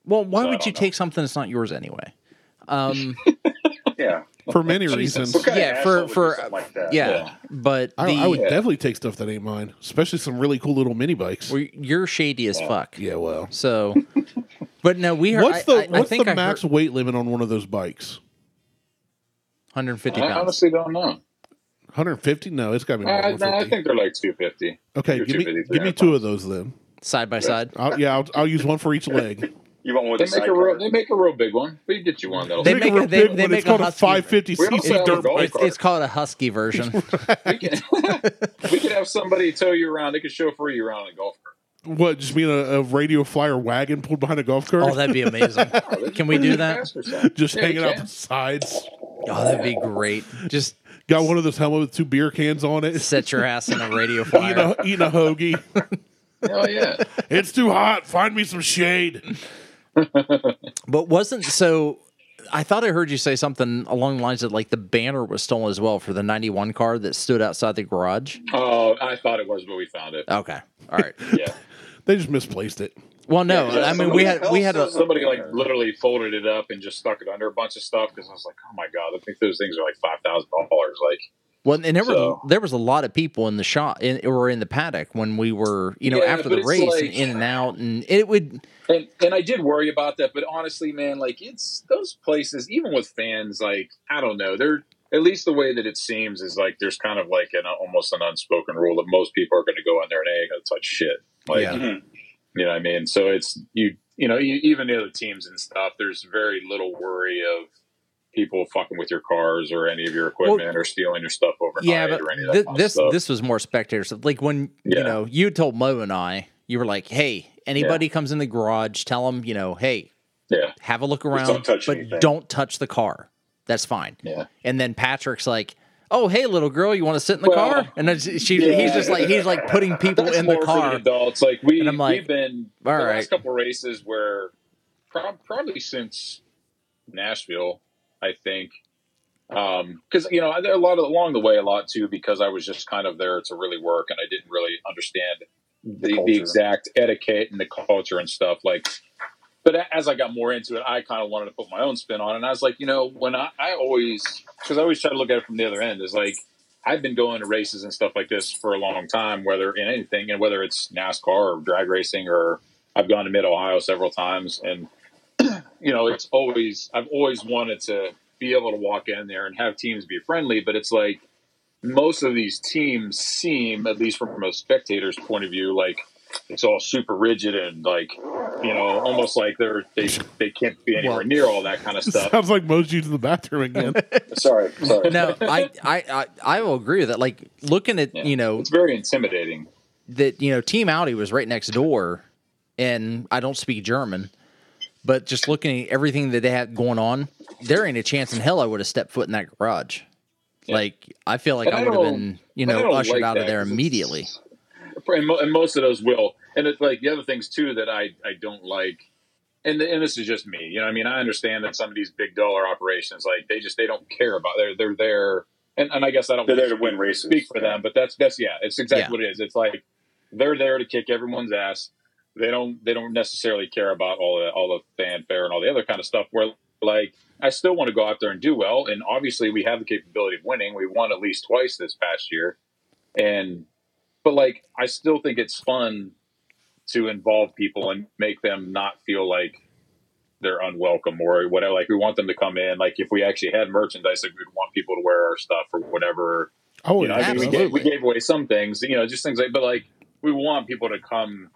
well, why
So I
would you
don't know.
take something that's not yours anyway? Um,
Yeah.
for many
Jesus.
reasons.
What kind
Yeah,
of
for-
asshole would do
for-
something like that?
yeah,
Yeah.
but the
I, I would
Yeah.
definitely take stuff that ain't mine, especially some really cool little mini bikes.
well, you're shady as
Yeah.
fuck.
yeah, well,
So, but no, we heard.
what's the
I, I, I
what's
think
the
I
max
heard
weight limit on one of those bikes?
150
I
pounds.
honestly don't know.
150? No, I got to be more
I,
than
Uh, no, I
150.
think they're like two fifty.
okay,
you're
give me
250,
give me
300
two of those then.
side by side.
I'll, yeah, I'll, I'll use one for each leg.
You want one with
They
a
make a
sidecar?
real they make a real big one. We can get you one that'll.
They
fit.
make a-
real
they-
big
they
one.
make
It's
a
called a
Husky.
550
We also
cc
have a
dirt
golf
bike.
It's, it's called a husky version.
we, can, we could have somebody tow you around. They could chauffeur you around in a golf cart.
What? Just mean a, a radio flyer wagon pulled behind a golf cart?
oh, that'd be amazing. Can we do that?
just
Yeah, we
hanging out
can.
the sides.
Oh, that'd be great. Just
Got one of those helmet with two beer cans on it.
set your ass in a radio flyer.
Eating a, eating a hoagie.
Oh yeah.
it's too hot. Find me some shade.
But wasn't so? I thought I heard you say something along the lines that like the banner was stolen as well for the '91 car that stood outside the garage.
Oh, I thought it was, but we found it.
Okay, all right.
Yeah.
They just misplaced it.
Well, no,
Yeah,
I mean
somebody
we had
else
we had a
does it.
Somebody like literally folded it up and just stuck it under a bunch of stuff because I was like, oh my god, I think those things are like five thousand dollars. Like,
well, and there
So-
were there was a lot of people in the shop in or in the paddock when we were you know
Yeah,
after
but
the
it's
race and
like-
in and out and it would
and and I did worry about that, but honestly, man, like it's those places, even with fans, like I don't know, they're at least the way that it seems is like there's kind of like an almost an unspoken rule that most people are going to go in there and they ain't going to touch shit. Like,
Yeah.
Mhm.
you know what I mean? So it's you, you know, you, even the other teams and stuff. There's very little worry of people fucking with your cars or any of your equipment or stealing your stuff overnight
yeah, but
or any of that
thi-
kind of
this
stuff.
this was more spectator stuff. Like when you
Yeah.
know you told Mo and I, you were like, hey, anybody comes in the garage, tell them you know, hey,
yeah,
have a look around,
don't touch
but
anything.
don't touch the car. That's fine.
yeah.
And then Patrick's like, "Oh, hey, little girl, you want to sit in the
Well,
car?" And then she, she-
yeah.
he's just like, he's like putting people
That's
in the
more for the
car.
adults. Like we,
And I'm like,
we've been
all
the
right.
last couple races where prob- probably since Nashville, I think, because you know there are a lot of, along the way a lot too because I was just kind of there to really work and I didn't really understand the, the
culture.
exact etiquette and the culture and stuff like. But a- as I got more into it, I kind of wanted to put my own spin on it. And I was like, you know, when I, I always, because I always try to look at it from the other end, is like, I've been going to races and stuff like this for a long time, whether in anything and whether it's NASCAR or drag racing or I've gone to Mid Ohio several times, and you know it's always I've always wanted to be able to walk in there and have teams be friendly, but it's like most of these teams seem, at least from a spectator's point of view, like it's all super rigid and like you know almost like they're they they can't be anywhere
Well-
near all that kind of stuff.
Sounds like Mo's using the bathroom again.
Sorry. Sorry.
No, I, I, I, I will agree with that. Like looking at
Yeah.
you know
It's very intimidating.
that you know Team Audi was right next door, and I don't speak German, but just looking at everything that they had going on, there ain't a chance in hell I would have stepped foot in that garage. Like I feel like
And
I
I
would have
don't-
been you
and I
know
don't
ushered
like
out of
that
there
'cause it's-
immediately.
and, mo- and most of those will. And it's like the other things too that I I don't like. And, and this is just me, you know. what I mean, I understand that some of these big dollar operations, like they just they don't care about. They're they're there, and, and I guess I don't
They're there to
speak-
win races.
Speak for them, but that's that's yeah, it's exactly
Yeah.
what it is. It's like they're there to kick everyone's ass. They don't they don't necessarily care about all the all the fanfare and all the other kind of stuff. Where like I still want to go out there and do well, and obviously we have the capability of winning. We won at least twice this past year, and but like I still think it's fun to involve people and make them not feel like they're unwelcome or whatever. Like we want them to come in. Like if we actually had merchandise, like we'd want people to wear our stuff or whatever.
Oh,
You know, I mean, we
absolutely.
gave, we gave away some things, you know, just things like, but like we want people to come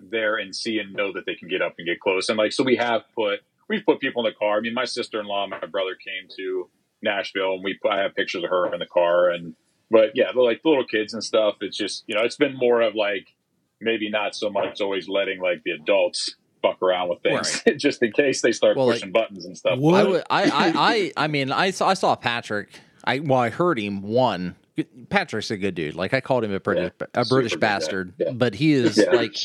there and see and know that they can get up and get close. And like, so we have put, we've put people in the car. I mean, my sister-in-law, and my brother came to Nashville and we, I have pictures of her in the car and, but yeah, they're like the little kids and stuff. It's just, you know, it's been more of like, maybe not so much always letting like the adults fuck around with things just in case they start
Well, like-
pushing buttons and stuff.
What?
I, would, I, I, I, I mean, I saw, I saw Patrick. I well, I heard him one Patrick's a good dude. Like I called him a British,
Yeah,
a
super
British
good guy.
bastard,
Yeah.
but he is
Yeah.
like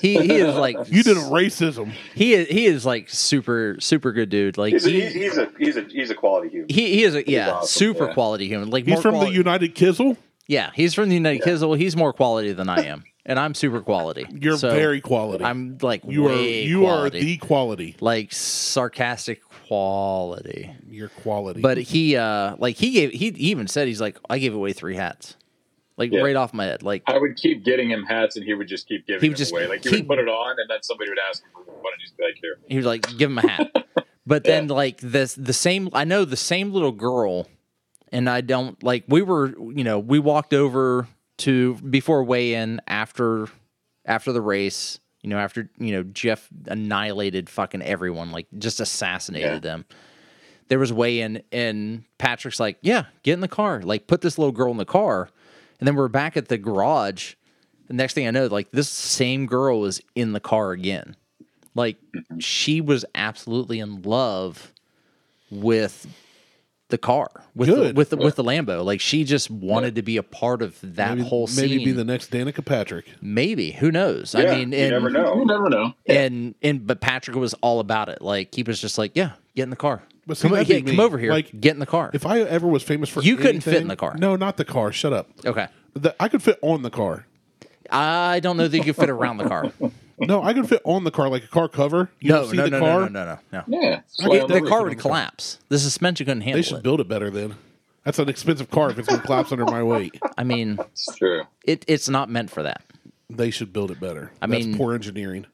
he he is like
You did a racism.
he is he is like super super good dude. Like
He's a,
he
he's, he's a he's a he's a quality human.
he, he is a, yeah
awesome,
super
yeah.
quality human. Like
He's
more
from
quali-
the United Kizzle.
yeah he's from the United Kingdom. He's more quality than I am, and I'm super quality.
You're
So,
very quality.
I'm like
you are
way
you
quality.
are the quality.
like sarcastic quality.
Your quality.
But he uh like he gave he even said he's like I gave away three hats. Like
Yeah.
right off my head. Like
I would keep getting him hats, and he would just keep giving
He would
them
just
away. Like he
keep-
would put it on, and then somebody would ask him for one, and he's like, "Here."
he was like give him a hat. But then like this the same I know the same little girl and I don't like we were you know we walked over to before weigh in after after the race, you know after you know Jeff annihilated fucking everyone like just assassinated
Yeah.
them. There was weigh in and Patrick's like, "Yeah, get in the car. Like put this little girl in the car." And then we're back at the garage. The next thing I know, like this same girl was in the car again. Like she was absolutely in love with the car with the,
Good.
with the, with the Lambo. Like she just wanted to be a part of that
maybe,
whole scene.
maybe
Maybe,
be the next Danica Patrick.
who knows?
yeah,
I mean,
you
and,
never know.
You never know.
And and but Patrick was all about it. Like he was just like, yeah, get in the car.
But see,
come, o-
that'd be
yeah, come
me.
over here.
Like,
get in the car.
If I ever was famous for
You couldn't fit
anything-
in the car. Oh.
No, not the car. Shut up.
okay,
The- I could fit on the car.
I don't know that you could fit around the car.
No, I could fit on the car like a car cover. You
No,
don't see
no,
the
no,
car?
no, no, no, no, no.
Yeah,
get
Well,
The
Never
car
fit on the
would
car.
collapse. The suspension couldn't
They
handle
should
it.
build it better then. That's an expensive car if it's going to collapse under my weight.
I mean,
it's true.
it, it's not meant for that.
They should build it better.
I
That's
mean-
poor engineering.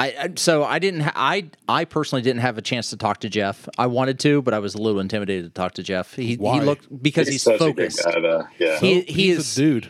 I, I so I didn't ha- I I personally didn't have a chance to talk to Jeff. I wanted to, but I was a little intimidated to talk to Jeff. He,
Why?
he looked because he's,
such
focused.
a good guy. though. yeah,
He,
Oh,
he
he's
is.
a dude.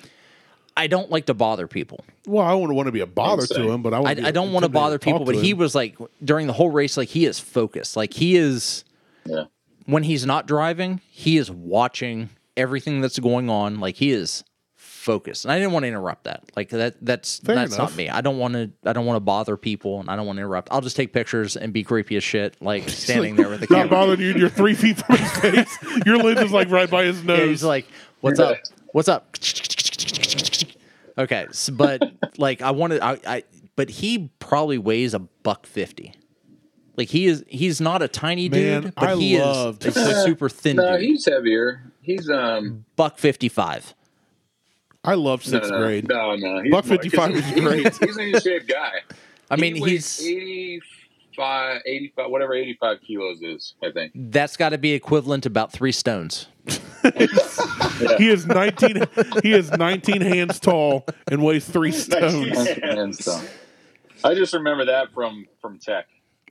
I don't like to bother people.
Well, I wouldn't want to be a bother
Insane.
to him, but I
I,
want
I don't want to bother people, but he was like during the whole race, like he is focused. Like he is
yeah.
when he's not driving, he is watching everything that's going on. Like he is focused, and I didn't want to interrupt that. Like that that's
Fair
that's
enough.
not me. I don't want to I don't want to bother people, and I don't want to interrupt. I'll just take pictures and be creepy as shit, like standing there with the
Not
camera.
bothering you. You're three feet from his face. Your lid is like right by his
Yeah,
nose.
he's like, "What's up? What's up?" okay, s- but like, I wanted, I, I, but he probably weighs a buck fifty. Like he is, he's not a tiny
Man,
dude, but
I
he
love to
is a
see-
super thin
No,
dude.
he's heavier. He's um
buck fifty five.
I love
no,
sixth
no,
grade.
No, no, he's
Buck
more-
55
he's-
is great.
He's an in-shape guy.
I mean,
he
he's
weighs 85, 85, whatever eighty-five kilos is. I think.
that's got to be equivalent to about three stones.
He is nineteen. he is nineteen hands tall and weighs three stones.
And so- I just remember that from from tech.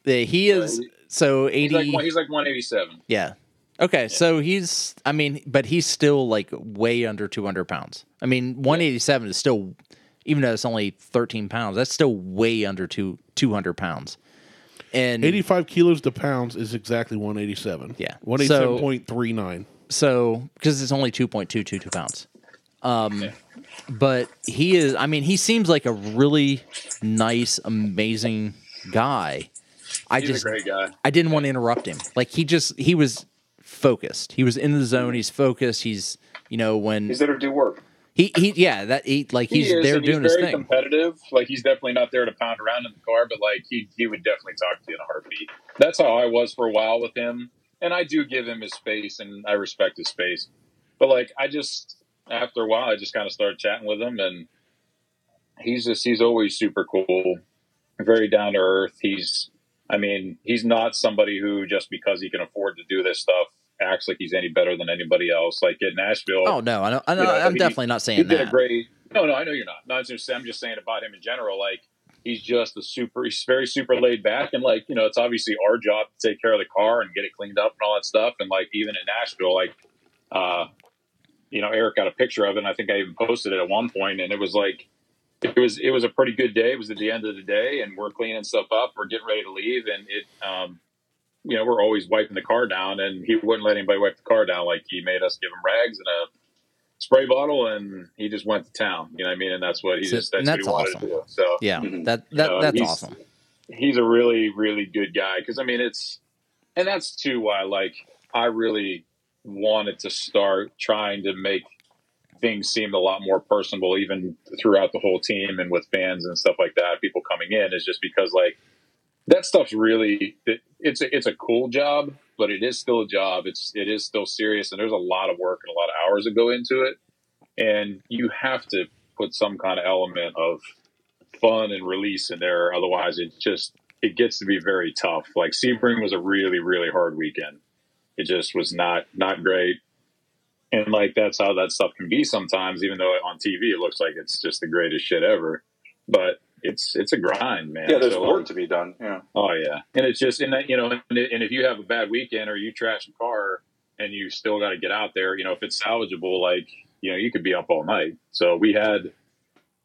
Uh, He is so
He's
eighty.
like one- he's like one eighty-seven.
Yeah. Okay, so he's I mean, but he's still like way under 200 pounds. I mean, 187 is still even though it's only 13 pounds, that's still way under two 200 pounds. And
Eighty-five kilos to pounds is exactly one eighty-seven.
Yeah.
one eighty-seven point three nine.
so because it's only 2.222 pounds. Um but he is I mean, he seems like a really nice, amazing guy. I
He's
just
a great guy.
I didn't want to interrupt him. Like he just he was focused. He was in the zone, he's focused, he's you know when
He's there to do work.
He he yeah, that he like he's
he is,
there
and he's
doing his
very
thing.
competitive. Like he's definitely not there to pound around in the car, but like he he would definitely talk to you in a heartbeat. That's how I was for a while with him, and I do give him his space, and I respect his space. But like I just after a while, I just kind of started chatting with him, and he's just he's always super cool, very down to earth. He's I mean he's not somebody who just because he can afford to do this stuff acts like he's any better than anybody else. Like in Nashville,
Oh no, I don't, I
You know,
am
he-
definitely not
he
saying
did
that.
a great. No, no, I know you're not. No, I'm just, I'm just saying about him in general. Like he's just a super. He's very super laid back, and like you know, it's obviously our job to take care of the car and get it cleaned up and all that stuff. And like even in Nashville, like uh, you know, Eric got a picture of it. and I think I even posted it at one point, and it was like it was it was a pretty good day. It was at the end of the day, and we're cleaning stuff up. We're getting ready to leave, and it. um you know, we're always wiping the car down, and he wouldn't let anybody wipe the car down. Like he made us give him rags and a spray bottle and he just went to town. You know what I mean? And that's what he
So-
just that's,
and that's
what he
awesome.
wanted to do. So
yeah,
Mhm.
that that
Mm-hmm. No,
that's
he's-
awesome.
he's a really, really good guy. Cause I mean it's and that's too why like I really wanted to start trying to make things seemed a lot more personable even throughout the whole team and with fans and stuff like that people coming in is just because like that stuff's really it, it's a, it's a cool job but it is still a job it's it is still serious and there's a lot of work and a lot of hours that go into it and you have to put some kind of element of fun and release in there otherwise it just it gets to be very tough like sebring was a really really hard weekend it just was not not great and like that's how that stuff can be sometimes even though on tv it looks like it's just the greatest shit ever but it's it's a grind man
Yeah, there's
So,
um,
work to be done. Yeah.
Oh yeah, and it's just and that you know, and, and if you have a bad weekend or you trash a car and you still got to get out there, you know, if it's salvageable, like you know, you could be up all night. So we had.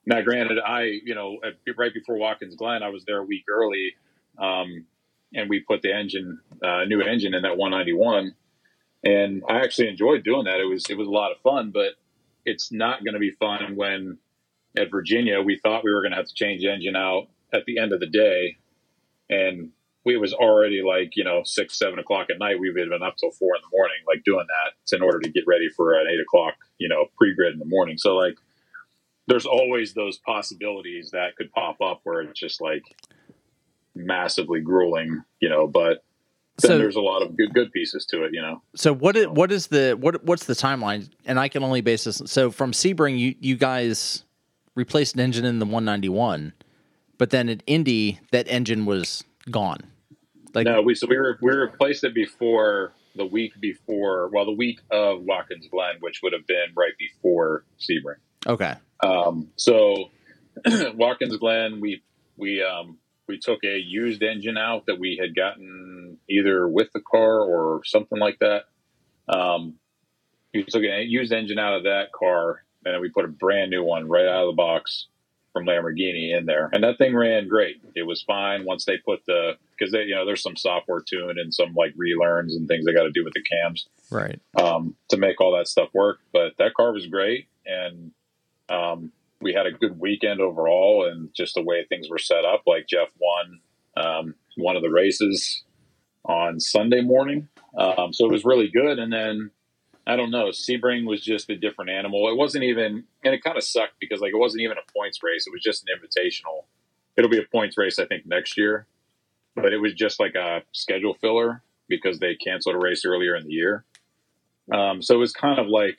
Now, granted, I you know at- right before Watkins Glen, I was there a week early, um, and we put the engine, uh, new engine in that 191, and I actually enjoyed doing that. It was it was a lot of fun, but it's not going to be fun when at Virginia we thought we were going to have to change the engine out at the end of the day and we it was already like you know six seven o'clock at night we've been up till four in the morning like doing that it's in order to get ready for an eight o'clock you know pre-grid in the morning so like there's always those possibilities that could pop up where it's just like massively grueling you know but then
So-
there's a lot of good good pieces to it you know
So what is, what is the what what's the timeline? And I can only base this. So from Sebring, you you guys replaced an engine in the 191, but then at Indy, that engine was gone. Like
No, we so we were we replaced it before the week before, well, the week of Watkins Glen, which would have been right before Sebring.
okay,
Um, so Watkins Glen, we we um, we took a used engine out that we had gotten either with the car or something like that. Um, we took a used engine out of that car, and then we put a brand new one right out of the box from Lamborghini in there, and that thing ran great. It was fine once they put the because they you know there's some software tune and some like relearns and things they got to do with the cams
right.
um, to make all that stuff work. But that car was great, and um, we had a good weekend overall. And just the way things were set up, like Jeff won um, one of the races on Sunday morning, um, so it was really good. And then I don't know, Sebring was just a different animal. It wasn't even, and it kind of sucked because like it wasn't even a points race. It was just an invitational. It'll be a points race, I think, next year. But it was just like a schedule filler because they canceled a race earlier in the year. Um, so it was kind of like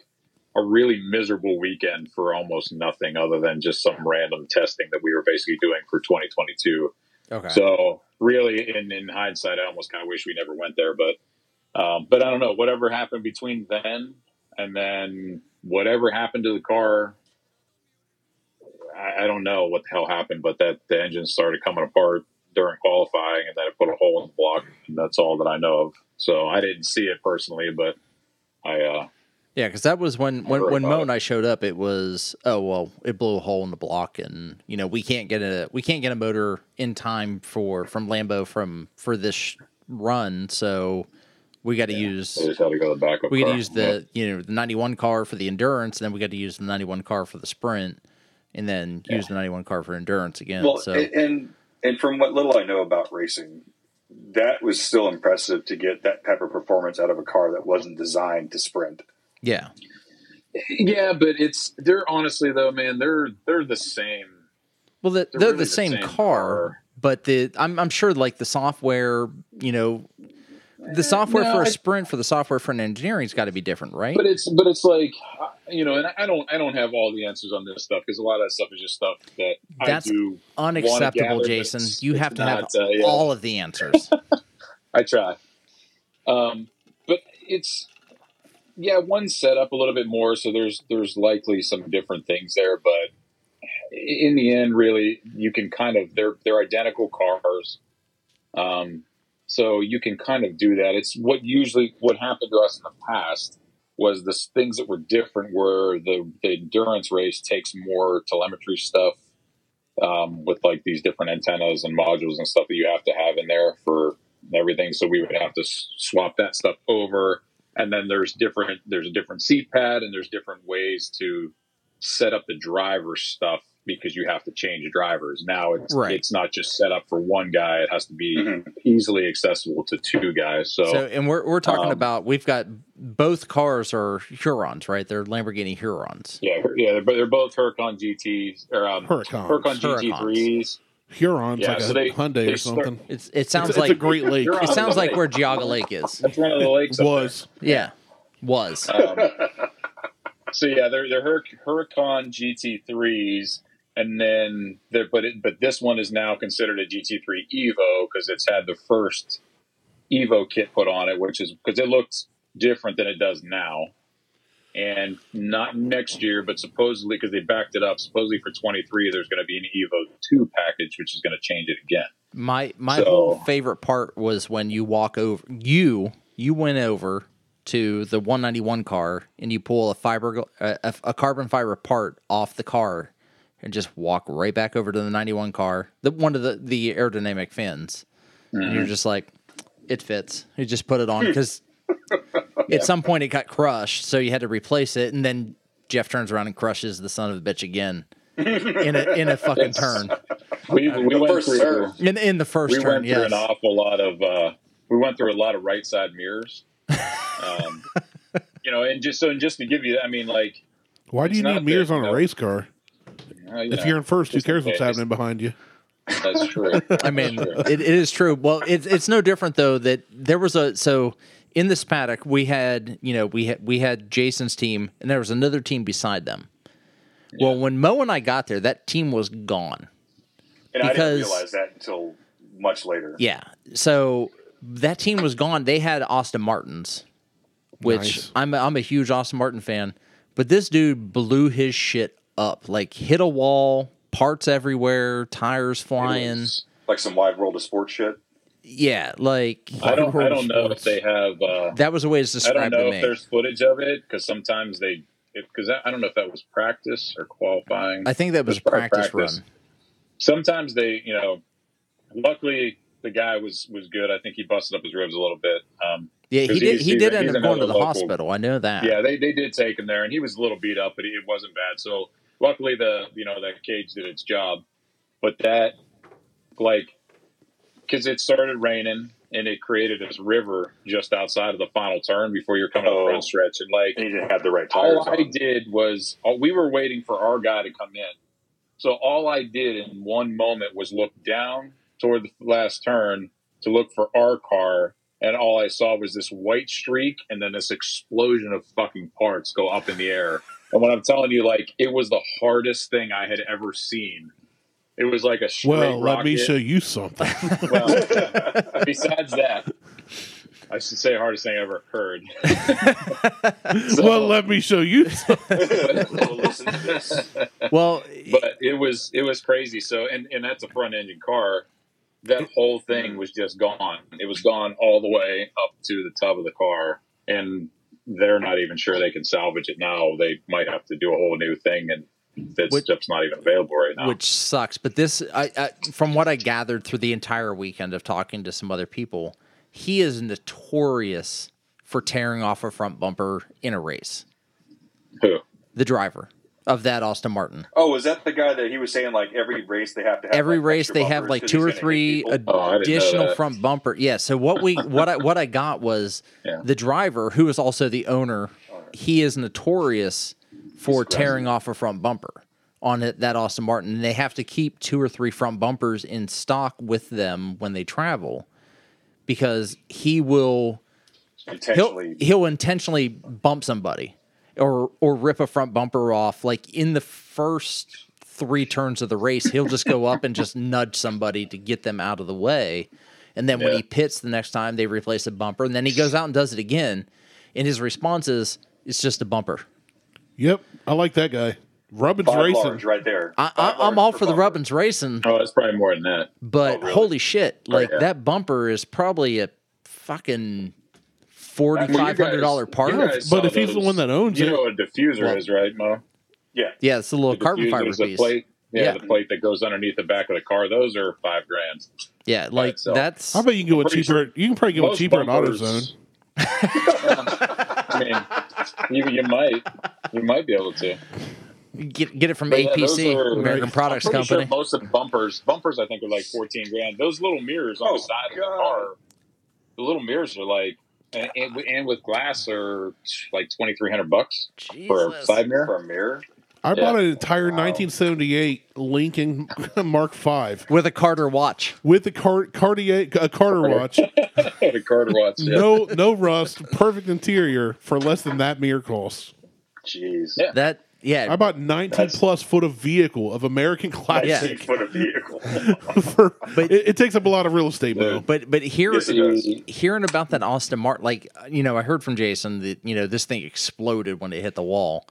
a really miserable weekend for almost nothing other than just some random testing that we were basically doing for 2022.
Okay.
So really, in in hindsight, I almost kind of wish we never went there. But um, but I don't know. Whatever happened between then and then, whatever happened to the car, I, I don't know what the hell happened. But that the engine started coming apart during qualifying, and then it put a hole in the block. And that's all that I know of. So I didn't see it personally, but I uh,
yeah, because that was when when
Heard
when Mo
about
and I showed up. It was oh well, it blew a hole in the block, and you know we can't get a we can't get a motor in time for from Lambo from for this sh- run. So we got to use
I just had to go to the backup.
we got to
car.
use the you know the 91 car for the endurance and then we got to use the 91 car for the sprint and then use the 91 car for endurance again
Well,
so
a- and and from what little I know about racing, that was still impressive to get that type of performance out of a car that wasn't designed to sprint.
yeah
Yeah, but it's they're honestly though, man, they're they're the same.
well the,
They're
they're,
really
the same, car, but the I'm, I'm sure like the software you know the software
Uh, no,
for a
I-
sprint for the software for an engineering's got to be different right
But it's but it's like uh, you know, and I- I don't I don't have all the answers on this stuff because a lot of that stuff is just stuff that
That's
I do. gather,
unacceptable
but
jason
it's-
you
it's
have to
not,
have
uh, yeah.
all of the answers
I try. Um, but it's yeah, one set up a little bit more, so there's there's likely some different things there, but in the end, really, you can kind of they're they're identical cars, um, so you can kind of do that. It's what usually what happened to us in the past was the s- things that were different were the the endurance race takes more telemetry stuff um, with like these different antennas and modules and stuff that you have to have in there for everything. So we would have to s- swap that stuff over. And then there's different there's a different seat pad and there's different ways to set up the driver stuff because you have to change drivers. Now it's
Right.
it's not just set up for one guy; it has to be
Mhm.
easily accessible to two guys. So,
So, and we're we're talking
um,
about we've got both cars are Hurons, right? They're Lamborghini Hurons.
yeah, yeah, but they're both Huracan GTs or um,
Huracans.
Huracan GT3s.
Huron's
Yeah,
like
so
a
they-
Hyundai
they
or something.
It's it
It's,
sounds
it's
like
a great lake.
Huron-
it sounds like where Geauga Lake is.
That's one of the lakes. up
Was
Yeah, was
Um, so yeah, they're they're Hur- Huracan GT3s, and then they're, but it, but this one is now considered a GT3 Evo because it's had the first Evo kit put on it, which is because it looks different than it does now, and not next year, but supposedly because they backed it up, supposedly for 23, there's going to be an Evo 2 package, which is going to change it again.
my my
So-
whole favorite part was when you walk over you you went over to the 191 car and you pull a fiber a, a carbon fiber part off the car and just walk right back over to the 91 car the one of the the aerodynamic fins and
Mm-hmm.
you're just like it fits you just put it on because at some point it got crushed so you had to replace it and then jeff turns around and crushes the son of a bitch again in a in a fucking turn
We, we
The
went
first
through.
serve.
in in the first
we
turn
went through
yes
an awful lot of uh, we went through a lot of right side mirrors um, you know and just so and just to give you i mean like
why do
It's
you need
not
mirrors
there,
on a
no.
race car?
uh, you
If
know,
you're in first, who
just in
cares what's
case.
happening behind you?
that's true
I mean, it, it is true. Well, it's it's no different though that there was a so in this paddock we had you know we had we had Jason's team and there was another team beside them. Well, when Mo and I got there, that team was gone.
And I
Because-
didn't realize that until much later.
Yeah, so that team was gone. They had Austin Martins, which
Nice.
I'm a, I'm a huge Austin Martin fan, but this dude blew his shit up. Like hit a wall, parts everywhere, tires flying.
Like some wide world of sports shit.
Yeah, like
i don't i don't know if they have uh,
that was a way to
i
describe
don't know
to
if
me.
there's footage of it because sometimes they because I, I don't know if that was practice or qualifying
I think that was a
Just by
practice,
practice.
run.
sometimes they you know luckily the guy was was good i think he busted up his ribs a little bit um,
Yeah, he
'Cause
did.
he's-
He
he's
did
a-
end
he's
up going to the
another local.
hospital. I know that.
yeah, they, they did take him there, and he was a little beat up, but it wasn't bad. So luckily, the you know that cage did its job. But that, like, because it started raining and it created this river just outside of the final turn before you're coming up
Oh.
front stretch, and like
And he didn't have the right tires
all
on.
I did was all, we were waiting for our guy to come in. So all I did in one moment was look down toward the last turn to look for our car, and all I saw was this white streak and then this explosion of fucking parts go up in the air. And when I'm telling you, like it was the hardest thing I had ever seen. It was like a straight
Well, let me
rocket.
show you something.
Well, besides that, I should say hardest thing I ever heard. So-
well, let me show you. something.
Well, listen to this.
Well,
but it was it was crazy. So and and that's a front engine car. That whole
Mm-hmm.
thing was just gone. It was gone all the way up to the top of the car, and they're not even sure they can salvage it now. They might have to do a whole new thing, and that's
Which-
just not even available right now.
which sucks. But this, I, I, from what I gathered through the entire weekend of talking to some other people, he is notorious for tearing off a front bumper in a race.
Who?
The driver of that Austin Martin.
Oh, was that the guy that he was saying like every race they have to have
Every
like,
race
extra
they have
bumpers
like
'cause
two
he's
or
gonna hit
three
people?
Oh, I didn't know
additional
that.
front bumper. Yeah. So what we what I what I got was
Yeah.
the driver who is also the owner. He is notorious for tearing off a front bumper on it, that Austin Martin. And they have to keep two or three front bumpers in stock with them when they travel because he will he'll
intentionally.
he'll intentionally bump somebody or or rip a front bumper off like in the first three turns of the race he'll just go up and just nudge somebody to get them out of the way and then when
Yeah.
he pits the next time they replace a bumper and then he goes out and does it again and his response is it's just a bumper
yep, I like that guy. Rubbins
Five
racing.
large right there.
I, I,
Five
i'm
large
all
per
for the
bumper.
rubbins racing
Oh, it's probably more than that.
but
really?
holy shit like
yeah.
that bumper is probably a fucking
Well, you guys-
$4500 part
you guys
But
saw
if he's the one that owns
you
it-
know what a diffuser
Well-
is, right, Mo?
Yeah.
yeah it's a little carbon
Diffuser
fiber
is the
piece
plate. Yeah,
Yeah.
the plate that goes underneath the back of the car. Those are five grand.
Yeah, like
itself.
that's
I bet you can go with
Pretty
cheaper. You can probably get one
Most
cheaper
bumpers-
at AutoZone.
I mean, you, you might, you might be able to.
Get, get it from
But yeah, those
APC,
are-
American Products
I'm pretty
Company.
Sure most of the bumpers, bumpers, I think are like fourteen grand. Those little mirrors on
Oh,
the side of
God.
the car, the little mirrors are like, and, and, with- and with glass are like twenty three hundred bucks for a
Jesus.
side mirror.
for a mirror.
I bought an entire
Wow.
1978 Lincoln Mark V
With a Carter watch.
with a Car- Cartier a Carter watch,
the Carter watch, yeah.
no no rust, perfect interior for less than that mere cost.
Jeez.
Yeah.
That,
I
yeah.
bought 19
That's-
plus foot of vehicle of American classic.
Foot of vehicle.
for,
But-
it, it takes up a lot of real estate,
Yeah.
bro.
But, but here,
Yes, it does.
hearing about that Austin Martin, like you know, I heard from Jason that you know this thing exploded when it hit the wall,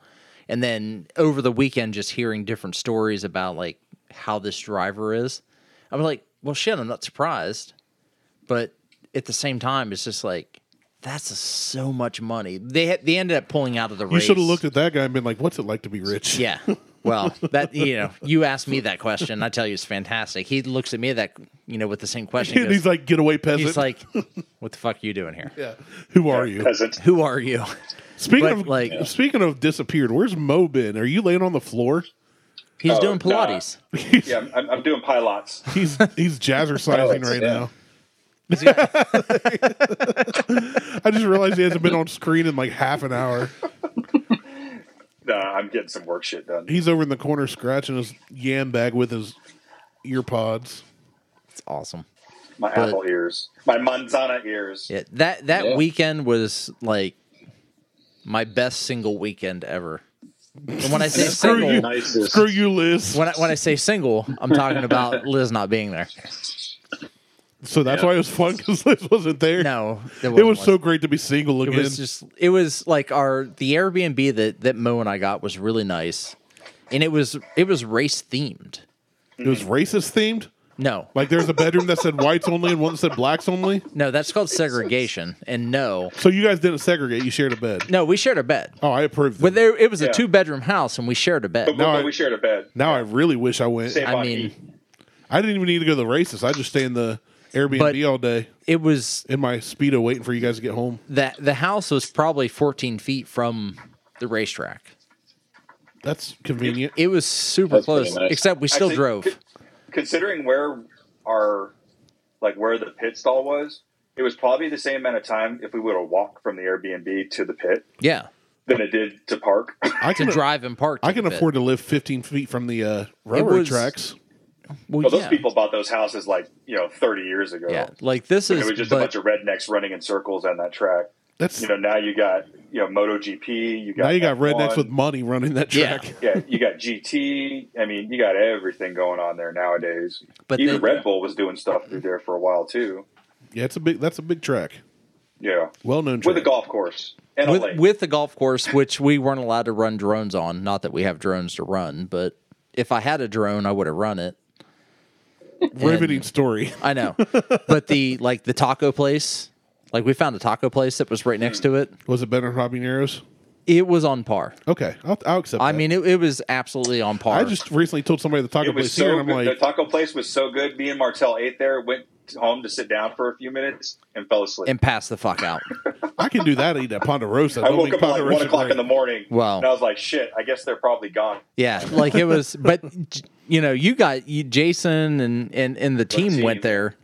and then over the weekend, just hearing different stories about like how this driver is, I was like, well, shit, I'm not surprised, but at the same time, it's just like that's so much money. They had, they ended up pulling out of the race.
You should have looked at that guy and been like, "What's it like to be rich?"
Yeah. Well, that you know, you asked me that question. I tell you, it's fantastic. He looks at me that you know with the same question.
And
goes-
he's like, "Get away, peasant!"
he's like, "What the fuck are you doing here?
yeah. "Who are you?"
Peasant.
Who are you?"
Speaking
But,
of
like-
speaking of disappeared, where's Mo been? Are you laying on the floor?
He's
Oh,
doing
nah.
Pilates.
Yeah, I'm- I'm, I'm doing pilots.
He's he's jazzercising
Oh,
right
yeah.
now. I just realized he hasn't been on screen in like half an hour.
Nah, I'm getting some work shit done.
He's over in the corner scratching his yam bag with his ear pods.
It's awesome.
My
But-
apple ears. My manzana ears.
Yeah, that that
Yeah.
weekend was like my best single weekend ever. And when I say
Screw
single,
you.
Nicest.
Screw you, Liz.
when I, when I say single, I'm talking about Liz not being there.
So that's why it was fun because Liz wasn't there.
No, there
it
wasn't
was
one.
so great to be single
It
again.
was just it was like our the Airbnb that that Mo and I got was really nice, and it was it was race themed.
it was racist themed.
No,
Like there's a bedroom that said whites only and one that said blacks only.
no, that's called segregation. And no,
So you guys didn't segregate. You shared a bed.
no, we shared a bed.
Oh, I approve.
But
That.
there, it was a
Yeah.
two bedroom house, and we shared a bed.
But, but
I-
we shared a bed.
Now I really wish I went.
Same
I
body.
mean,
I didn't even need to go to the races. I just stay in the Airbnb
But-
all day
it was
in my speedo waiting for you guys to get home.
that the house was probably 14 feet from the racetrack.
That's convenient.
It was super
That's pretty
close,
nice.
except we still
Actually,
drove.
con- Considering where our, like where the pit stall was, it was probably the same amount of time if we would have walked from the Airbnb to the pit
Yeah,
than it did to park.
to
I can
drive and park.
I
took
can
a bit.
afford to live 15 feet from the uh, railroad
was-
tracks.
Well,
well, those
yeah.
people bought those houses like you know 30 years ago.
yeah, like this
And
is.
it was just
but
a bunch of rednecks running in circles on that track.
That's
You know, now you got you know MotoGP. You got
now you got
F1,
rednecks with money running that
Yeah.
track.
yeah, you got GT. I mean, you got everything going on there nowadays.
But
even
they-
Red Bull was doing stuff through there for a while too.
Yeah, it's a big. That's a big track.
Yeah,
Well known track.
with a golf course and a
with,
lake.
with the golf course, which we weren't allowed to run drones on. Not that we have drones to run, but if I had a drone, I would have run it.
riveting
And-
story.
I know, but the like the taco place, like we found a taco place that was right next to it.
Was it better than habaneros?
It was on par.
Okay, I'll, I'll accept.
I
that.
mean, it, it was absolutely on par.
I just recently told somebody the taco
it was
place
so
here, and I'm
good.
like,
the taco place was so good. Me and Martel ate there, went home to sit down for a few minutes, and fell asleep.
and pass the fuck out.
I can do that. I eat at Ponderosa.
I
Don't
woke
make
up at like
Ponderosa
one o'clock in the
great.
morning.
Wow.
And I was like, shit. I guess they're probably gone.
Yeah, like it was, but j- you know, you got you, Jason and and and the team,
team.
went there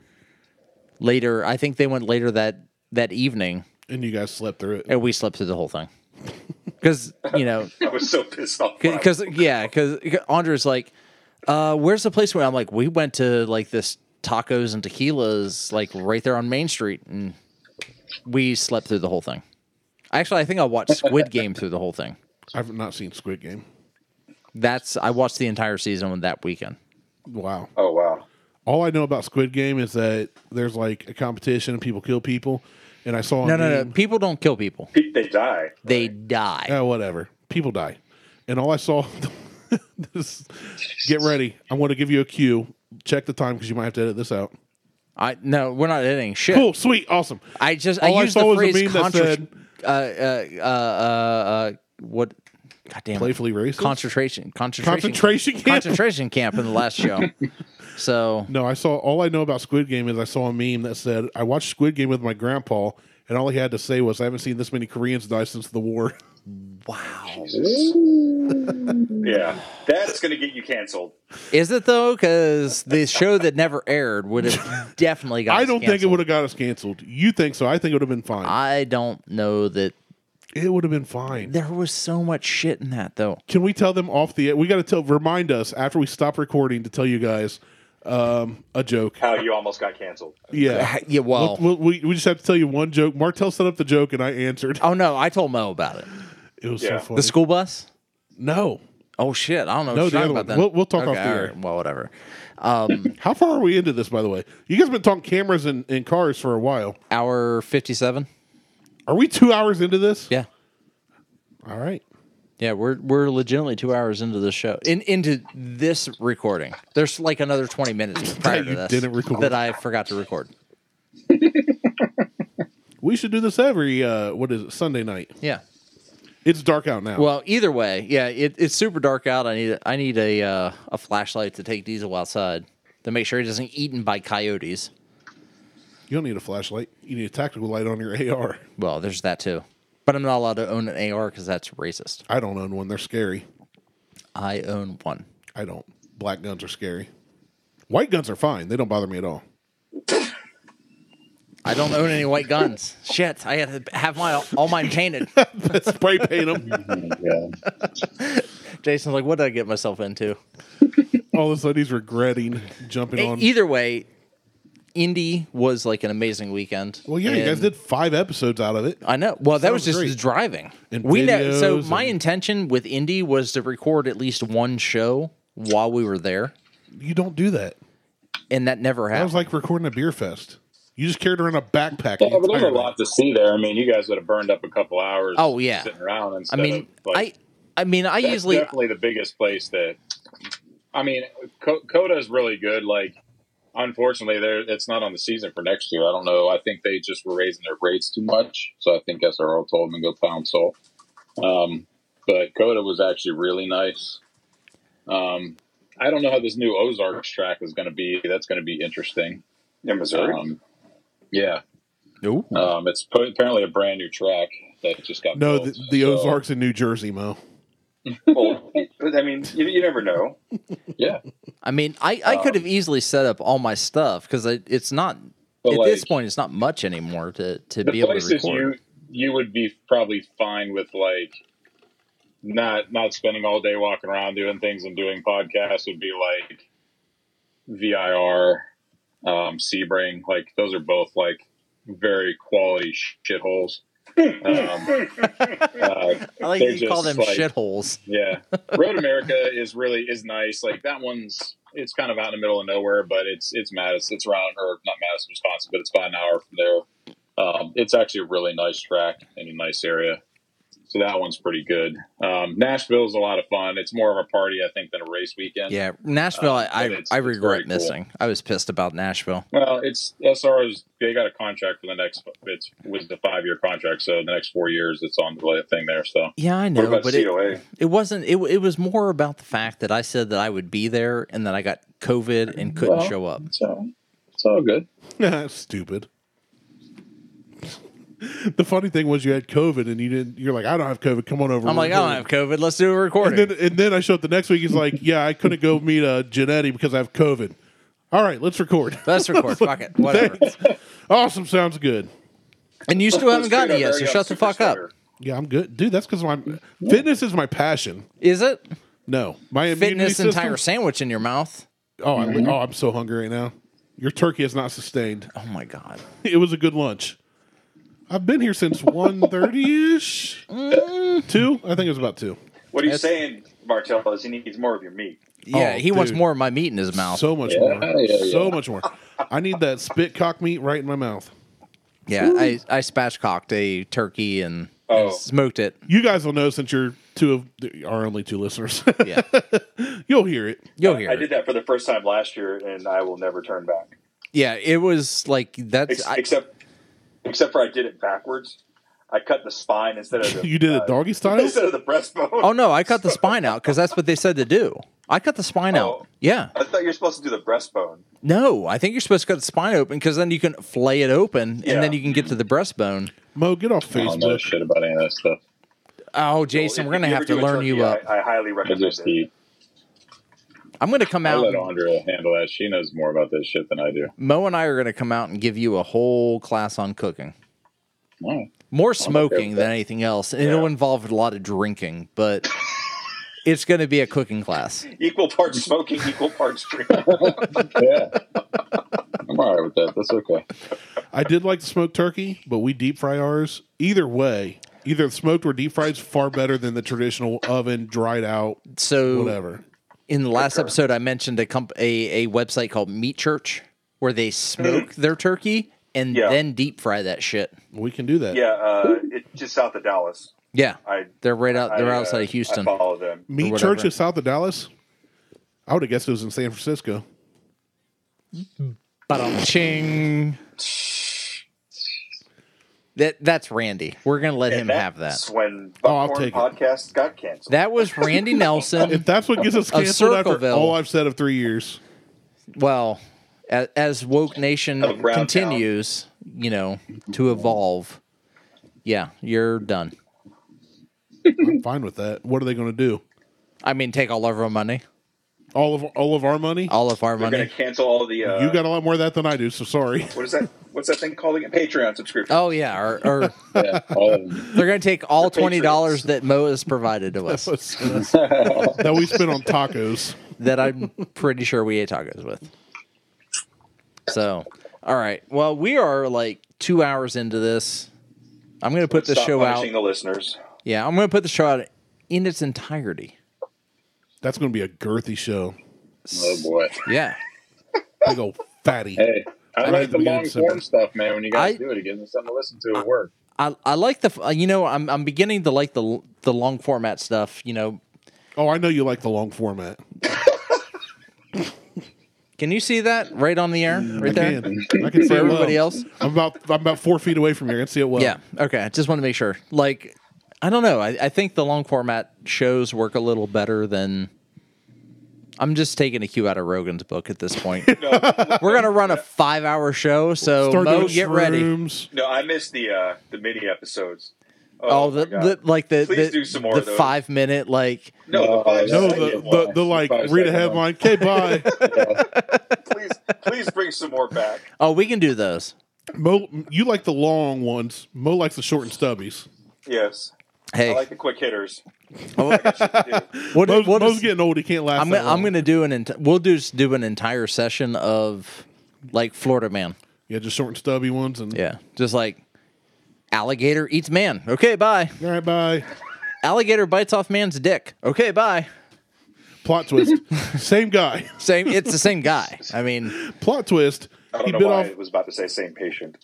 later. I think they went later that that evening,
and you guys slept through it.
and we slept through the whole thing because you know
I was so pissed off. when I
because yeah because Andre's like, uh, where's the place where I'm like we went to like this tacos and tequilas like right there on Main Street, and we slept through the whole thing. Actually, I think I watched Squid Game through the whole thing.
I've not seen Squid Game.
That's I watched the entire season on that weekend.
Wow.
Oh wow.
All I know about Squid Game is that there's like a competition and people kill people. And I saw a
No, no, no.
meme-
People don't kill people.
Pe- They die.
They die.
Oh, whatever. People die. And all I saw this get ready. I want to give you a cue. Check the time because you might have to edit this out.
I no, we're not editing shit.
Cool, sweet, awesome.
I just
All
I
I
used
saw
the
was a
phrase
meme that
contra-
said-
uh, uh, uh, uh, uh, what? God damn it.
Playfully racist.
concentration, concentration,
Concentration camp.
concentration camp in the last show. so
No, I saw all I know about Squid Game is I saw a meme that said I watched Squid Game with my grandpa, and all he had to say was I haven't seen this many Koreans die since the war.
Wow.
Yeah, that's going to get you canceled.
Is it though? Because the show that never aired would have definitely got.
I
us
don't think it
canceled.
would have got us canceled. You think so? I think it would have been fine.
I don't know that
it would have been fine.
there was so much shit in that though.
Can we tell them off the? We got to tell. Remind us after we stop recording to tell you guys um, a joke.
How you almost got canceled.
Uh, Yeah.
Yeah.
We'll,
Well.
we'll, we we just have to tell you one joke. Martel set up the joke and I answered.
oh no! I told Mo about it.
It was
Yeah.
so funny.
The school bus.
no.
Oh shit! I don't know.
No,
what
the
you're talking
other one.
about then.
We'll- we'll talk off
okay,
the
all
air.
right. Well, whatever. Um,
How far are we into this, by the way? You guys have been talking cameras and, and cars for a while.
hour fifty-seven.
Are we two hours into this?
Yeah.
All right.
Yeah, we're we're legitimately two hours into the show, in into this recording. There's like another twenty minutes prior
you
to this
didn't record.
that I forgot to record.
We should do this every uh, what is it Sunday night?
Yeah.
It's dark out now.
Well, either way, yeah, it, it's super dark out. I need I need a uh, a flashlight to take Diesel outside to make sure he doesn't eaten by coyotes.
you don't need a flashlight. You need a tactical light on your AR.
Well, there's that too. But I'm not allowed to own an AR because that's racist.
I don't own one. They're scary.
I own one.
I don't. Black guns are scary. White guns are fine. They don't bother me at all.
I don't own any white guns. Shit, I had to have my all mine painted.
Spray paint them.
Yeah.
Jason's like, what did I get myself into?
all of a sudden, he's regretting jumping
E-
on.
Either way, Indy was like an amazing weekend.
well, yeah, you guys
And-
did five episodes out of it.
I know. Well, that
Sounds
was just
great.
the driving.
And
we know. So
videos
my
and-
intention with Indy was to record at least one show while we were there,
You don't do that.
and that never
That was
happened.
like recording a beer fest. You just carried around a backpack. the
but there's a
entire
lot to see there. I mean, you guys would have burned up a couple hours.
Oh, yeah.
sitting around.
I
Instead
mean,
of, like,
I, I mean, I
that's
usually
definitely the biggest place that I mean, Co- Coda is really good. Like, unfortunately, there it's not on the season for next year. I don't know. I think they just were raising their rates too much, so I think SRO told them to go pound salt. Um, but Coda was actually really nice. Um, I don't know how this new Ozarks track is going to be. That's going to be interesting.
In Missouri,
Um, yeah,
no.
um, it's p- apparently a brand new track that just got
No,
built,
the, the
so-
Ozarks in New Jersey, Mo.
well, but, I mean, you, you never know.
Yeah,
I mean, I, I could
Um,
have easily set up all my stuff because it's not
But,
at this
like-
point. It's not much anymore to to
the
be able to
places
record.
you you would be probably fine with like not not spending all day walking around doing things and doing podcasts would be like VIR, um, Sebring. Like those are both like very quality shitholes. Um, uh,
I like
they're
you call them
just, like-
shitholes.
yeah, Road America is really is nice. Like that one's it's kind of out in the middle of nowhere, but it's it's Madison. It's around or not Madison, Wisconsin, but it's about an hour from there. Um, it's actually a really nice track and a nice area. So that one's pretty good. Um, Nashville is a lot of fun. It's more of a party, I think, than a race weekend.
Yeah, Nashville.
Uh,
I
but
I,
it's-
I
it's very
regret
cool.
missing. I was pissed about Nashville.
Well, it's SR's. They got a contract for the next. It's was the five year contract, so the next four years it's on the thing there. So
Yeah, I
What
know,
about
but it,
COA?
It wasn't. It, it was more about the fact that I said that I would be there and that I got COVID and couldn't
Well.
show up.
so it's all good.
Stupid. The funny thing was you had COVID and you didn't. You're like, I don't have COVID. Come on over.
I'm like, I don't have COVID. Let's do a recording.
And mm-hmm. then, and then I show up the next week. He's like, Yeah, I couldn't go meet uh, Janetti because I have COVID. All right, let's record.
Let's record. Fuck it. Whatever.
Thanks. awesome. Sounds good.
And you still haven't
Let's treat
gotten
our
it yet,
very
so
own
shut the fuck up.
superstar.
Yeah, I'm good, dude. That's because my fitness is my passion.
Is it
No, my immunity
fitness
system.
entire Mm-hmm. sandwich in your mouth?
oh, I, oh, I'm so hungry right now. Your turkey is not sustained.
Oh my god.
It was a good lunch. I've been here since 1.30 ish.
Mm.
Two? I think it was about two.
What he's saying, Martel, is he needs more of your meat.
Yeah,
Oh,
he wants
dude.
more of my meat in his mouth.
So much
Yeah,
more.
yeah,
So
yeah.
much more. I need that spit cock meat right in my mouth.
yeah, I, I spatchcocked a turkey and, and
Oh.
smoked it.
You guys will know since you're two of our only two listeners.
Yeah,
You'll hear it.
you'll hear.
I
it.
did that for the first time last year, and I will never turn back.
Yeah, it was like that's.
Ex-
I,
except, except for I did it backwards. I cut the spine instead of the,
You did
uh,
it doggy style.
instead of the breastbone.
oh no, I cut the spine out because that's what they said to do. I cut the spine
Oh.
out. Yeah.
I thought you were supposed to do the breastbone.
No, I think you're supposed to cut the spine open because then you can flay it open
Yeah.
and then you can get to the breastbone.
Mo, get off
I don't know
Facebook.
shit about any of that stuff.
Oh, Jason,
Well,
we're
if
gonna
you
have
ever
to
do a
learn you
turkey,
up.
I, I highly
I
recommend
just
it.
eat.
I'm gonna come
I
out.
let
and-
Andrea handle that. She knows more about this shit than I do.
Mo and I are gonna come out and give you a whole class on cooking.
Oh,
More
okay
smoking
with
than
that.
anything else, and it'll
Yeah.
involve a lot of drinking, but it's gonna be a cooking class.
Equal parts smoking, equal parts drinking.
yeah. I'm all right with that. That's okay.
I did like the smoked turkey, but we deep fry ours. Either way, either smoked or deep fried is far better than the traditional oven, dried out,
So
whatever.
in the last episode, I mentioned a, comp- a a website called Meat Church where they smoke their turkey and
Mm-hmm. Yeah.
then deep fry that shit.
We can do that.
yeah, uh, it, just south of Dallas.
Yeah,
I
they're right out. They're
I, uh,
outside of
I
Houston.
follow them.
Meat
whatever.
Church is south of Dallas. I would have guessed it was in San Francisco.
Ching. That that's Randy. We're gonna let him have that.
That's when
Oh, I'll
Buckhorn
take it.
podcast got canceled.
That was Randy Nelson.
If that's what gets us canceled after
Circleville.
all I've said of three years,
Well, as, as woke nation
Of Brown
continues, you know, to evolve. Yeah, you're done.
I'm fine with that. What are they going to do?
I mean, take all of our money,
All of all of our money?
all of our
They're
money.
going to cancel all the. Uh,
you got a lot more of that than I do, so sorry.
what is that? What's that thing called again? Patreon subscription.
Oh yeah, or, or
Yeah. All of them.
they're gonna take all
They're
twenty dollars
patriots.
that Mo has provided to us
that we spent on tacos.
that I'm pretty sure we ate tacos with. So, all right. Well, we are like two hours into this. I'm gonna put the
Stop
show out.
punishing the listeners.
Yeah, I'm gonna put the show out in its entirety.
That's going to be a girthy show.
Oh boy.
Yeah.
Big old fatty.
Hey, I,
I
like
like
the
the
long
good
form stuff, man. When you guys
I-
do it, it gives me something to listen to at work.
I, I like the uh, you know I'm I'm beginning to like the the long format stuff. You know,
Oh, I know you like the long format.
can you see that right on the air right
I
there
can. I can see
for
it well.
everybody else?
I'm about I'm about four feet away from here. I can see it well.
Yeah. Okay. I Just want to make sure. Like, I don't know. I, I think the long format shows work a little better than. I'm just taking a cue out of Rogan's book at this point. We're gonna run a five hour show, so
Start
Mo,
doing
get ready.
Oh
shrooms.
No, I missed the uh, the mini episodes.
Oh,
my
the,
God.
the like the
Please
the,
do some more
the
of those.
five minute like
no, the five
Uh, No,
Yeah,
second
I
the,
did
the,
one.
the like
Five
read a
second
headline. Okay, bye.
please, please bring some more back.
oh we can do those.
Mo, you like the long ones. Mo likes the short and stubbies.
Yes,
Hey,
I like the quick hitters.
what,
Mo's,
what
Mo's
is-
getting old. He can't last.
I'm
that
gonna, I'm
long.
gonna do an enti- we'll do just do an entire session of like Florida man.
yeah, just short and stubby ones. And
Yeah, just like alligator eats man. Okay, bye.
all right, bye.
Alligator bites off man's dick. Okay, bye.
Plot twist. Same guy.
Same. It's the same guy. I mean,
Plot twist.
I don't
He
know
bit
why
off.
it was about to say same patient.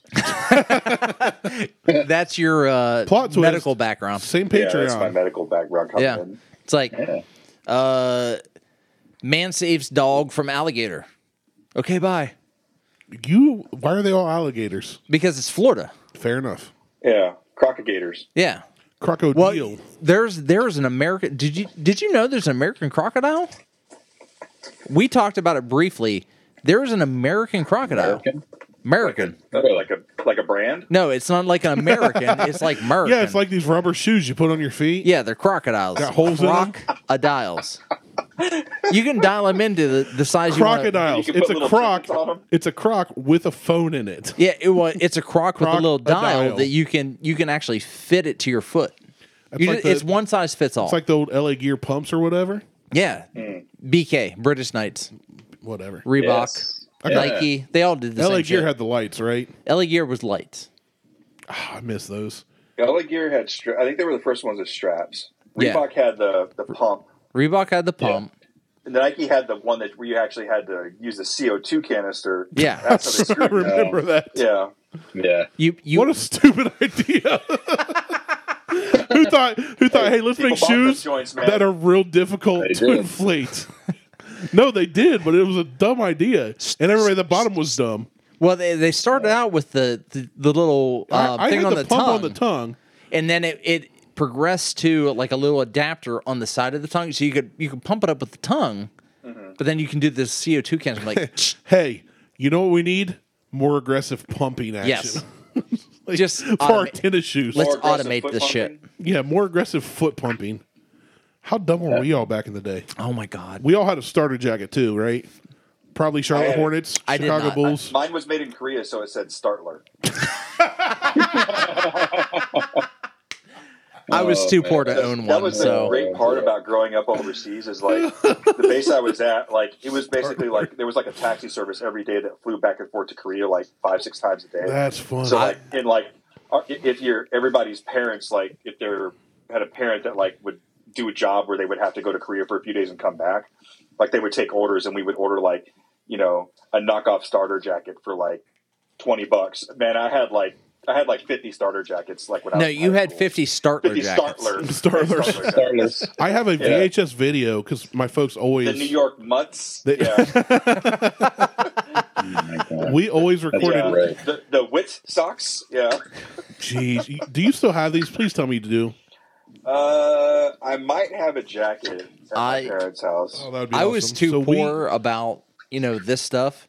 that's your uh,
Plot twist.
medical background.
Same
Yeah, that's my
Patreon.
medical background coming
Yeah,
in.
it's like uh, man saves dog from alligator. Okay, bye.
you. Why are they all alligators?
Because it's Florida.
Fair enough.
Yeah, crocodilators.
Yeah. Well,
Crocodile.
there's there's an American. Did you did you know there's an American crocodile? We talked about it briefly. There is an American crocodile. American.
Okay, like a like a brand.
No, it's not like an American. it's like American.
yeah, it's like these rubber shoes you put on your feet.
yeah, they're crocodiles.
Got holes in 'em?
Crocodiles. you can dial them into the, the size you want.
crocodiles.
You can
It's
put
a
little
croc.
tickets on 'em.
It's a croc with a phone in it.
Yeah, it, well, it's a croc with a little dial
Crocodile.
that you can you can actually fit it to your foot. You
like
just-
the-
it's one size fits all.
It's like the old LA Gear pumps or whatever.
yeah, BK British Knights
Whatever.
Reebok.
Yes. Yeah.
Nike, they all did the
LA
same
Gear
shit.
had the lights, right?
LA Gear was lights.
Ah, I miss those.
LA Gear had. Stra- I think they were the first ones with straps.
Yeah.
Reebok had the the pump.
Reebok had the pump.
And Nike had the one that where you actually had to use the CO two canister.
Yeah.
that's how they
I
screwed you up.
remember that.
Yeah,
Yeah.
You you
What a stupid idea. who thought who thought, hey, let's
people
make
bought those
shoes
joints, man.
that are real difficult
They
to
did.
inflate? no, they did, but it was a dumb idea. And everybody at the bottom was dumb.
well they, they started out with the the, the little uh,
I, I
thing
had
on
the,
the,
pump
tongue,
on the tongue.
and then it, it progressed to like a little adapter on the side of the tongue, so you could you could pump it up with the tongue, but then you can do this CO two canister like
Hey, you know what we need? More aggressive pumping action.
yes.
Like,
Just
for our
automate-
tennis shoes.
Let's
More aggressive
automate
foot
this shit.
pumping?
yeah, more aggressive foot pumping. How dumb were we all back in the day?
Oh my god.
We all had a starter jacket too, right? Probably
I
Charlotte
had it.
Hornets,
I did
Chicago
not.
Bulls.
Mine was made in Korea, so it said Startler.
I was too
Oh, man.
poor to
That-
own
that
one,
was
so
the great part about growing up overseas is like the base I was at, like it was basically like there was like a taxi service every day that flew back and forth to Korea like five six times a day.
That's fun.
so like and like uh, i- if your everybody's parents like if they're had a parent that like would do a job where they would have to go to Korea for a few days and come back, like they would take orders and we would order like you know a knockoff starter jacket for like twenty bucks. Man, I had like I had like fifty starter jackets like when I
no,
was in
you
high
had
school.
50 startler
50
jackets.
Startlers.
Startlers.
Startless.
I have a VHS video because my folks always
The New York Mutts.
They-
yeah. uh,
Oh my God.
we always
yeah.
recorded.
Right.
The, the Wit socks. Yeah.
Jeez, you- do you still have these? Please tell me you do.
Uh, I might have a jacket at
I-
my parents' house.
Oh, that would be
I was
awesome.
too
So we-
poor about you know this stuff,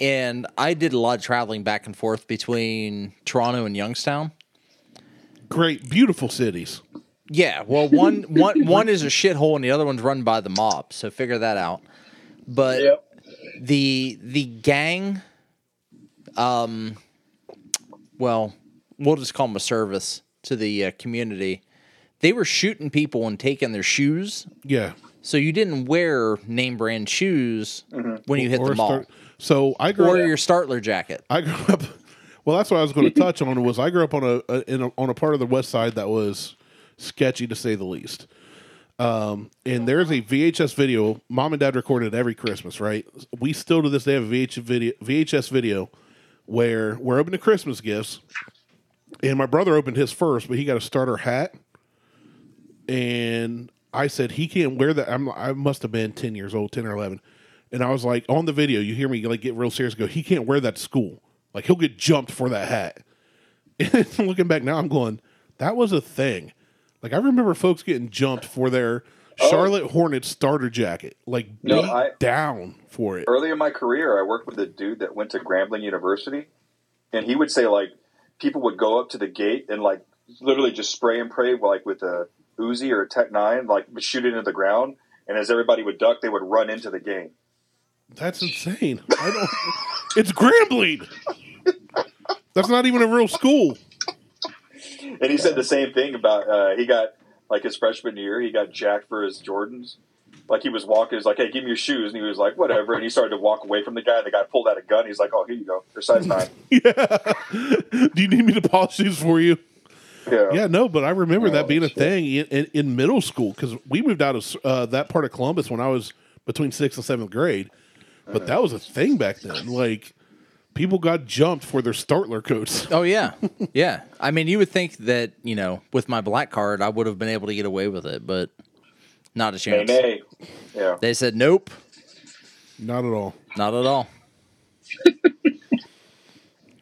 and I did a lot of traveling back and forth between Toronto and Youngstown.
great, beautiful cities.
Yeah, well, one one one is a shithole, and the other one's run by the mob. So figure that out. But
Yep.
the the gang, um, well, we'll just call them a service to the uh, community. They were shooting people and taking their shoes,
Yeah.
so you didn't wear name brand shoes when you hit the mall.
start- so I grew
or
up.
your startler jacket.
I grew up. Well, that's what I was going to touch on. Was I grew up on a, a, in a on a part of the West Side that was sketchy to say the least. Um, and there's a VHS video mom and dad recorded every Christmas. Right? We still to this day have a VH video, VHS video where we're opening Christmas gifts, and my brother opened his first, but he got a starter hat, and I said he can't wear that. I'm, I must have been ten years old, ten or eleven, and I was like on the video. You hear me like get real serious? and Go, he can't wear that to school. Like he'll get jumped for that hat. And looking back now, I'm going, that was a thing. Like I remember folks getting jumped for their Charlotte Hornets starter jacket, like
Oh. No,
beat
I-
down for it.
Early in my career, I worked with a dude that went to Grambling University, and he would say like people would go up to the gate and like literally just spray and pray like with a Uzi or a Tech Nine, like shoot it into the ground, and as everybody would duck, they would run into the game.
That's insane. I don't. it's Grambling. That's not even a real school.
And he said the same thing about uh, he got like his freshman year, he got jacked for his Jordans. Like he was walking, he's like, "Hey, give me your shoes," and he was like, "Whatever." And he started to walk away from the guy. The guy pulled out a gun. He's like, "Oh, here you go, they're size nine.
Yeah. Do you need me to polish these for you?
Yeah,
Yeah, no, but I remember that
Oh,
being a
shit.
thing in, in, in middle school because we moved out of uh, that part of Columbus when I was between sixth and seventh grade. But that was a thing back then. Like, people got jumped for their startler coats.
Oh yeah, yeah. I mean, you would think that you know, with my black card, I would have been able to get away with it, but not a
nay,
chance.
nay. Yeah,
They said nope,
Not at all.
not at all.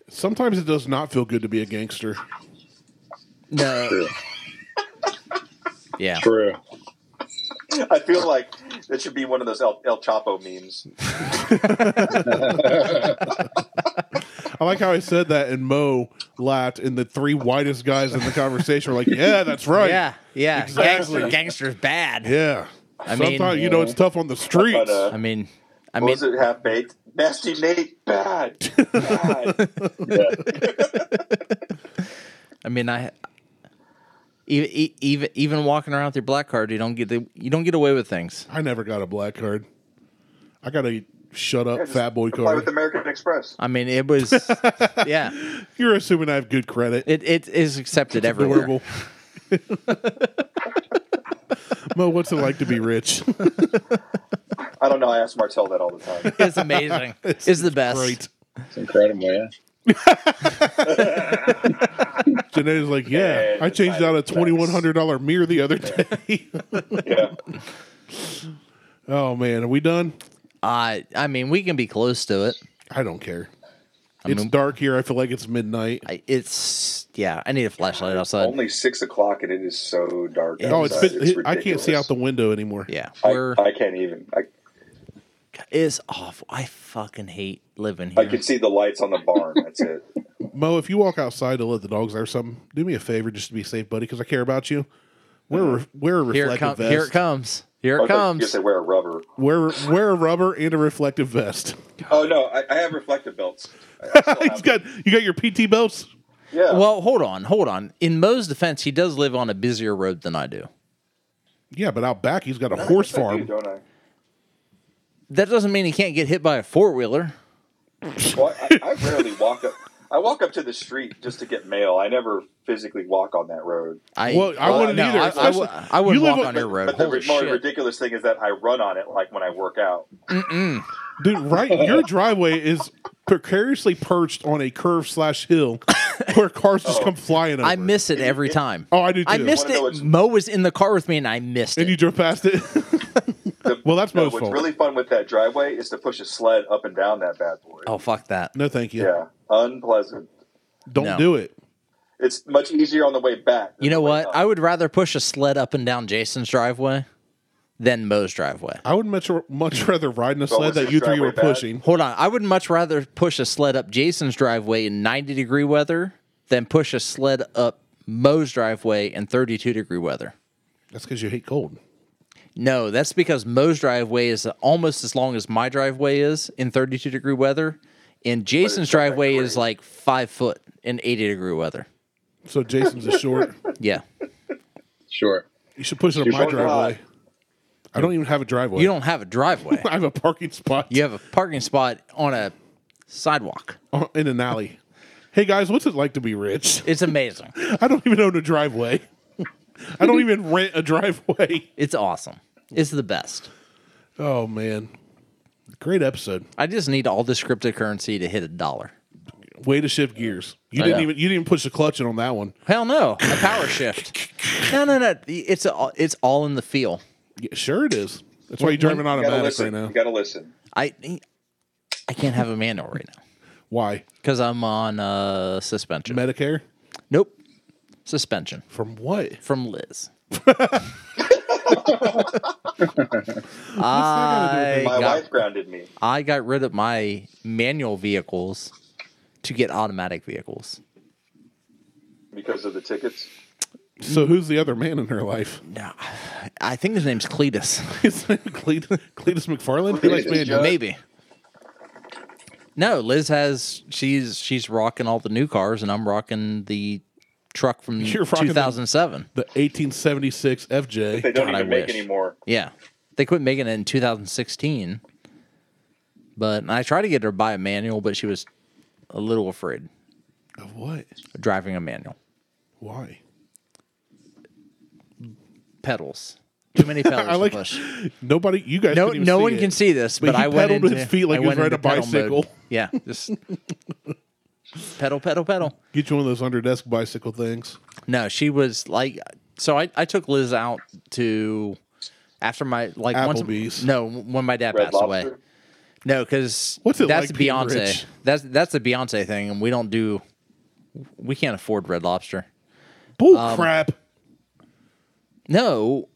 Sometimes it does not feel good to be a gangster.
No. Yeah.
True.
I feel like it should be one of those El, El Chapo memes.
I like how I said that, and Mo laughed, and the three whitest guys in the conversation were like, "Yeah, that's right.
Yeah. Yeah.
Exactly.
Gangster, gangster's bad.
yeah."
I mean-
Sometimes you know it's tough on the streets.
But, uh,
I mean, I
What
mean,
was it? Half baked, nasty Nate, bad, bad.
Yeah.
I mean, I. Even, even even walking around with your black card, you don't get the, you don't get away with things.
I never got a black card. I got a shut up
Just
fat boy
apply with
card.
American Express.
I mean, it was yeah,
You're assuming I have good credit.
it, it is accepted everywhere.
Adorable. Mo, what's it like to be rich?
I don't know. I ask Martell that all the time.
It's amazing. it's, the best.
Great.
It's incredible, yeah.
Janae's like, yeah,
Yeah,
I changed out a twenty one hundred dollar mirror the other day.
Yeah,
oh man, are we done?
I I mean, we can be close to it.
I don't care. It's dark here. I feel like it's midnight.
I- It's yeah. I need a flashlight outside.
only six o'clock and it is so dark.
oh, it's,
outside.
been, I can't see
ridiculous.
out the window anymore.
yeah, we're
I, I can't even. I,
it's awful. I fucking hate living
I
here.
can see the lights on the barn. That's it.
Mo, if you walk outside to let the dogs out or something, do me a favor just to be safe, buddy, because I care about you. Wear a, wear a
Uh, Here it,
reflective
com-
vest.
here it comes. Here it
You
comes.
say wear a rubber.
Wear wear a rubber and a reflective vest.
Oh no, I, I have reflective belts. I- I still
He's
have-
got you got your PT belts.
yeah.
Well, hold on, hold on. In Mo's defense, he does live on a busier road than I do.
Yeah, but out back he's got a
I
horse
guess I
farm.
do, don't I?
That doesn't mean he can't get hit by a four wheeler.
Well, I, I rarely walk up. I walk up to the street just to get mail. I never physically walk on that road.
I uh,
Well, I wouldn't
no,
either,
I, I,
especially-
would- I wouldn't
you live
walk
on-
on your road.
But the
Holy
ri- more
shit!
ridiculous thing is that I run on it like when I work out.
Dude, right your driveway is precariously perched on a curve slash hill where cars
Oh.
just come flying over.
I miss it every time.
Oh, I do too.
I missed
Wanna know
it.
what's-
Mo was in the car with me, and I missed
and
it.
you drove past it.
The-
Well, that's
no,
Mo's
What's
fault.
really fun with that driveway is to push a sled up and down that bad boy.
Oh, fuck that.
no, thank you.
Yeah, unpleasant.
Don't
No.
do it.
It's much easier on the way back. than
You know
the way
what?
up.
I would rather push a sled up and down Jason's driveway than Mo's driveway.
I would much much rather ride in a sled
was
that
his
you three
driveway
were
bad?
pushing.
Hold on. I would much rather push a sled up Jason's driveway in 90 degree weather than push a sled up Mo's driveway in 32 degree weather.
That's because you hate cold.
No, that's because Mo's driveway is almost as long as my driveway is in 32 degree weather, and Jason's
not that
driveway is
great.
like five foot in 80 degree weather.
So Jason's is short.
Yeah,
Sure.
You should push it up
You're
my
going
driveway.
high.
I don't even have a driveway.
you don't have a driveway.
I have a parking spot
You have a parking spot on a sidewalk.
on- in an alley. Hey guys, what's it like to be rich?
It's amazing.
I don't even own a driveway. I don't even rent a driveway.
It's awesome. It's the best.
Oh man. Great episode.
I just need all this cryptocurrency to hit a dollar.
Way to shift gears. You didn't
know.
even you didn't even push the clutch in on that one.
Hell no, a power shift. No, no, no. It's all it's all in the feel.
Yeah, sure it is. That's why you're driving
You gotta
automatic right
listen.
now.
You gotta listen.
I I can't have a manual right now
Why?
because I'm on uh, suspension.
Medicare?
Nope. Suspension
From what?
from Liz.
I,
My
got-
wife grounded me.
I got rid of my manual vehicles to get automatic vehicles.
because of the tickets.
so who's the other man in her life?
No, I think his name's Cletus.
His name is Cletus, Cletus McFarland? He likes
Cletus,
man-
yeah.
Maybe. No, Liz has she's she's rocking all the new cars, and I'm rocking the truck from
You're rocking the-
2007.
the 1876 FJ.
They don't
God, I
even make
wish.
any more.
Yeah, they quit making it in 2016. But I tried to get her to buy a manual, but she was a little afraid
Of what?
of driving a manual.
Why?
Pedals, too many pedals
I like
to push.
nobody. You guys.
No,
couldn't even
no one
it.
can see this,
But
but,
he
I went
pedaled
into
his feet like
I
he was
went
riding
into
a
pedal mode.
bicycle.
Yeah, just pedal, pedal, pedal.
Get you one of those under desk bicycle things.
No, she was like, so I, I took Liz out to after my like
Applebee's.
Once, no, when my dad
Red
passed away.
Lobster.
No, because
What's it
that's
like being
Beyonce.
rich?
That's that's a Beyonce thing, and we don't do, we can't afford Red Lobster.
Bull crap.
No,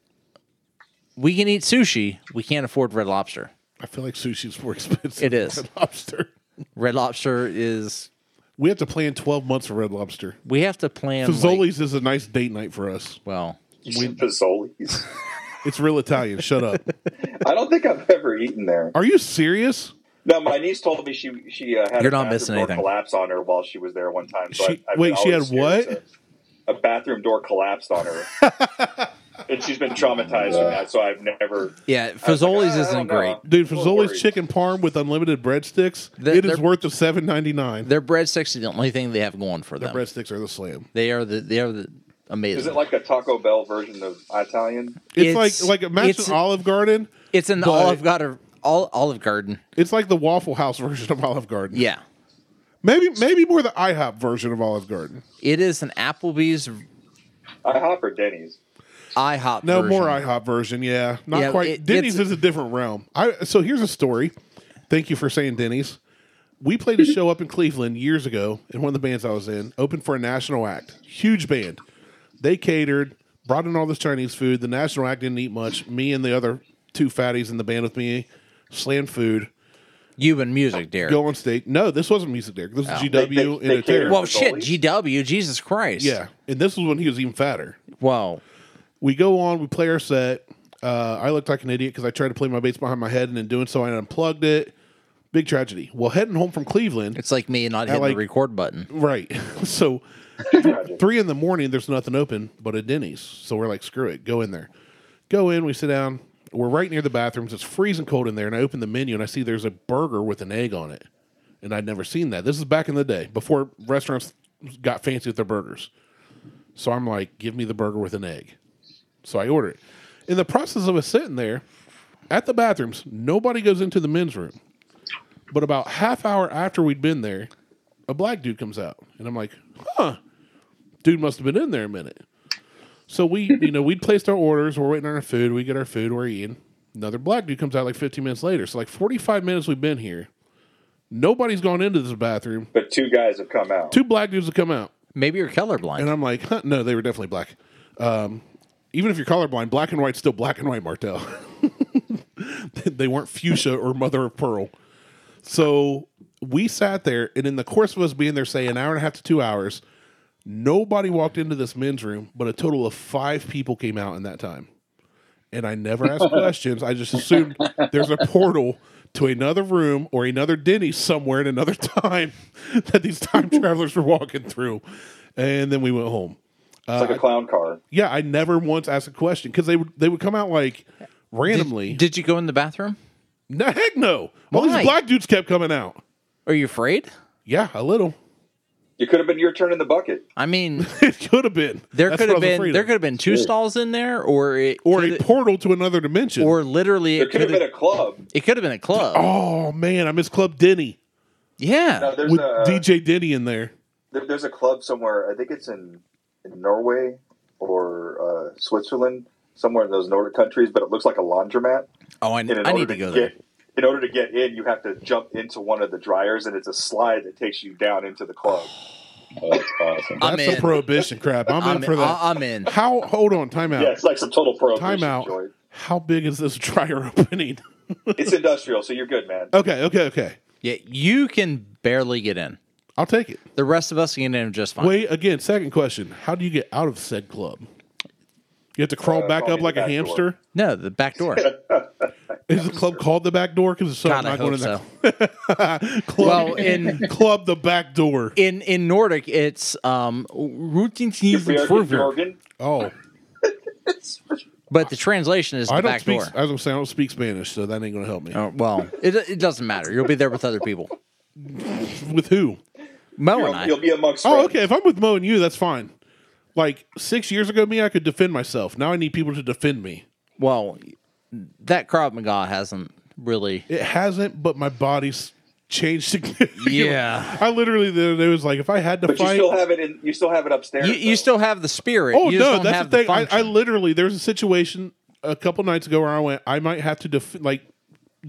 we can eat sushi. We can't afford Red Lobster.
I feel like sushi's more expensive.
It is.
Than Red lobster.
Red Lobster is
We have to plan twelve months for Red Lobster.
we have to plan. Like,
Fazoli's is a nice date night for us.
well,
You said Fazoli's.
It's real Italian. Shut up.
I don't think I've ever eaten there.
Are you serious?
No, my niece told me she she uh, had
You're
a
not
bathroom
missing
door
anything.
collapse on her while she was there one time. So
She-
I, I've
wait, she
always
had what?
scared, so A bathroom door collapsed on her, and she's been traumatized from that. So I've never.
yeah,
I was like,
Fazoli's
"Ah, I
isn't
don't know."
great.
Dude,
I'm a little
Fazoli's
worried.
chicken parm with unlimited breadsticks.
They're-
it is
they're-
worth of seven ninety nine.
Their breadsticks are the only thing they have going for them.
Breadsticks are the slam.
They are the they are the amazing.
Is it like a Taco Bell version of Italian?
It's,
It's-
like like imagine
it's-
Olive Garden.
It's an
But-
Olive Garden. All, Olive Garden.
It's like the Waffle House version of Olive Garden.
Yeah.
Maybe maybe more the IHOP version of Olive Garden.
It is an Applebee's
IHOP or Denny's?
IHOP.
No
version.
more IHOP version. Yeah, not
Yeah,
quite.
it-
Denny's
it's-
is a different realm. I so here's a story. Thank you for saying Denny's. We played a show up in Cleveland years ago, and one of the bands I was in opened for a national act. Huge band. They catered, brought in all this Chinese food. The national act didn't eat much. Me and the other two fatties in the band with me slammed food.
You and music, Derek.
Go on stage. No, this wasn't music, Derek. This was
Oh.
GW
They- they-
in a
they catered.
tear.
well,
Goalies?
shit, GW, Jesus Christ.
yeah, and this was when he was even fatter.
Wow.
we go on, we play our set. Uh, I looked like an idiot because I tried to play my bass behind my head, and in doing so, I unplugged it. Big tragedy. Well, heading home from Cleveland,
It's like me not hitting
like-
the record button.
right? so, th- three in the morning, there's nothing open but a Denny's. So we're like, screw it, go in there. Go in. We sit down. We're right near the bathrooms. It's freezing cold in there, and I open the menu and I see there's a burger with an egg on it, and I'd never seen that. This is back in the day before restaurants got fancy with their burgers. So I'm like, give me the burger with an egg. So I order it. In the process of us sitting there at the bathrooms, nobody goes into the men's room. But about half hour after we'd been there, a black dude comes out, and I'm like, huh, dude must have been in there a minute. So we, you know, we'd placed our orders, we're waiting on our food, we get our food, we're eating. Another black dude comes out like 15 minutes later. So like 45 minutes we've been here. Nobody's gone into this bathroom.
But two guys have come out.
Two black dudes have come out.
Maybe you're colorblind.
And I'm like, huh, no, they were definitely black. Um, even if you're colorblind, black and white's still black and white, Martel. they weren't fuchsia or mother of pearl. So we sat there, and in the course of us being there, say an hour and a half to two hours, nobody walked into this men's room, but a total of five people came out in that time. And I never asked questions. I just assumed there's a portal to another room or another Denny's somewhere in another time that these time travelers were walking through. And then we went home.
It's
uh,
like a clown car.
Yeah, I never once asked a question because they would they would come out like randomly.
Did you go in the bathroom?
no, heck no! All
Why?
these black dudes kept coming out.
Are you afraid?
Yeah, a little.
It could have been your turn in the bucket.
I mean,
It could have been.
there
That's
could
what I
have
was
been
afraid
there
of.
could have been two stalls in there, or it
or a
could-
portal to another dimension.
or literally
There
it
could have been a club.
it could have been a club.
oh man, I miss Club Denny
yeah,
No, there's
with
a
DJ Denny in there.
there- there's a club somewhere. I think it's in, in Norway or uh, Switzerland, somewhere in those Nordic countries. But it looks like a laundromat.
Oh, I,
And in
I
order
need to go there.
Get, in order to get in, you have to jump into one of the dryers, and it's a slide that takes you down into the club.
Oh, that's awesome.
I'm
That's the
in.
prohibition crap. I'm,
I'm,
in for that.
I- I'm in. Uh,
How? Hold on, time out.
Yeah, it's like some total prohibition.
time out.
joint.
How big is this dryer opening?
It's industrial, so you're good, man.
okay, okay, okay.
Yeah, you can barely get in.
I'll take it.
The rest of us can get in just fine.
Wait again. Second question: How do you get out of said club? You have to crawl
Uh,
back
probably
up
the
like a
back door.
hamster.
No, the back door.
Is the club called the back door? Because so
God,
I'm
I
not going
hope
to
so.
that club.
Well, in
club the back door.
in in Nordic, it's um Rutensnivelfurver,
Jorgen.
Oh,
but the translation is
I
the
don't
back
speak.
door.
I was gonna say I don't speak Spanish, so that ain't gonna help me.
Oh, well, it, it doesn't matter. You'll be there with other people.
With who?
Mo and
You'll,
I.
you'll be amongst.
Oh,
friends.
okay. If I'm with Mo and you, that's fine. Like six years ago, me I could defend myself. Now I need people to defend me.
Well, that Krav Maga hasn't really.
It hasn't, but my body's changed significantly.
Yeah.
I literally the other day was like, if I had to
But you
fight,
still have it in. You still have it upstairs.
You, you
though.
still have the spirit.
Oh
you just
no,
don't
that's
have
the thing. I, I
function.
literally there's a situation a couple nights ago where I went, I might have to def- like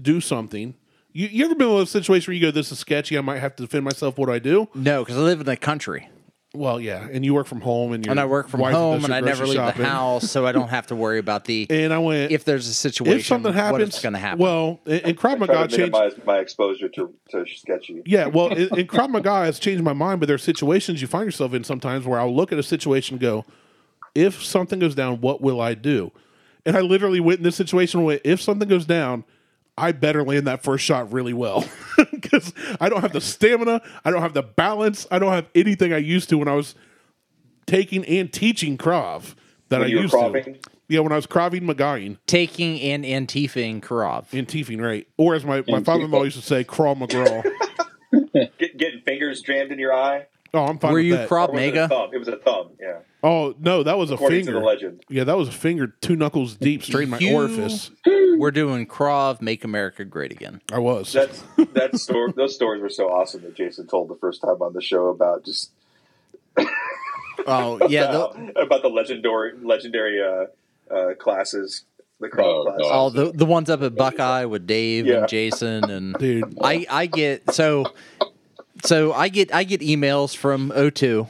do something. You, you ever been in a situation where you go, this is sketchy. I might have to defend myself. What do I do?
no, because I live in the country
Well, yeah, and you work from home, and, your
and I work from
wife does
home
your
and I never
grocery
leave
shopping.
the house, so I don't have to worry about the
And I went,
if
if,
there's a situation,
something happens,
what's going to happen.
Well, and, and Krav
I try
Maga
to
changed.
minimize my exposure to, to sketchy.
Yeah, well, and, and Krav Maga has changed my mind, but there are situations you find yourself in sometimes where I'll look at a situation and go, if something goes down, what will I do? And I literally went in this situation where if something goes down, I better land that first shot really well because I don't have the stamina, I don't have the balance, I don't have anything I used to when I was taking and teaching Krav that
When
I
you were
used to.
Kraving?
Yeah, when I was Kraving Magaing
taking and antifing Krav.
and teefing, right? Or as my, my
Antifa.
father in law used to say, Krav McGraw.
Get, getting fingers jammed in your eye.
oh, I'm fine
Were
with
you
that.
Or
Krav
was it a
Mega?
thumb? It was a thumb. Yeah.
Oh no, that was a
According
finger.
to the legend.
Yeah, that was a finger, two knuckles deep, straight in my
You-
orifice.
We're doing Krav, Make America Great Again.
I was.
That's that story. Those stories were so awesome that Jason told the first time on the show about just
Oh yeah,
uh,
the,
about the legendary legendary uh, uh, classes, the
Oh,
crowd
God.
classes.
all the the ones up at Buckeye with Dave
Yeah.
and Jason and
Dude,
I I get so so I get I get emails from O2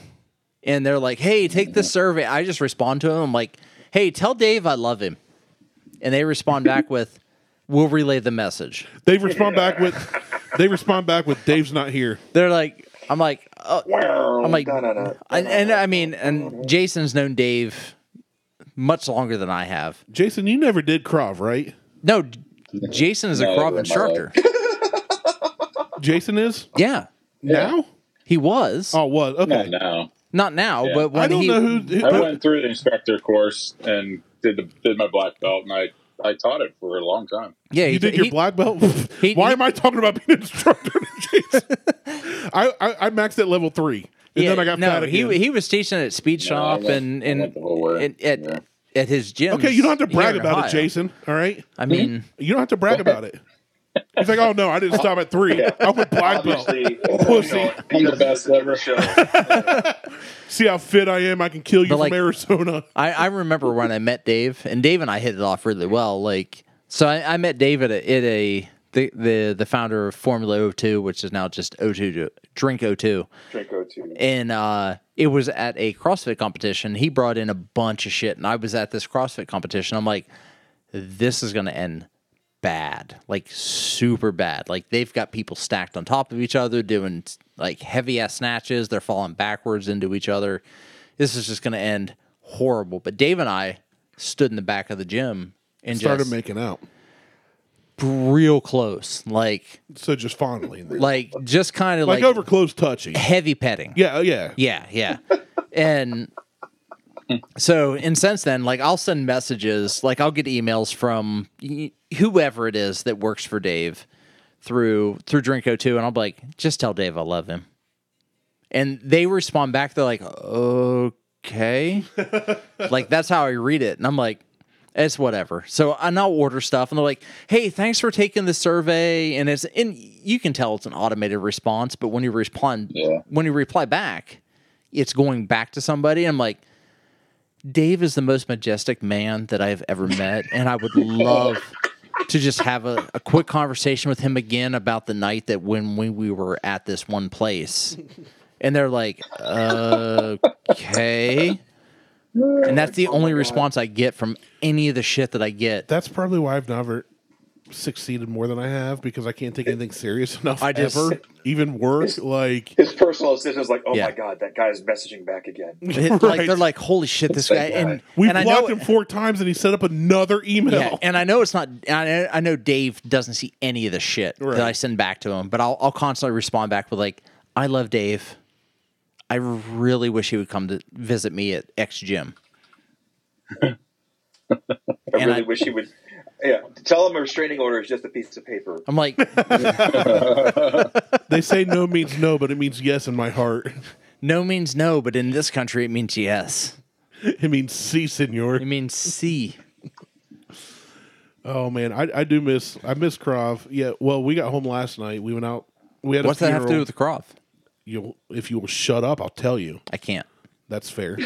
and they're like, "Hey, take this survey." I just respond to them. I'm like, "Hey, tell Dave I love him," and they respond back with, "We'll relay the message."
they respond back with They respond back with Dave's not here.
They're like, I'm like, oh,
Wow.
I'm like,
Da-da-da.
and, and I mean, and Jason's known Dave much longer than I have.
Jason, you never did Krav, right?
No, J- Jason is a
No,
crop
my
instructor.
Jason is
Yeah,
now.
he was.
Oh, was okay.
Not now.
Not now,
Yeah.
but when
I don't
he
know who. who
I went through the instructor course and did the, did my black belt, and I I taught it for a long time.
yeah,
you
he,
did
he-
your black belt.
he-
Why
he-
am I talking about being an instructor? to Jason? I, I I maxed at level three, and
yeah,
then I got
no,
fat again.
he he was teaching at Speed
No, I
Shop
went-
and
I went
and,
the whole way.
and at
Yeah.
at his gym.
okay, you don't have to brag
here in
about
Ohio.
it, Jason. All right,
I mean,
you don't have to brag about it. He's like, oh no, I didn't stop at three. I went black belt.
Obviously,
Pussy.
you know,
I'm the best ever.
show.
See how fit I am. I can kill you
But,
from
like-
Arizona.
I, I remember when I met Dave, and Dave and I hit it off really well. Like, so I, I met Dave at a, at a the, the the founder of Formula O2, which is now just O2 to- Drink O2,
Drink O2.
and uh, it was at a CrossFit competition. He brought in a bunch of shit, and I was at this CrossFit competition. I'm like, this is gonna end bad, like super bad. Like they've got people stacked on top of each other doing like heavy ass snatches. They're falling backwards into each other. This is just gonna end horrible. But Dave and I stood in the back of the gym and
Started
just
making out.
real close, like
So just fondly, like,
like just kind of like,
over close touching.
heavy petting.
Yeah, oh, yeah.
Yeah, yeah. and so, and since then, like, I'll send messages, like, I'll get emails from y- whoever it is that works for Dave through through Drinko too, and I'll be like, just tell Dave I love him. And they respond back, they're like, okay. like, that's how I read it. And I'm like, it's whatever. So I now order stuff, and they're like, "Hey, thanks for taking the survey." And it's and you can tell it's an automated response, but when you respond,
Yeah.
when you reply back, it's going back to somebody. I'm like, Dave is the most majestic man that I have ever met, and I would love to just have a, a quick conversation with him again about the night that when we, we were at this one place. And they're like, okay. And that's the only response I get from any of the shit that I get.
That's probably why I've never succeeded more than I have because I can't take anything serious enough
I just-
ever. Even work, like
His personal assistant's like, oh
Yeah.
my god, that guy's messaging back again.
Like they're like, holy shit, this guy. And,
we
and I know,
blocked him four times and he set up another email.
Yeah, and I know it's not. I I know Dave doesn't see any of the shit
Right.
that I send back to him, but I'll I'll constantly respond back with like, "I love Dave. I really wish he would come to visit me at X gym."
I
And
really
I-
wish he would. Yeah, tell him a restraining order is just a piece of paper.
I'm like,
they say no means no, but it means yes in my heart.
no means no, but in this country it means yes.
It means see, senor.
It means C.
Oh man, I, I do miss I miss Krav. Yeah, well, we got home last night. We went out. We had
What's
a
that
funeral.
have to do with the crop?
You'll, if you will shut up, I'll tell you.
I can't.
That's fair.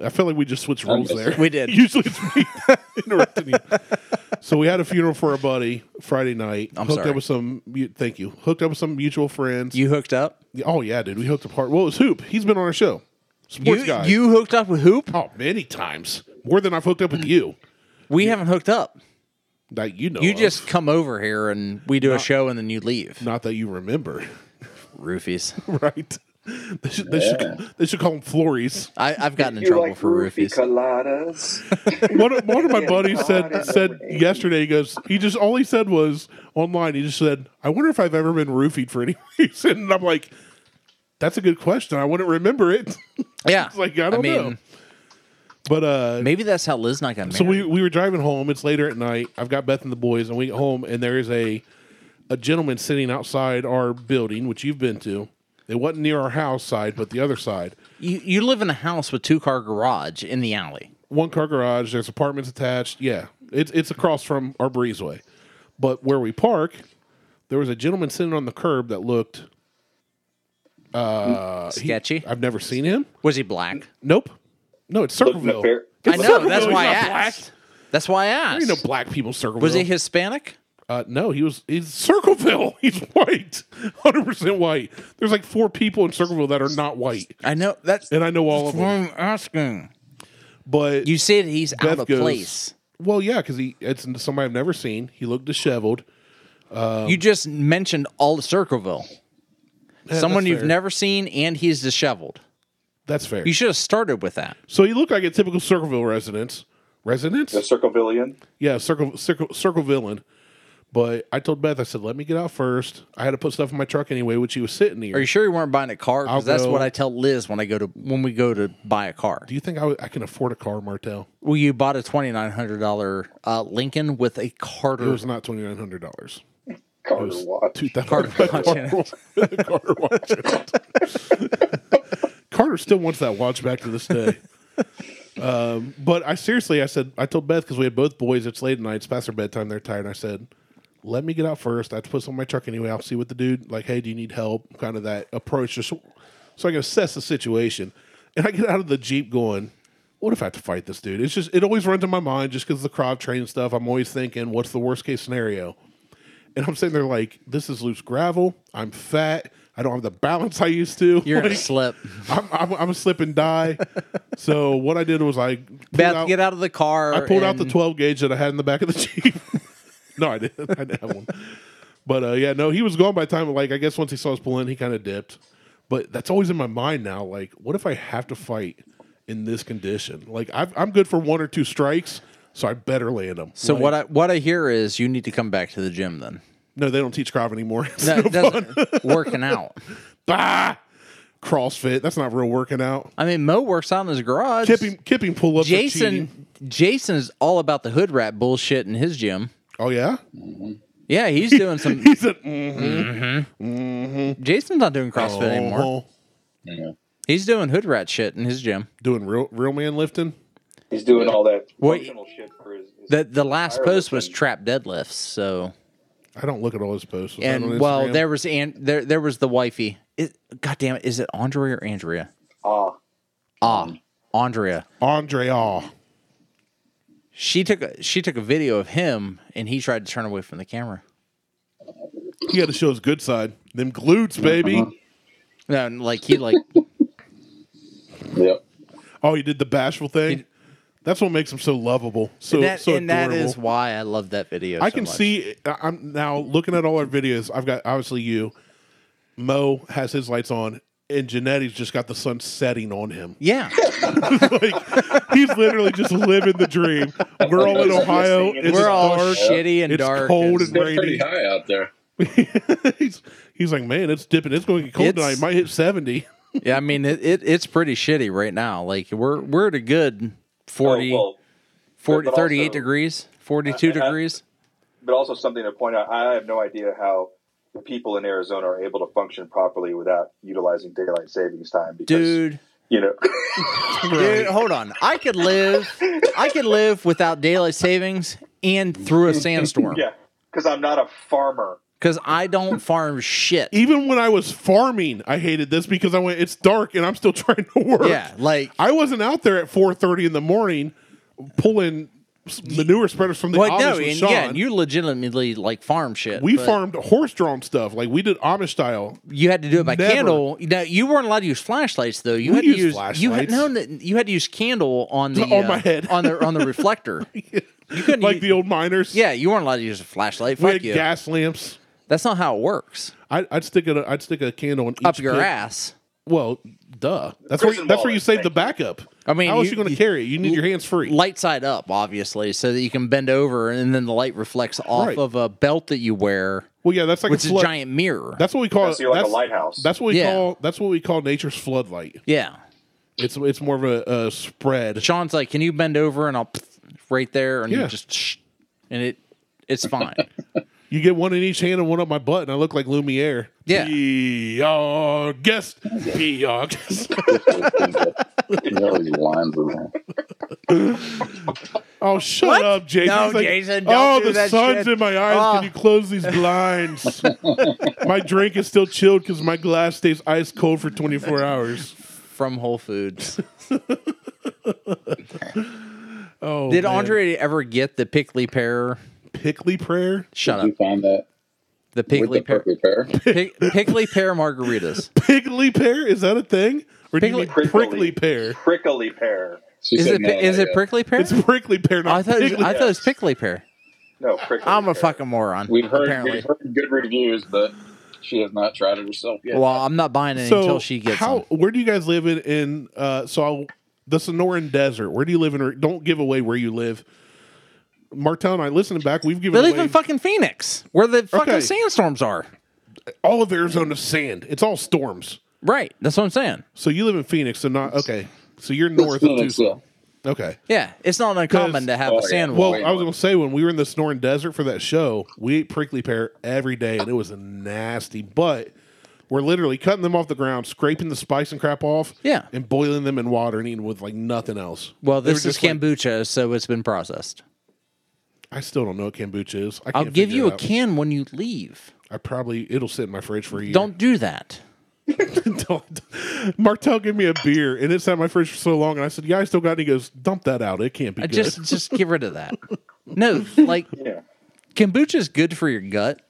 I feel like we just switched roles
miss
there.
it. We did.
Usually it's me interrupting you. So we had a funeral for a buddy Friday night.
I'm
hooked
sorry.
up with some. mu- Thank you. Hooked up with some mutual friends.
You hooked up.
oh yeah, dude. We hooked up hard. Well, it was Hoop. He's been on our show. Sports
You
guy.
you hooked up with Hoop.
Oh, many times more than I've hooked up with you.
We haven't hooked up.
That you know.
You
of.
just come over here and we do a show and then you leave.
not that you remember,
Roofies.
right? They should, they, should call, they should call him Flories.
I, I've gotten in
You
trouble
like
for
roofie
roofies.
coladas?
One of, one of my buddies said
God,
said
number eight.
yesterday. He goes. He just all he said was online. He just said, "I wonder if I've ever been roofied for any reason." And I'm like, "That's a good question. I wouldn't remember it."
Yeah.
It's like I don't
mean,
know. But uh,
Maybe that's how Liz and I got married.
so we we were driving home. It's later at night. I've got Beth and the boys, and we get home, and there is a a gentleman sitting outside our building, which you've been to. It wasn't near our house side, but the other side.
you, you live in a house with two car garage in the alley.
one car garage. There's apartments attached. Yeah, it's it's across from our breezeway, but where we park, there was a gentleman sitting on the curb that looked. Uh, he-
Sketchy.
I've never seen him.
Was he black?
Nope. No, it's
Look in the
Circleville.
fair-
I know. That's
He's
why I
not
asked. That's why I
There ain't
asked.
no black people in Circleville.
was he Hispanic?
Uh, no, he was. He's Circleville. He's white, hundred percent white. There's like four people in Circleville that are not white,
I know. That's
and I know all of
what
them.
I'm asking.
But
You said he's
Beth
out of
goes-
place.
Well, yeah, because he it's somebody I've never seen. He looked disheveled.
you just mentioned all the Circleville.
that's
Someone you've
fair.
never seen, and he's disheveled.
That's fair.
You should have started with that.
so you look like a typical Circleville resident. Residence?
The Circlevillian.
Yeah, circle, circle, circle villain. But I told Beth, I said, let me get out first. I had to put stuff in my truck anyway, which he was sitting here.
Are you sure you weren't buying a car?
I'll
Because that's
go-
what I tell Liz when I go to when we go to buy a car.
Do you think I would- I can afford a car, Martel?
Well, you bought a twenty nine hundred dollar uh, Lincoln with a
It
Carter
was not twenty nine hundred dollars.
Carter Watt.
Two thousand.
Carter watch in it.
Carter watch. Carter still wants that watch back to this day. Um, but I seriously, I said, I told Beth because we had both boys. It's late at night. It's past their bedtime. They're tired. And I said, let me get out first. I have to put some in my truck anyway. I'll see what the dude like. Hey, do you need help? Kind of that approach, just so I can assess the situation. And I get out of the jeep going. What if I have to fight this dude? It's just it always runs in my mind just because the crowd train stuff. I'm always thinking, what's the worst case scenario? And I'm sitting there like, this is loose gravel. I'm fat. I don't have the balance I used to.
You're gonna
Like,
slip.
I'm, I'm, I'm a slip and die. so what I did was I pulled
Beth, get out of the car.
I pulled out the
and-
12 gauge that I had in the back of the jeep. no, I didn't. I didn't have one. But uh, yeah, no, he was gone by the time. Like I guess once he saw us pull in, he kind of dipped. But that's always in my mind now. Like, what if I have to fight in this condition? Like, I've, I'm good for one or two strikes, so I better land them.
So what I what I hear is you need to come back to the gym then.
No, they don't teach crop anymore. It's
That
no fun.
doesn't working out.
Bah! CrossFit. That's not real working out.
I mean, Mo works out in his garage.
Kipping, kipping pull ups.
Jason Jason is all about the hood rat bullshit in his gym.
Oh yeah.
Yeah, he's doing some.
He said, mm,
Jason's not doing CrossFit anymore.
oh,
He's doing hood rat shit in his gym.
doing real real man lifting.
He's doing all that
Wait.
functional shit for his. his
The the last
Fire
post was
lifting.
trap deadlifts. So
I don't look at all his posts. Is that on
and well,
Instagram?
there was and there there was the wifey. It, God damn it! Is it Andrea or Andrea?
ah,
Ah, Andrea.
Andre Aw.
She took a, she took a video of him, and he tried to turn away from the camera.
He had to show his good side. Them glutes, baby.
Uh-huh. No, and, like he like
Yep.
Oh, he did the bashful thing.
He-
That's what makes him so lovable. So
that,
so
and that
adorable.
is why I love that video.
I
so
can
much.
see. I- I'm now looking at all our videos. I've got obviously you. Mo has his lights on, and Janetti's just got the sun setting on him.
Yeah,
like he's literally just living the dream. We're all in
Just
Ohio.
listening
It's
we're all
dark.
shitty and
it's
dark. and-
cold and
They're
rainy.
pretty high out there.
he's, he's like, man, it's dipping. It's going to get cold
It's-
tonight. It might hit seventy.
yeah, I mean it, it. It's pretty shitty right now. Like we're we're at a good 40,
oh, well,
40
but
38
also-
degrees, forty two
I- I-
degrees.
but also something to point out. I have no idea how the people in Arizona are able to function properly without utilizing daylight savings time. Because,
Dude,
you know,
Dude, hold on. I could live. I could live without daylight savings and through a sandstorm
yeah, because I'm not a farmer.
because I don't farm shit.
Even when I was farming, I hated this because I went, it's dark and I'm still trying to work.
Yeah, like
I wasn't out there at four thirty in the morning pulling s- manure spreaders from the
well,
Amish
no,
with
and,
Sean.
yeah, and you legitimately like farm shit.
we
but
farmed horse drawn stuff. Like we did Amish style.
You had to do it by
Never.
candle. Now you weren't allowed to use flashlights though. You
We
had to
used
use you had
flashlights.
no, no, you had to use candle on the uh,
On my head.
on the on the reflector. You couldn't
Like
u-
the old miners.
yeah, you weren't allowed to use a flashlight.
We
Fuck
had
you.
gas lamps.
That's not how it works.
I'd, I'd stick a I'd stick a candle in each
Up your
pit.
ass.
Well, duh. That's where,
Prison
that's where you
wallet,
save
thank
the
you.
backup.
I mean,
how else
you-
you, going to carry it? You need your hands free.
light side up, obviously, so that you can bend over and then the light reflects off
Right.
of a belt that you wear,
well, yeah, that's like
which
a
is
flood.
a giant mirror.
That's what we call
So you're like
that's,
a lighthouse.
That's what we
Yeah.
call that's what we call nature's floodlight.
yeah.
It's it's more of a, a spread.
Sean's like, "Can you bend over?" And I'll pfft right there, and
Yeah.
you just shh, and it it's fine.
You get one in each hand and one up my butt, and I look like Lumiere.
Yeah.
Be our guest. Be our guest.
you know these lines in there.
Oh, shut up, Jason.
No,
He's like,
Jason, don't
oh,
do
the
that
sun's
shit."
in my eyes.
Oh.
Can you close these blinds? my drink is still chilled because my glass stays ice cold for 24 hours.
From Whole Foods.
Oh,
Did
man.
Andre ever get the pickly pear?
Pickly prayer?
Shut
You
up.
found that
The
with the
pickly pear,
perfect pair.
pick, pickly pear margaritas.
Piggly pear? Is that a thing? Or do you
Piggly-
mean prickly
Prickly.
pear?
Prickly pear.
She
Is
said
it
no,
pi- is
not
it
yet.
prickly pear?
It's prickly pear, not
I thought it was,
piggly.
I thought it was pickly pear.
No, prickly
I'm a
pear.
fucking moron.
We've heard
apparently.
we've heard good reviews, but she has not tried it herself yet.
Well, I'm not buying it
So
until she gets
how?
them.
Where do you guys live in? In uh, so I'll, the Sonoran Desert. Where do you live in? or- Don't give away where you live. Martel and I listening back. We've given
They live
away
in fucking Phoenix, where the fucking
Okay.
sandstorms are.
all of Arizona's sand. It's all storms.
Right. That's what I'm saying.
So you live in Phoenix, so not okay. So you're
It's
north of
Phoenix,
Tucson.
yeah.
Okay.
Yeah. It's not uncommon to have
Oh,
a
yeah.
sand wall.
Well,
Wait,
I was
what?
gonna say when we were in the Snoring Desert for that show, we ate prickly pear every day, and it was nasty. But we're literally cutting them off the ground, scraping the spice and crap off,
Yeah.
and boiling them in water and eating with like nothing else.
Well,
They were
this is
just like-
kombucha, so it's been processed.
I still don't know what kombucha is. I
I'll
can't
give
figure
you
it
a
out.
can when you leave.
I probably it'll sit in my fridge for a year.
Don't do that.
don't. Martel gave me a beer, and it sat in my fridge for so long. And I said, "Yeah, I still got." it. And he goes, "Dump that out. It can't be
I
good."
Just just get rid of that. No, like
Yeah.
kombucha is good for your gut,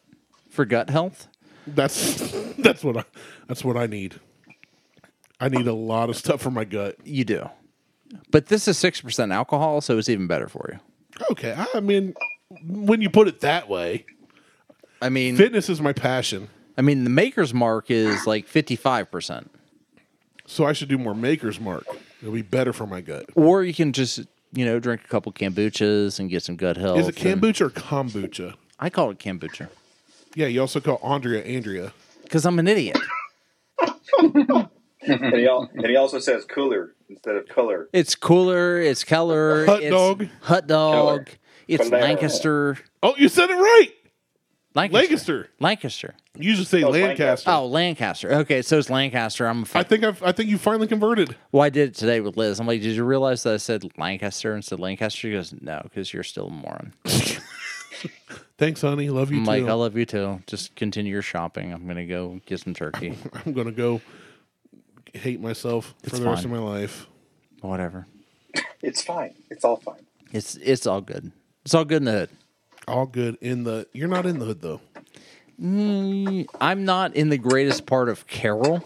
for gut health.
That's that's what I that's what I need. I need a lot of stuff for my gut.
You do. But this is 6% alcohol, so it's even better for you.
Okay, I mean, when you put it that way,
I mean,
fitness is my passion,
I mean, the maker's mark is like 55%.
so I should do more Maker's Mark. It'll be better for my gut.
Or you can just, you know, drink a couple kombuchas and get some gut health.
Is it
and-
kombucha or kombucha?
I call it kombucha
Yeah, you also call Andrea Andrea.
because I'm an idiot.
and, he al- and he also says cooler instead of color.
It's cooler. It's color.
Hot
it's
dog.
Hot dog.
Color.
It's
Color.
Lancaster.
Oh, you said it right,
Lancaster.
Lancaster.
Lancaster.
You should say
Oh, it's
Lancaster.
Oh, Lancaster. Okay, so it's Lancaster. I'm. a
I
fuck-
think I've, I think you finally converted.
well, I did it today with Liz. I'm like, did you realize that I said Lancaster instead of Lancaster? She goes, no, because you're still a moron.
Thanks, honey. Love you
I'm
too.
like, I love you too. Just continue your shopping. I'm gonna go get some turkey.
I'm gonna go hate myself for
It's
the rest of
fine.
my life.
Whatever.
It's fine. It's all fine.
It's it's all good. It's all good in the hood.
All good in the. You're not in the hood though.
Mm, I'm not in the greatest part of Carroll,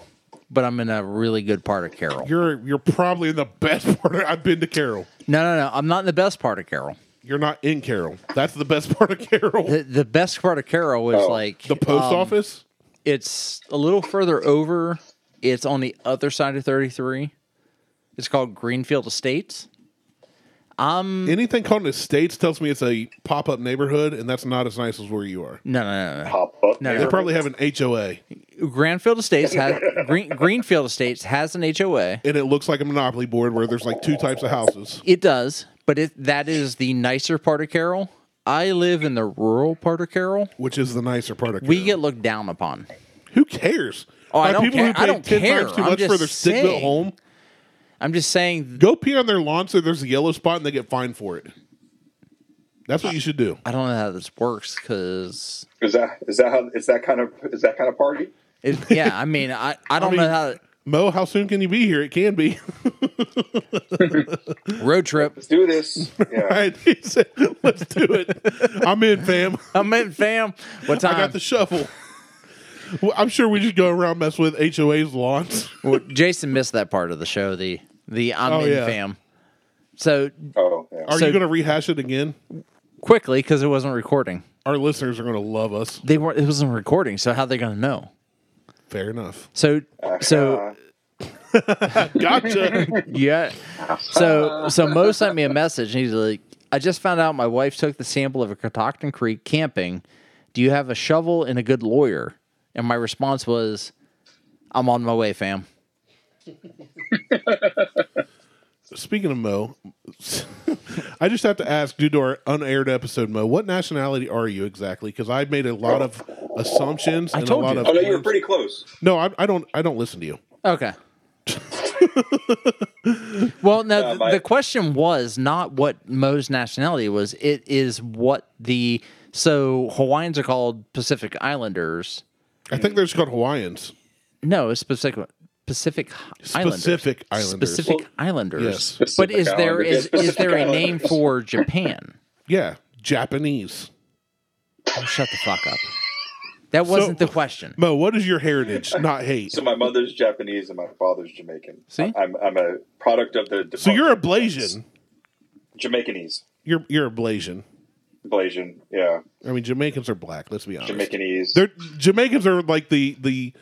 but I'm in a really good part of Carroll.
You're you're probably in the best part. Of, I've been to Carroll.
No, no, no. I'm not in the best part of Carroll.
You're not in Carroll. That's the best part of Carroll.
The, the best part of Carroll is
Oh,
like
The post
um,
office.
It's a little further over. It's on the other side of 33. It's called Greenfield Estates.
Anything called an estates tells me it's a pop up neighborhood, and that's not as nice as where you are.
No, no, no, no.
Pop up.
No,
They
Sure.
probably have an HOA,
Grandfield Estates has Green, Greenfield Estates has an HOA.
and it looks like a monopoly board where there's like two types of houses.
It does, but it that is the nicer part of Carroll. I live in the rural part of Carroll.
Which is the nicer part of Carroll.
We get looked down upon.
who cares?
Oh, I don't
people who
care- I
pay
don't
ten
care.
times too
I'm
much for
just
their sick bill
saying.
home.
I'm just saying
Go pee on their lawn so there's a yellow spot, and they get fined for it. That's what you should do.
I don't know how this works because
Is that is that how is that kind of is that kind of party?
it, yeah, I mean, I, I don't
mean-
know how
Mo, how soon can you be here? It can be.
road trip.
Let's do this.
All
Yeah.
right, he said, let's do it. I'm in, fam.
I'm in fam. What
I got
time?
the shovel. Well, I'm sure we just go around mess with HOA's lawns.
well, Jason missed that part of the show. The the I'm
Oh,
in
yeah.
fam. So
Oh, yeah.
Are
So-
you going to rehash it again?
quickly because it wasn't recording.
Our listeners are going to love us.
They weren't. It wasn't recording. So how they gonna know?
Fair enough.
So so
Uh,
Gotcha.
Yeah. So so Mo sent me a message and he's like, I just found out my wife took the sample of a Catoctin Creek camping. Do you have a shovel and a good lawyer? And my response was, I'm on my way, fam.
Speaking of Mo, I just have to ask, due to our unaired episode, Mo, what nationality are you exactly? Because I made a lot of assumptions and
told
a lot
you.
of.
oh no, you were pretty close.
No, I, I don't. I don't listen to you.
Okay. well, no,
Yeah,
th-
my-
the question was not what Mo's nationality was. It is what the so Hawaiians are called Pacific Islanders.
I think they're just called Hawaiians.
No, it's Pacific Pacific Islanders.
Pacific Islanders.
Specific Islanders.
Yes.
But
Pacific
is there
Islanders.
is,
Yes,
is there a
Pacific
name
Islanders.
for Japan?
Yeah, Japanese.
Oh, shut the fuck up. That wasn't the question.
Mo, what is your heritage? Not hate.
So my mother's Japanese and my father's Jamaican.
See?
I'm I'm a product of the.
So you're a
Blasian.
Blasian.
Jamaicanese.
You're you're a Blasian.
Blasian, yeah,
I mean, Jamaicans are black. Let's be honest.
Jamaicanese.
They're Jamaicans are like the the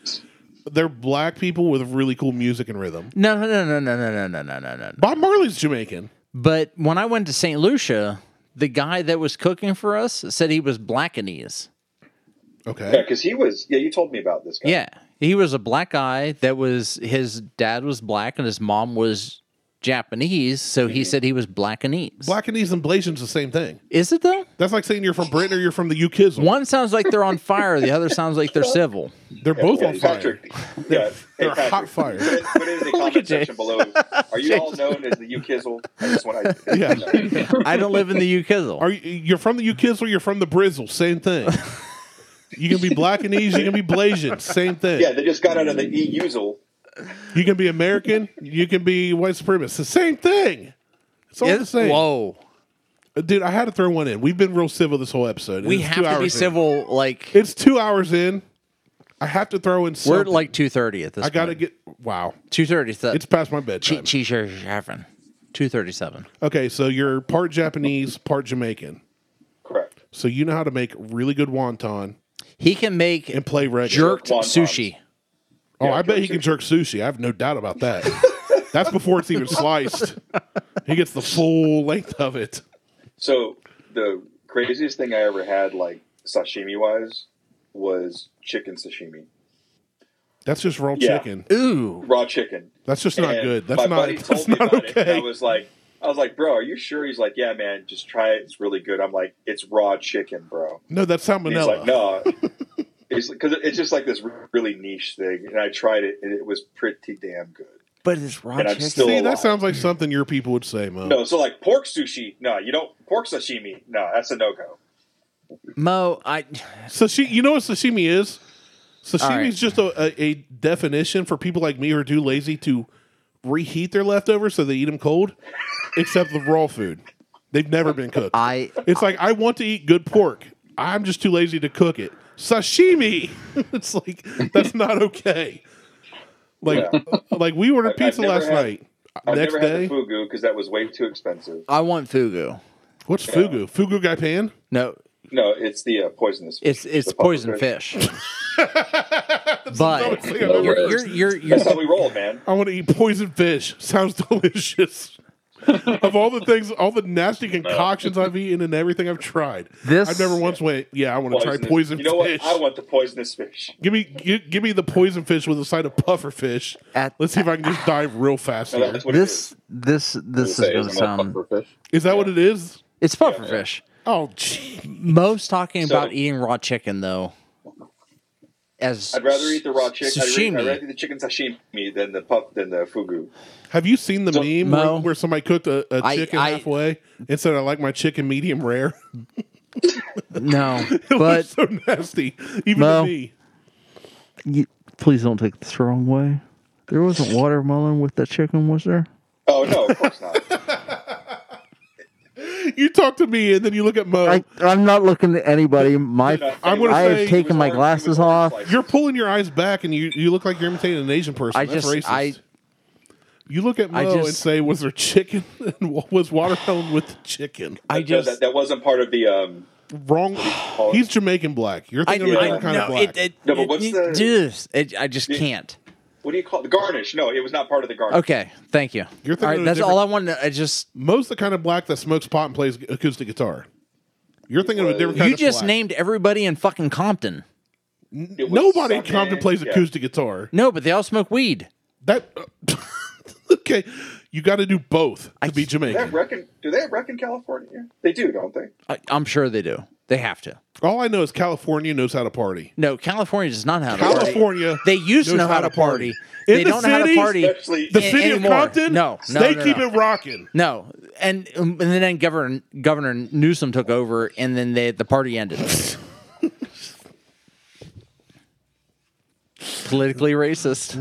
they're black people with really cool music and rhythm.
No, no, no, no, no, no, no, no, no, no.
Bob Marley's Jamaican.
But when I went to St. Lucia, the guy that was cooking for us said he was Blackanese.
yeah,
Okay.
because he was. Yeah, you told me about this guy.
Yeah. He was a black guy that was his dad was black and his mom was Japanese, so
Mm-hmm.
he said he was Blackanese.
Blackanese and Blasian's the same thing.
Is it though?
That's like saying you're from Britain or you're from the UK.
One sounds like they're on fire, the other sounds like they're civil.
They're both
Yeah,
on fire.
Patrick. Yeah, hey,
They're
Patrick.
hot fire.
Put it, put it in the comment section below. Are you all known as the U Kizzle? I just want to.
Yeah.
I don't live in the UK.
Are you, you're from the UKIS or you're from the Brizzle? Same thing. You can be Blackanese. You can be Blasian. Same thing.
Yeah, they just got out of the E EUZL.
You can be American. You can be white supremacist. The same thing. It's all the same.
Whoa.
Dude, I had to throw one in. We've been real civil this whole episode. and
We
it's
have
two
to be
hours in.
civil like
It's two hours in. I have to throw
we're
in.
at
something.
like two thirty at this
I gotta get. Wow,
two thirty
it's past my bedtime.
Two thirty seven.
Okay, so you're part Japanese, part Jamaican.
Correct.
So you know how to make really good wonton
He can make
and play reggae.
jerked
Wontons.
sushi.
Oh,
Yeah,
I bet
jerk
he can jerk sushi. I have no doubt about that. That's before it's even sliced. He gets the full length of it.
So the craziest thing I ever had, like sashimi wise, was chicken sashimi,
That's just raw
Yeah.
chicken.
Ooh.
raw chicken.
That's just not
And
good. That's
my
not.
buddy told
That's
me
not
about it. And I
okay.
was like, I was like, bro, are you sure? He's like, yeah, man, just try it. It's really good. I'm like, it's raw chicken, bro.
no, that's
And he's
salmonella.
like, no. It's because it's just like this really niche thing, and I tried it, and it was pretty damn good.
But it's raw
And I'm
chicken.
still-
See, that
alive.
sounds like something your people would say, Mo.
No, so like pork sushi, no, you don't pork sashimi, no, that's a no go.
Mo, I
Sashi, you know what sashimi is? Sashimi
All right.
is just a, a, a definition for people like me who are too lazy to reheat their leftovers, so they eat them cold. except the raw food, they've never been cooked.
I
It's like I want to eat good pork. I'm just too lazy to cook it. Sashimi. it's like that's not okay. Like like we ordered
I- I've
pizza
never
last
had-
night.
I've
Next
never
day,
had the fugu because that was way too expensive.
I want fugu.
what's fugu? Fugu guy pan?
No,
No, it's the uh, poisonous. Fish.
it's it's
The puffer
poison fish. but
Like, I
No
don't
way.
know.
you're you're you're
That's how we roll, man.
I want to eat poison fish. Sounds delicious. of all the things, all the nasty concoctions I've eaten and everything I've tried,
This-
I've never once went. Yeah, I want to try
Poisonous-
poison
You know
fish.
what? I want the poisonous fish.
Give me give, give me the poison fish with a side of puffer fish.
At-
Let's see if I can just dive real fast
No,
here.
that's what
this this this is going
Say,
to
isn't that
sound
pufferfish?
Is that what it is?
it's pufferfish.
Oh, gee.
Mo's talking
So-
about eating raw chicken though. As
it is. I'd rather eat the raw chicken. I'd,
Sashimi.
rather, I'd rather eat the chicken sashimi than the puff than the fugu.
Have you seen the
So-
meme
No.
where, where somebody cooked a, a
I-
chicken
I-
halfway and said, "I like my chicken medium rare"?
no,
it was
but
so nasty, even
Mo.
to me.
You- please don't take this the wrong way. There wasn't watermelon with that chicken, was there?
Oh no, of course not.
You talk to me, and then you look at Mo.
I, I'm not looking at anybody. My
I'm gonna
I
say-
have
It was
taken my
orange- it was
glasses
orange
off.
slices.
You're pulling your eyes back, and you, you look like you're imitating an Asian person.
I
That's
just-
racist.
I-
you look at Mo
I just-
and say, "Was there chicken? and what was watermelon with the chicken?"
I
No,
just
that, that wasn't part of the. Um,
Wrong.
call it?
He's Jamaican black. You're
I,
thinking of a
I,
different kind
no,
of black.
It, it,
No, but what's
it-
the-
dude, it- I just can't.
what do you call it? the garnish? No, it was not part of the garnish.
Okay, thank you.
You're thinking
all
of
right,
a
that's
different-
all I wanted. to- I just
Mo's the kind of black that smokes pot and plays acoustic guitar. You're thinking of a different kind
Uh, you
of
just
black.
named everybody in fucking Compton.
It was
Nobody in
something-
Compton plays
yeah.
acoustic guitar.
No, but they all smoke weed.
That okay. You got to do both to be
Do they have
Jamaican.
rec in- do they have rec in California? They do, don't they?
I, I'm sure they do. They have to.
All I know is California knows how to party.
No, California does not have. to party.
California,
They used to
knows
know how to party. They
In the
don't know how to
cities,
party.
Especially
The
a-
city
anymore.
of Compton,
No, no,
they
no,
keep
no.
it rocking.
No, and um, and then Governor Governor Newsom took over, and then they, the party ended. Politically racist.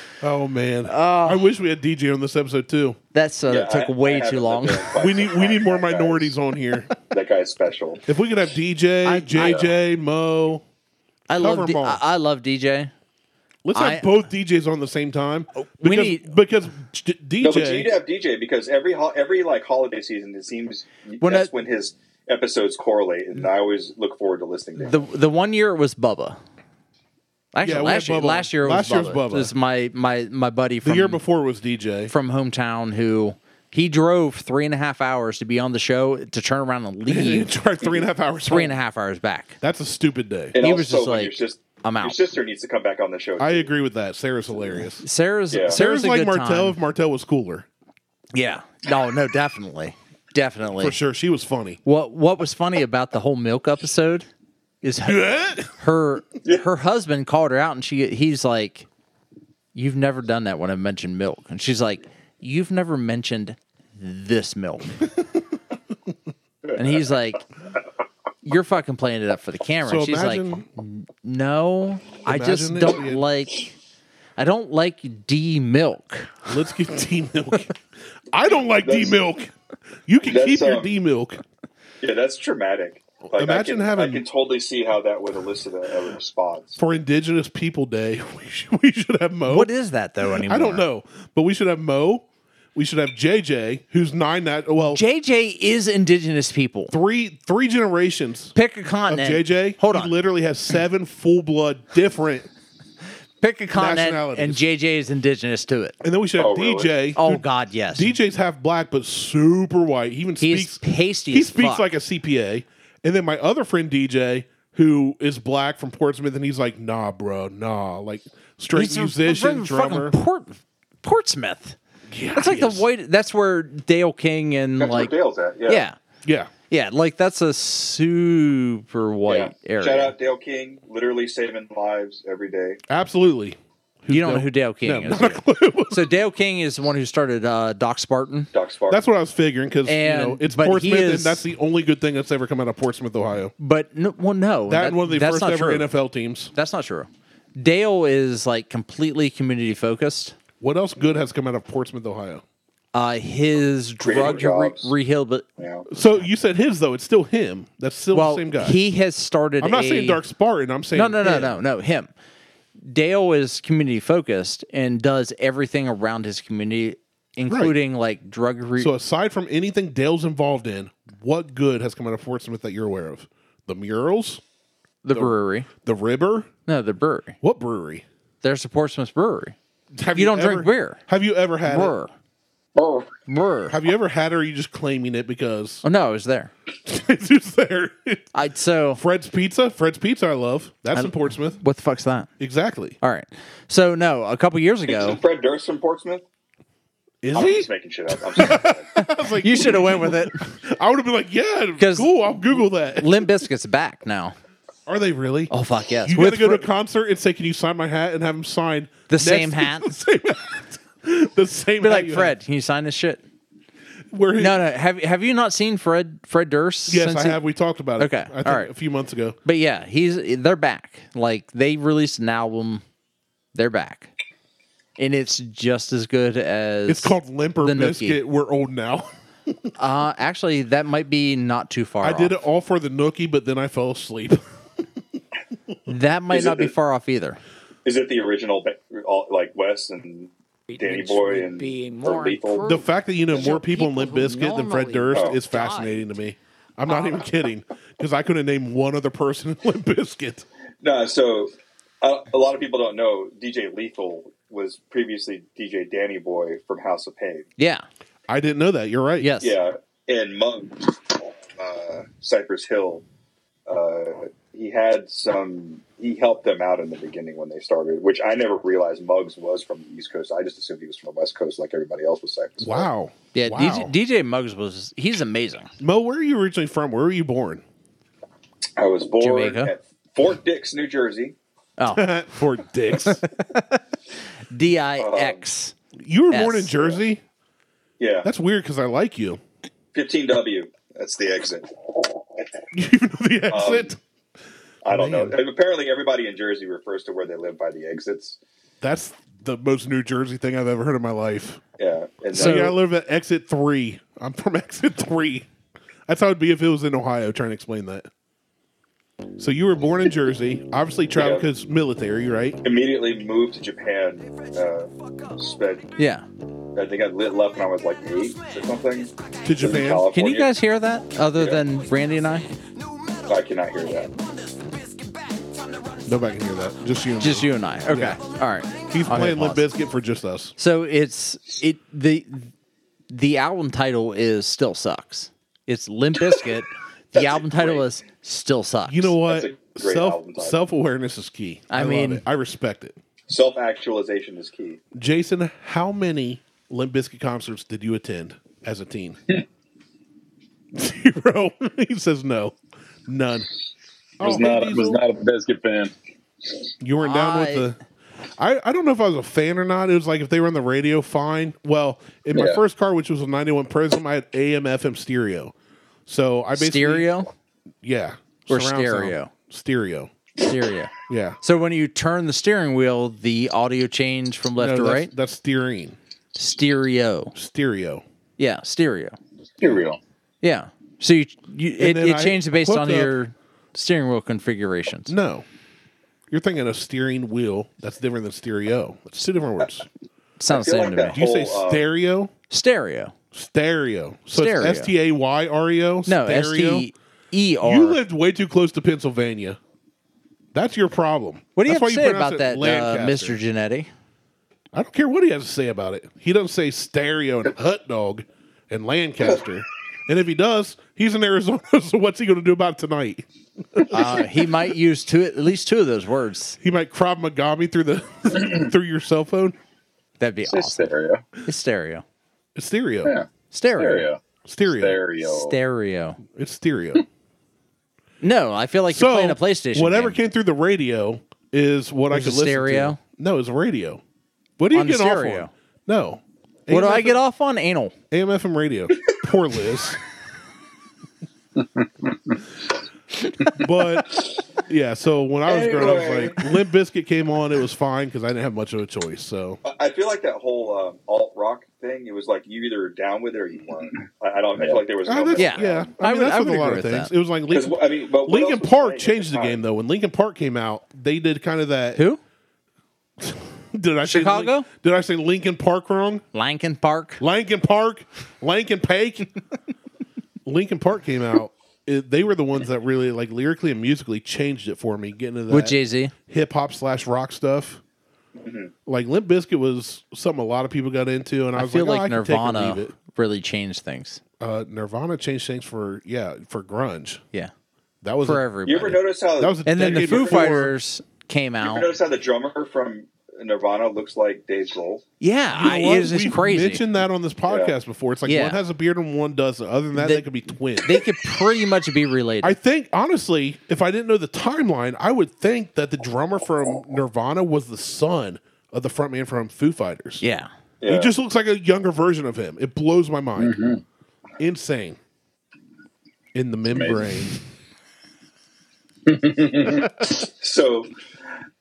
oh man,
Ah.
I wish we had DJ on this episode too.
That's uh,
Yeah,
that took
I- I
way
haven't
too
been
long.
doing quite
We
some
need we
time.
need more
That guy's-
minorities on here.
That guy's special.
If we could
uh,
have DJ, JJ, Mo,
I love
Cover
D-
'em all.
I, I love DJ.
Let's have
I-
both DJs on the same time.
we
Because,
need-
because d- DJ.
No, but you need to have DJ because every ho- every like holiday season, it seems
When
that's
I-
when his episodes correlate, and I always look forward to listening to him.
The the one year it was Bubba. Actually,
Yeah, we
last,
had
year,
Bubba.
last year it was
Last
Bubba.
year was Bubba.
This is my my my buddy from
the year before was DJ.
from hometown who he drove three and a half hours to be on the show to turn around and
you
leave
drive three and a half hours.
three and a half hours back.
That's a stupid day.
and
he
also,
was just
when
like,
your, sis-
"I'm
your
out."
sister needs to come back on the show.
I agree with that. Sarah's hilarious.
Sarah's
Yeah.
Sarah's,
Sarah's
a
like
good
Martell if
time.
Martell was cooler.
Yeah. No, no, definitely. Definitely.
For sure. She was funny.
What what was funny about the whole milk episode is her her, her husband called her out and she he's like, You've never done that when I mentioned milk. And she's like, You've never mentioned this milk. and he's like, You're fucking playing it up for the camera.
So
and she's like,
imagine-
No, I just
imagine if
don't
we had-
like I don't like D milk.
Let's get D milk. I don't like D
That's-
milk. You can
that's,
keep your
um,
D milk.
yeah, that's traumatic. Like,
Imagine
I can,
having-
I can totally see how that would elicit a, a response.
For Indigenous People Day, we should, we should have Mo.
What is that though anymore?
I don't know, but we should have Mo. We should have JJ, who's nine. That well,
JJ is indigenous people.
three three generations
Pick a
of
continent.
JJ.
Hold
he
on.
literally has seven full blood different,
Pick a continent
nationalities.
and JJ is indigenous to it.
and then we should have
Oh, really?
DJ.
Oh
who-
God, yes.
DJ's half black but super white. He even
He's
speaks
pasty
He
as
speaks
fuck.
like a CPA. And then my other friend DJ, who is black from Portsmouth, and he's like, "Nah, bro, nah." Like straight
He's a-
musician,
from fucking
drummer.
Port, Portsmouth. that's like
yes.
the white. That's where Dale King and
That's
like
where Dale's at. Yeah.
yeah,
Yeah,
yeah, like that's a super white
Yeah.
area.
Shout out Dale King, literally saving lives every day.
absolutely.
you don't know who Dale King
No,
is.
not a
do you?
clue.
So Dale King is the one who started uh, Doc Spartan.
Doc Spark.
that's what I was figuring because you
And-
know it's
but he
Portsmouth,
is-
and that's the only good thing that's ever come out of Portsmouth, Ohio.
But no, well, no,
That, and one of the
that's
first
not
ever
true.
NFL teams.
That's not true. Dale is like completely community focused.
What else good has come out of Portsmouth, Ohio?
Uh, his drug re-
jobs.
rehab.
Yeah.
So you said his though; it's still him. That's still
Well,
the same guy.
he has started.
I'm not
a-
saying Dark Spartan. I'm saying
No, no, no,
him.
no, no. Him. Dale is community focused and does everything around his community, including like drug re-
So aside from anything Dale's involved in, what good has come out of Portsmouth that you're aware of? The murals,
the brewery.
the river.
No, the brewery.
What brewery?
There's a Portsmouth brewery.
Have
You don't drink beer.
Have you ever had it?
Brewer.
Brr.
Brewer.
Have you ever had it? Or are you just claiming it because
Oh no, it was there.
it's just there?
I so
Fred's Pizza. Fred's Pizza. I love. That's in Portsmouth.
what the fuck's that?
Exactly.
All right. So no, a couple years ago,
Isn't Fred Durst from Portsmouth?
Is
I'm
he?
just making shit up. I'm sorry.
you should have went with it.
I would have been like, yeah,
'Cause-
cool. I'll Google that.
Limp Bizkit's back now.
Are they really?
Oh fuck yes.
You
With
gotta go to a
Fre-
concert and say, "Can you sign my hat?" and have him sign
The
next-
same hat?
the same hat, the same
be
hat
like
you
Fred. Can you sign this shit?
had. Where he-
No, no. Have have you not seen Fred Fred Durst?
Yes,
since
I
he-
have. We talked about it.
Okay,
I think
all right.
a few months ago.
But yeah, he's they're back. Like they released an album, they're back, and it's just as good as
It's called Limper
the Nookie.
Biscuit. We're old now.
Uh, actually, that might be not too far.
I did it
off.
all for the Nookie, but then I fell asleep.
That might
Is
not
it
be
the-
far off either.
Is it the original, ba- all, like Wes and Danny
Which
Boy
would
and
be
or
more
Lethal?
improved.
the fact that you know
These are
more people in Limp
people who
Biscuit than Fred
normally Uh.
Durst
Oh.
is fascinating to me. I'm not even kidding because I couldn't name one other person in Limp Biscuit.
No, so uh, a lot of people don't know DJ Lethal was previously DJ Danny Boy from House of Pain.
Yeah.
I didn't know that. You're right.
Yes.
Yeah, and Monk, uh, Cypress Hill, uh, he had some. He helped them out in the beginning when they started, which I never realized Muggs was from the East Coast. I just assumed he was from the West Coast, like everybody else was Cypress. Hill.
Wow.
Yeah.
Wow.
DJ, DJ Muggs was he's amazing.
Mo, where are you originally from? Where were you born?
I was born
Jamaica.
at Fort Dix, New Jersey.
Oh,
For dicks.
D I X.
you were born
Yes.
in Jersey.
Yeah,
That's weird because I like you.
15W. That's the exit.
You even know
Um,
the exit.
I don't
Man.
know. And Apparently, everybody in Jersey refers to where they live by the exits.
That's the most New Jersey thing I've ever heard in my life.
Yeah, and
So-
so,
yeah, I live at exit three. I'm from exit three. That's how it'd be if it was in Ohio. Trying to explain that. So you were born in Jersey, obviously traveled
Yeah.
because military, right?
Immediately moved to Japan. Uh, spent,
Yeah.
I think I lit left when I was like eight or something.
To
Can you
Japan.
California.
guys hear that other
Yeah.
than Randy and I?
I cannot hear that.
Nobody can hear that. Just you. And
Just
me.
you and I. Okay.
Yeah.
All right.
He's
Okay,
playing Limp
pause.
Bizkit for just us.
So it's it the the album title is still sucks. It's Limp Biscuit. the album title
great-
is still sucks.
You know what?
That's a great
Self
album title.
self awareness is key.
I
love
mean-
it. I respect it.
Self actualization is key.
Jason, how many Limp Bizkit concerts did you attend as a teen? Zero. he says no. None.
was
Oh, hey,
not was
Diesel.
not a biscuit fan.
You weren't down with
I-
the. I, I don't know if I was a fan or not. It was like if they were on the radio, fine. Well, in my
Yeah.
first car, which was a 91 Prism, I had AM, FM stereo. So I basically.
stereo?
Yeah.
Or
surround sound.
stereo?
Stereo.
Stereo.
Yeah.
So when you turn the steering wheel, the audio change from left
No,
to
that's,
right?
That's steering.
Stereo.
Stereo.
Yeah, stereo.
Cereal.
Yeah. So you, you it,
then
it
I
changes based
hook
on
up-
your steering wheel configurations.
No. You're thinking of steering wheel. That's different than stereo. It's two different words.
Sounds the
I
same
feel like
to
that
Do
me.
you say
Whole, uh,
stereo?
Stereo.
Stereo. So
Stereo.
it's S T A Y R E O?
No, S
stereo?
T E R.
You lived way too close to Pennsylvania. That's your problem.
What do you have
That's
to
why
say
pronounce
about that,
it
uh,
Lancaster.
Mr. Genetti?
I don't care what he has to say about it. He doesn't say stereo and hot dog and Lancaster. and if he does, he's in Arizona. So what's he going to do about it tonight?
Uh, he might use two at least two of those words.
He might crop Magami through the through your cell phone.
That'd be
Say
awesome.
stereo.
It's stereo.
It's stereo.
Yeah.
Stereo.
Stereo.
Stereo.
Stereo.
Stereo.
It's stereo.
No, I feel like
so
you're playing a PlayStation.
whatever
game.
came through the radio is what I
Was
could
it
listen to.
stereo?
No, it's radio. What do you
On the
get off
stereo.
on? No.
What do I get off on? Anal.
AMFM radio. Poor Liz. but yeah, so when I was growing
Anyway.
up, like Limp Biscuit came on, it was fine because I didn't have much of a choice. So
I- I feel like that whole um, alt rock thing. It was like you either were down with it or you weren't. I, I don't. I feel like there was.
Ah,
No
that's-
Yeah.
I,
I
mean
would-
that's
I
with a
would
lot
agree
of
with
things.
that.
It was like
Because,
Lincoln,
I mean, but what
Lincoln
else was
Park
playing at
changed the
time?
game though. When Lincoln Park came out, they did kind of that.
Who?
Did I say Lin-
Chicago?
did I say Lincoln Park wrong?
Lankin Park.
Lincoln Park, Lincoln Pake. Lincoln Park came out. It, they were the ones that really like lyrically and musically changed it for me. Getting into that
With Jay Z.
hip hop slash rock stuff. Like Limp Bizkit was something a lot of people got into, and
Mm-hmm.
I
I
was
feel
like,
like
oh, I can take or leave
Nirvana
it.
really changed things.
Uh, Nirvana changed things for yeah for grunge.
Yeah.
That was
For
a-
everybody.
You ever notice how?
that was a
and then the
decade
Foo
before-
Fighters came
you ever
out.
notice how the drummer from Nirvana looks like Dave Grohl?
Yeah,
You know
I,
what?
it was just
We've
crazy.
Mentioned that on this podcast before. It's like
Yeah.
one has a beard and one doesn't. Other than that, they,
They-
could be twins.
they could pretty much be related.
I think honestly, if I didn't know the timeline, I would think that the drummer from Nirvana was the son of the frontman from Foo Fighters.
yeah.
He
Yeah.
just looks like a younger version of him. It blows my mind. Insane. In the membrane.
So,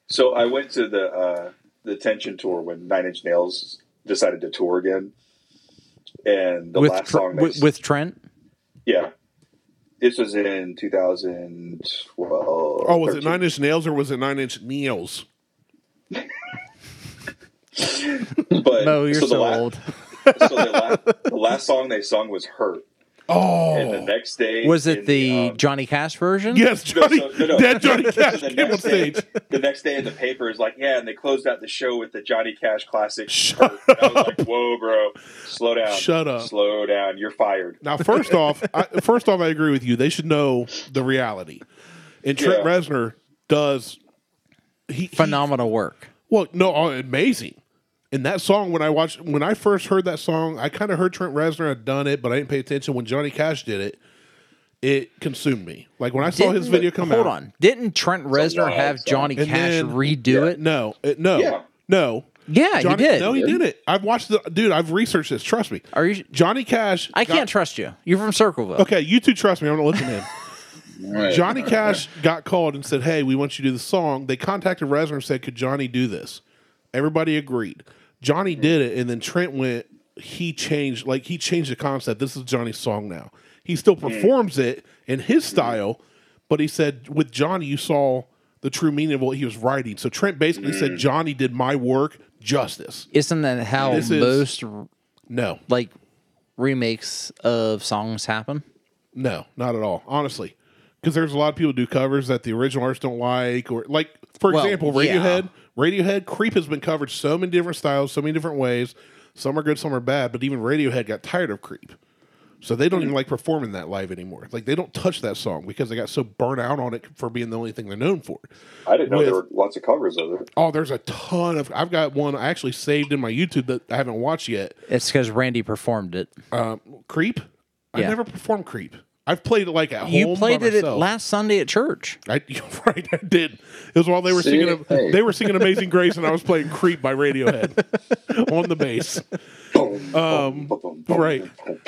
so I went to the uh, the Tension tour when Nine Inch Nails decided to tour again, and the
with
last
Tr-
song they
with, with Trent.
yeah. This was in 2012.
Oh, was it Nine Inch Nails or was it Nine Inch Nails?
But
No, you're so,
the la-
old.
so the, la- the last song they sung was "Hurt," and the
Oh,
next day
Was it
in
the
um,
Johnny Cash version?
yes,
No,
Johnny.
so- no, no.
That Johnny Cash
So the
came on
next day-
stage.
The next day in the paper is like, yeah, and they closed out the show with the Johnny Cash classic. Hurt. And I was like, whoa, bro, slow down,
Shut up.
slow down. You're fired.
Now, first off, I, first off, I agree with you. They should know the reality. And Trent
Yeah.
Reznor does he, he
Phenomenal work.
Well, no, oh, amazing. And that song, when I watched, when I first heard that song, I kind of heard Trent Reznor had done it, but I didn't pay attention. When Johnny Cash did it, it consumed me. Like when I saw his
Didn't-
video come
Hold
out.
on. Didn't Trent Reznor
wild
have
song.
Johnny
And
Cash
then-
redo it?
No, it, no,
Yeah.
no.
Yeah,
Johnny,
he did.
No, he did it. I've watched the dude. I've researched this. Trust me.
Are you-
Johnny Cash?
I
got-
can't trust you. You're from Circleville.
Okay, you two trust me. I'm gonna listen to him.
Right.
Johnny Cash got called and said, "Hey, we want you to do the song." They contacted Reznor and said, "Could Johnny do this?" Everybody agreed. Johnny did it, and then Trent went. He changed, like he changed the concept. This is Johnny's song now. He still performs it in his style, But he said with Johnny, you saw the true meaning of what he was writing. So Trent basically said Johnny did my work justice.
Isn't that how
This is-
most r
No,
like remakes of songs happen?
no, not at all. Honestly, because there's a lot of people who do covers that the original artists don't like, or like for
Well,
example,
yeah.
Radiohead. Radiohead Creep has been covered so many different styles, so many different ways. Some are good, some are bad. But even Radiohead got tired of Creep. So they don't
Mm.
even like performing that live anymore. Like they don't touch that song because they got so burnt out on it for being the only thing they're known for.
I didn't know
With-
there were lots of covers of it.
Oh, there's a ton of. I've got one I actually saved in my YouTube that I haven't watched yet.
It's because Randy performed it.
Creep. I've
Yeah.
never performed Creep. I've played it like at home.
you
by
played it at
myself.
last Sunday at church.
I, you're right, I did. It was while they were
See?
singing.
Hey.
They were singing "Amazing Grace," and I was playing "Creep" by Radiohead on the bass. Um, right.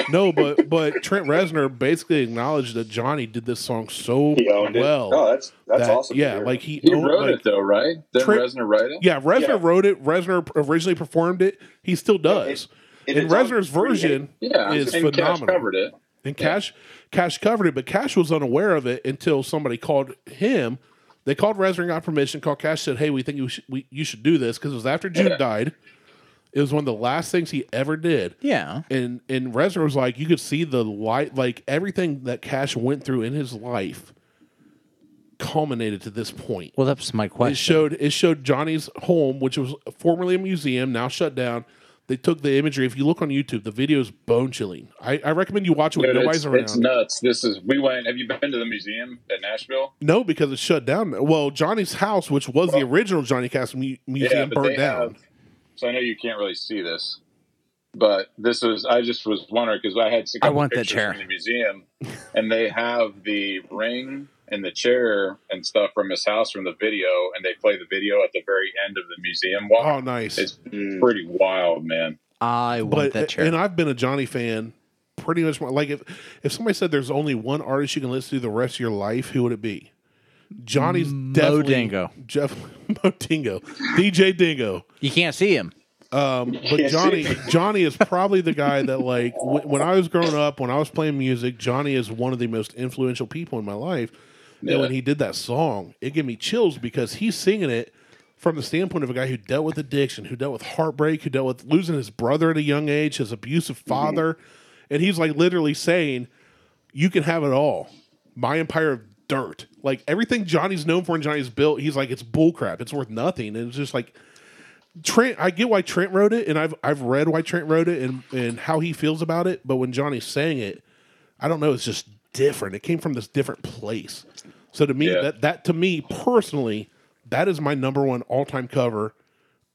No, but but Trent Reznor basically acknowledged that Johnny did this song so
He owned it.
well.
oh, that's that's
that-
awesome. to
Yeah,
hear.
like he,
He
owned-
wrote
like-
it though, right? Did
Trent-
Reznor write it?
Yeah, Reznor
Yeah.
wrote it. Reznor originally performed it. He still does.
it
and
is on
Reznor's
pretty-
version
Yeah,
is
and Cash
phenomenal.
covered it.
and Cash Cash covered it, but Cash was unaware of it until somebody called him. They called Reznor and got permission. Called Cash said, "Hey, we think you should, we, you should do this because it was after Jude
Yeah.
died. It was one of the last things he ever did."
Yeah.
And and Reznor was like, you could see the light, like everything that Cash went through in his life, culminated to this point.
Well, that's my
It
question.
showed it showed Johnny's home, which was formerly a museum, now shut down. They took the imagery. If you look on YouTube, the video is bone chilling. I, I recommend you watch it when
Dude,
nobody's
it's,
around.
it's nuts. This is we went. Have you been to the museum at Nashville?
no, because it's shut down. Well, Johnny's house, which was the original Johnny Cash mu- museum,
but
burned
they
down.
have- so I know you can't really see this, but this was. I just was wondering because I had. some
I want that
pictures
chair.
from the museum, and they have the ring and the chair and stuff from his house from the video, and they play the video at the very end of the museum walk.
oh, nice.
It's pretty wild, man.
I want
but
that chair.
and I've been a Johnny fan pretty much. My, like if if somebody said there's only one artist you can listen to the rest of your life, who would it be? Johnny's definitely
Dingo.
Jeff Mo Dingo, DJ Dingo.
you can't see him.
But Johnny, Johnny is probably the guy that like when, when I was growing up, when I was playing music, Johnny is one of the most influential people in my life. And when he did that song, it gave me chills because he's singing it from the standpoint of a guy who dealt with addiction, who dealt with heartbreak, who dealt with losing his brother at a young age, his abusive father, and he's like literally saying, "You can have it all. My empire of dirt, like everything Johnny's known for and Johnny's built. He's like, it's bullcrap. It's worth nothing." And it's just like. Trent, I get why Trent wrote it, and I've I've read why Trent wrote it and and how he feels about it. But when Johnny sang it, I don't know. It's just different. It came from this different place. So to me,
Yeah.
that that to me personally, that is my number one all time cover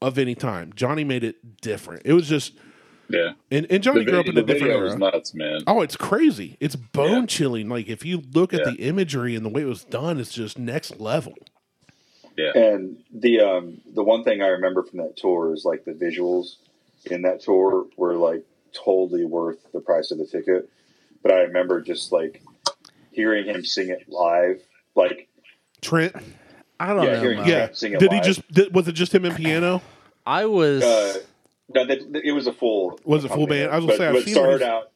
of any time. Johnny made it different. It was just
Yeah,
and, and
the
Johnny grew
video,
up in a
the
different
video
era.
was nuts, man.
Oh, it's crazy. It's bone
Yeah.
chilling. Like if you look at
Yeah.
the imagery and the way it was done, it's just next level.
And the um, the one thing I remember from that tour is like the visuals in that tour were like totally worth the price of the ticket. But I remember just like hearing him sing it live, like
Trent,
I don't
Yeah,
know.
hearing-
man.
yeah.
sing it
Did he
live.
just? Did, was it just him and piano?
I was.
uh, no, that, that- it was a full
Was it full band? I was gonna
but,
say, I've
but it
seen
started
those.
out.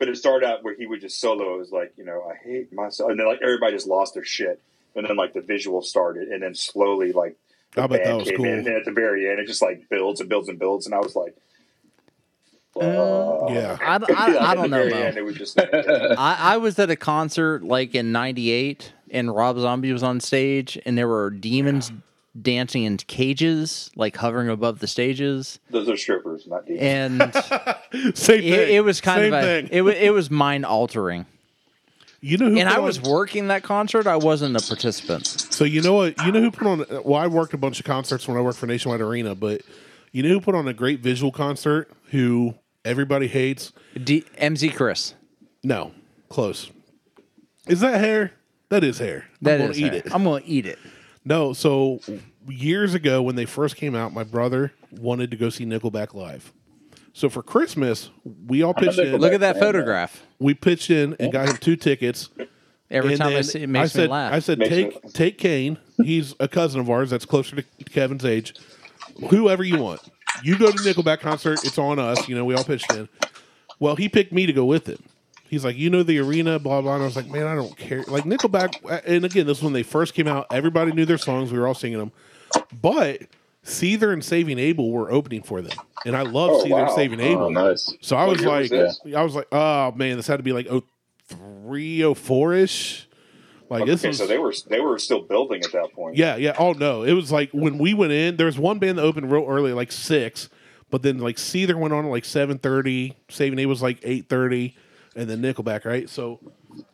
But it started out where he would just solo. It was like you know I hate myself, and then like everybody just lost their shit. And then like the visual started, and then slowly like the
I bet that
band
was
came
cool.
in, and at the very end it just like builds and builds and builds. And I was like, "Fuck."
Yeah.
Uh, I, I-
Yeah,
I
at the
don't know.
very
Mo.
end, it was just like,
I, I was at a concert like in '98, and Rob Zombie was on stage, and there were demons dancing in cages, like hovering above the stages,
those are strippers, not demons.
and it,
Same thing.
it was kind
Same
of a,
thing.
it wa- it was mind altering.
You know who
And
put
I
on-
was working that concert. I wasn't a participant.
So you know what? You know who put on? Well, I worked a bunch of concerts when I worked for Nationwide Arena, but you know who put on a great visual concert? Who everybody hates?
D- MZ Chris.
No, close. Is that hair? That is hair.
That
I'm
is
gonna eat
her.
it.
I'm gonna eat it.
No, so years ago when they first came out, my brother wanted to go see Nickelback live. So for Christmas, we all
a
pitched in.
Nickelback-
Look at that
And, uh,
photograph.
We pitched in and got him two tickets.
Every
And
time I
then
see it, it makes
I said,
me laugh.
I said,
Makes me
take take Kane. He's a cousin of ours that's closer to Kevin's age. Whoever you want, you go to Nickelback concert. It's on us. You know, we all pitched in. Well, he picked me to go with him. He's like, you know the arena, blah blah. And I was like, man, I don't care. Like Nickelback, uh, and again, this is when they first came out. Everybody knew their songs. We were all singing them, but Seether and Saving Abel were opening for them, and I love
Oh,
Seether
wow.
and Saving
Oh,
Abel.
nice.
So I
What
was
year
like,
was this?
I was like, oh man, this had to be like oh three, oh four ish. Like this
okay,
was,
so they were they were still building at that point.
yeah, yeah. Oh no, it was like when we went in. There was one band that opened real early, like six, but then like Seether went on at like seven thirty. Saving Abel was like eight thirty, and then Nickelback. Right, so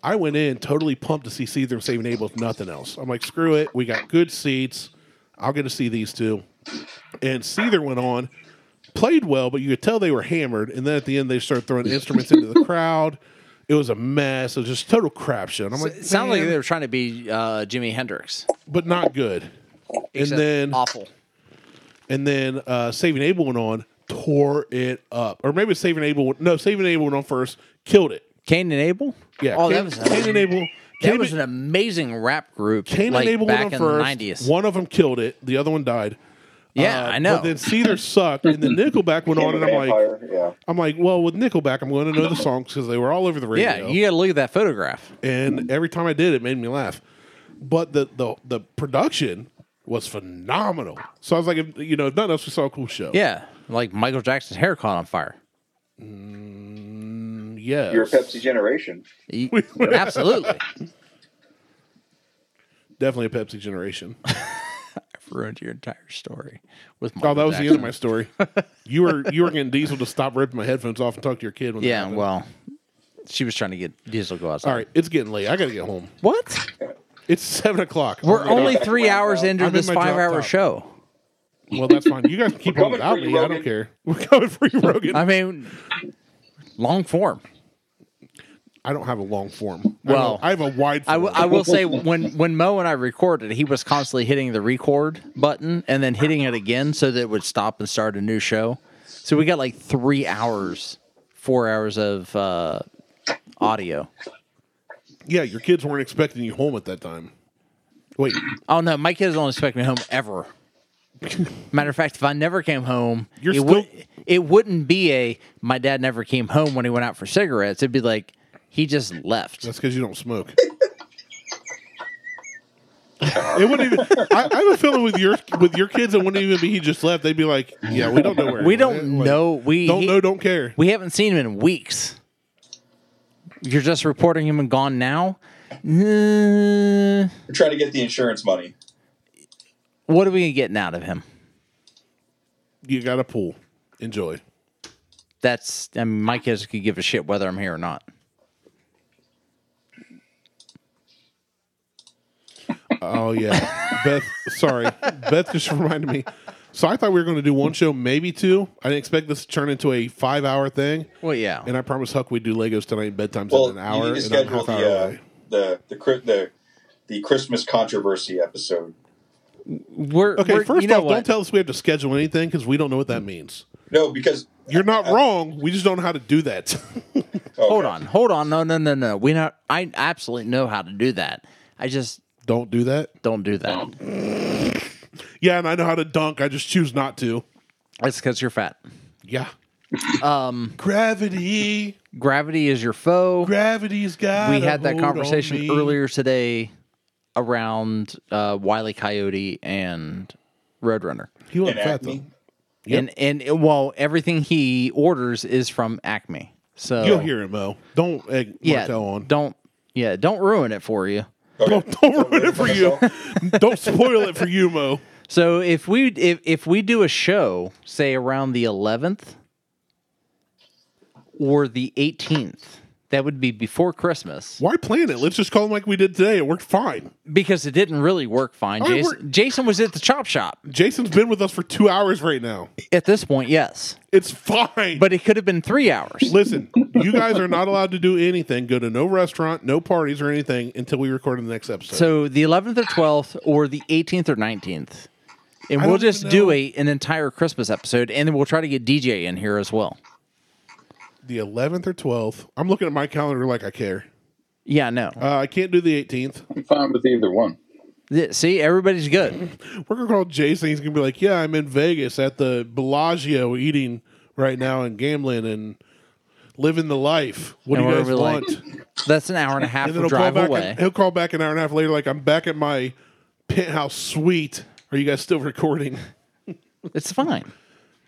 I went in totally pumped to see Seether and Saving Abel. if Nothing else. I'm like, screw it. We got good seats. I'll get to see these two. And Seether went on, played well, but you could tell they were hammered. And then at the end, they started throwing instruments into the crowd. It was a mess. It was just total crapshoot. I'm like,
It sounded like
"Man,"
they were trying to be uh, Jimi Hendrix.
but not good. And
Except
then
awful.
and then uh, Saving Abel went on, tore it up, or maybe Saving Abel. went- No, Saving Abel went on first, killed it.
Cain and Abel.
Yeah,
Oh,
Cain-
that was
Cain and Abel.
That
Cain
was
and-
an amazing rap group.
Cain
like,
and Abel
back
went on
in
first.
the nineties.
One of them killed it. The other one died.
Yeah,
Uh,
I know.
But then Cedar sucked, and then Nickelback went on,
Became
and
a
I'm like,
vampire, yeah.
I'm like, well, with Nickelback, I'm going to know the songs because they were all over the radio.
yeah, you got to look at that photograph.
and every time I did, it made me laugh. But the the the production was phenomenal. So I was like, if, you know, if nothing else, we saw a cool show.
Yeah, like Michael Jackson's hair caught on fire.
yeah.
You're a Pepsi generation.
He- Absolutely.
definitely a Pepsi generation.
I've ruined your entire story with. Michael
Oh, that was the
Jackson.
end of my story. You were you were getting Diesel to stop ripping my headphones off and talk to your kid. When that
Yeah,
happened.
well, she was trying to get Diesel to go outside.
all right, it's getting late. I got to get home.
What?
It's seven o'clock.
We're only
back
three
right
hours
now.
into
I'm in
this
my drop
five-hour
top.
show.
well, that's fine. You guys can keep
We're
on without
coming for you,
me. I
Logan.
don't care. We're coming for you, Rogan.
I mean, long form.
I don't have a long form. I
Well,
don't- I have a wide.
I,
Form.
w- I will say when when Mo and I recorded, he was constantly hitting the record button and then hitting it again so that it would stop and start a new show. So we got like three hours, four hours of uh, audio.
yeah, your kids weren't expecting you home at that time. Wait,
Oh no, my kids don't expect me home ever. Matter of fact, if I never came home,
You're
it,
still-
it wouldn't be a my dad never came home when he went out for cigarettes. It'd be like he just left.
that's because you don't smoke. it wouldn't even. I, I have a feeling with your with your kids, it wouldn't even be. He just left. They'd be like, "Yeah, we don't know where.
We
he
don't
went." Like,
know. We
Don't
he-
know. Don't care.
We haven't seen him in weeks. You're just reporting him and gone now. Uh,
We're trying to get the insurance money.
what are we getting out of him?
you got a pool. Enjoy.
That's I mean, my kids could give a shit whether I'm here or not.
Oh yeah, Beth. Sorry, Beth just reminded me. So I thought we were going to do one show, maybe two. I didn't expect this to turn into a five-hour thing.
Well, yeah.
And I promised Huck we'd do Legos tonight. Bedtime's
Well,
in an hour.
you need to
and I'm
schedule
half hour
the, uh,
away.
the the cri- the the Christmas controversy episode.
We're
Okay,
we're-
first
you know
off,
what?
don't tell us we have to schedule anything because we don't know what that means.
No, because
You're not wrong. We just don't know how to do that.
oh,
Hold
okay.
on, hold on. No, no, no, no. We not. I absolutely know how to do that. I just
don't do that.
don't do that.
Yeah, and I know how to dunk. I just choose not to.
That's because you're fat.
Yeah. Um, gravity,
Gravity is your foe.
gravity's got.
we
a
had that
hold on
conversation
me.
earlier today around uh, Wiley Coyote and Roadrunner.
He wasn't
In
fat
Acme?
though.
And and well, everything he orders is from Acme. So
You'll hear it, Mo. Don't egg
yeah,
Martel on.
don't yeah, don't ruin it for you.
Don't, don't ruin it for you. don't spoil it for you, Mo.
So if we if if we do a show, say around the eleventh or the eighteenth, that would be before Christmas
Why plan it? Let's just call him like we did today. It worked fine.
because it didn't really work fine.
Oh, it
Jason,
worked.
Jason was at the chop shop
Jason's been with us for two hours right now.
at this point, yes,
It's fine.
but it could have been three hours.
listen, you guys are not allowed to do anything. Go to no restaurant, no parties, or anything until we record the next episode.
So the 11th or 12th or the 18th or 19th. And
I
we'll
don't even
just do
know.
a an entire Christmas episode and then we'll try to get DJ in here as well.
the 11th or 12th. I'm looking at my calendar like I care.
Yeah, no.
Uh, I can't do the 18th.
I'm fine with either one.
Th- See, everybody's good.
We're gonna call Jason. He's gonna be like, "Yeah, I'm in Vegas at the Bellagio eating right now and gambling and living the life. What
And
do
we're
you guys
over, like,
want?
That's an hour and a half
and
of
then he'll call
drive
back.
away.
He'll call back an hour and a half later. Like I'm back at my penthouse suite. Are you guys still recording?
It's fine.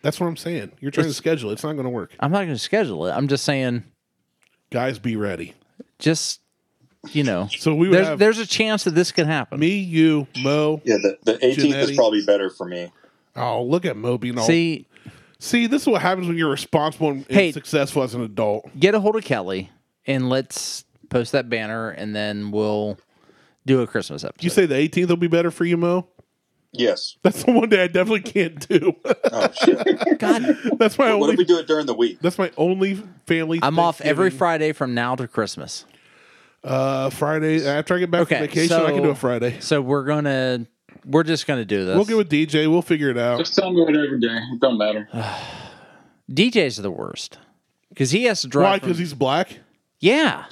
That's what I'm saying. You're trying to schedule. it. It's not going to work.
I'm not going to schedule it. I'm just saying,
Guys, be ready.
just you know,
So we would
there's
have
there's a chance that this could happen.
me, you, Mo.
Yeah, the, the 18th
Genetti.
is probably better for me.
Oh, look at Mo being all. See,
See,
this is what happens when you're responsible and
Hey.
successful as an adult.
get a hold of Kelly and let's post that banner, and then we'll do a Christmas episode.
You say the 18th will be better for you, Mo.
Yes.
That's the one day I definitely can't do.
Oh, shit.
God,
that's my
what
only.
if we do it during the week?
that's my only family.
I'm off every
Thanksgiving.
Friday from now to Christmas.
uh, Friday after I get back
Okay,
from vacation. I can
so-
do a Friday.
So we're gonna we're just gonna do this.
We'll get with DJ. We'll figure it out.
Just tell me whatever day. It don't matter.
DJ's the worst because he has to drive.
Why?
from-
Because he's black.
yeah,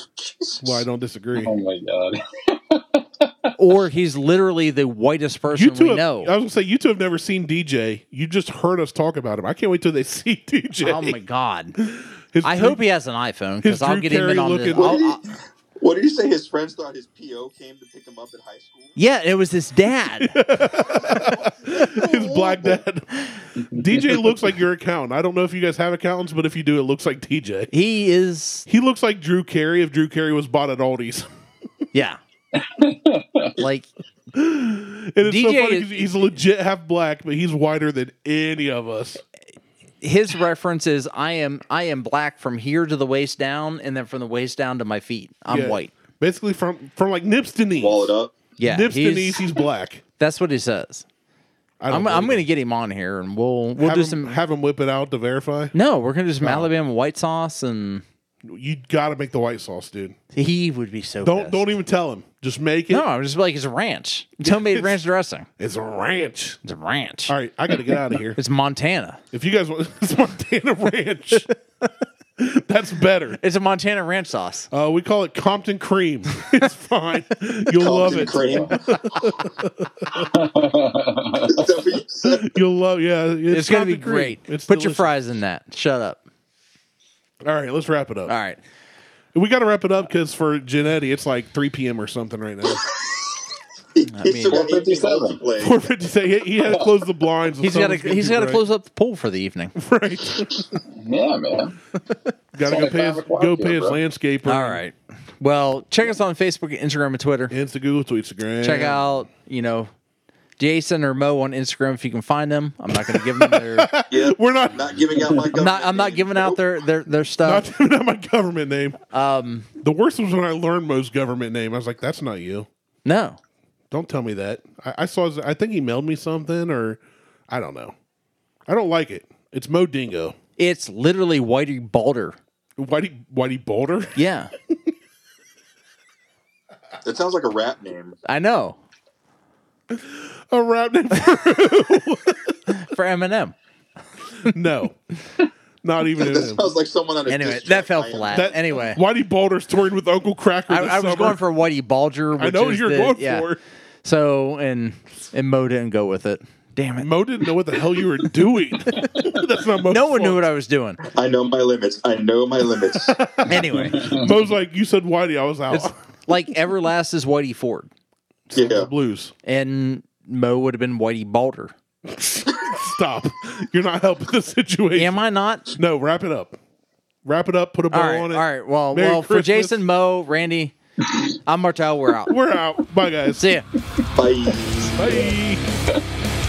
Well, I don't disagree.
Uh-huh.
Oh my god.
or he's literally the whitest person
You two
we
have,
know.
I was gonna say you two have never seen DJ. You just heard us talk about him. I can't wait till they see DJ.
Oh my god!
His
I
Drew-
hope he has an iPhone
his
because I'll
Drew
get him
Carey
in on this.
looking-
I'll- I'll-
What did you say his friends thought his PO came to pick him up at high school?
yeah, it was his dad.
his black dad. DJ looks like your accountant. I don't know if you guys have accountants, but if you do, it looks like DJ.
He is
He looks like Drew Carey if Drew Carey was bought at Aldi's.
yeah. like
And it's so
DJ
funny
is-
'cause he's legit half black, but he's whiter than any of us.
his reference is I am I am black from here to the waist down, and then from the waist down to my feet. I'm
Yeah.
white.
Basically from from like nips to knees.
Wall it up.
Yeah,
nips to
he's-
knees, he's black.
that's what he says.
I
I'm, I'm
believe
going
it.
to get him on here, and we'll we'll
have
do
him,
some.
have Oh. him whip it out to verify.
no, we're going to do some Alabama white sauce, and
You gotta make the white sauce, dude.
he would be so.
Don't
pissed.
don't even tell him. Just make it.
No, I'm just like it's ranch, homemade ranch dressing.
It's a ranch.
It's ranch.
All right, I gotta get out of here.
It's Montana.
If you guys want, it's Montana Ranch. That's better.
It's a Montana ranch sauce.
Uh, we call it Compton Cream. It's fine. You'll love
Compton
it.
Cream. Is that what you said?
You'll love. Yeah,
It's, going to be
Compton Cream.
great.
It's
Put your
delicious.
fries in that. Shut up.
All right, let's wrap it up.
All right.
We got to wrap it up because for Janetti, it's like 3 p.m. or something right now.
He's still got 18
57.
holes to play.
Four fifty. He, he had to close the blinds.
He's got to he's got to close up the pool for the evening.
Right.
Yeah, man.
got to
It's
go
only
pay
five
his
o'clock
go
here,
pay his
bro.
landscaper.
All right. Well, check us on Facebook, Instagram, and Twitter.
Insta Google Instagram.
Check out, you know, Jason or Mo on Instagram if you can find them. I'm not going to give them their.
Yeah,
We're not
Uh,
not,
not giving out my
I'm
government
not. I'm not
name.
giving out their their their stuff.
not my government name.
Um,
The worst was when I learned Mo's government name. I was like, "That's not you."
no.
Don't tell me that. I, I saw. His, I think he mailed me something, or I don't know. I don't like it. It's Mo Dingo.
It's literally Whitey Balder.
Whitey Whitey Boulder.
Yeah,
That sounds like a rap name.
I know.
A rap name for
For Eminem.
no, not even
That
him.
sounds like someone on a
Anyway,
diss
that
track.
fell
I am-
flat.
That-
anyway,
Whitey Boulder's touring with Uncle Cracker.
I,
this
I was
summer.
going for Whitey Bulger.
I know what you're going for.
So and and Mo didn't go with it. Damn it.
Mo didn't know what the hell you were doing. That's not Mo's
No one knew
fault.
what I was doing.
I know my limits. I know my limits.
Anyway,
Mo's like, "Oh, you said Whitey, I was out.
like Everlast is Whitey Ford,
yeah.
Blues.
and Mo would have been Whitey Balder.
Stop. You're not helping the situation.
Am I not?
No, wrap it up. Wrap it up. Put a bow
All right, all
on it.
right. Well,
Merry
well, for
Christmas.
Jason, Mo, Randy, I'm Martel. We're out.
We're out. Bye, guys.
See ya.
Bye.
Bye.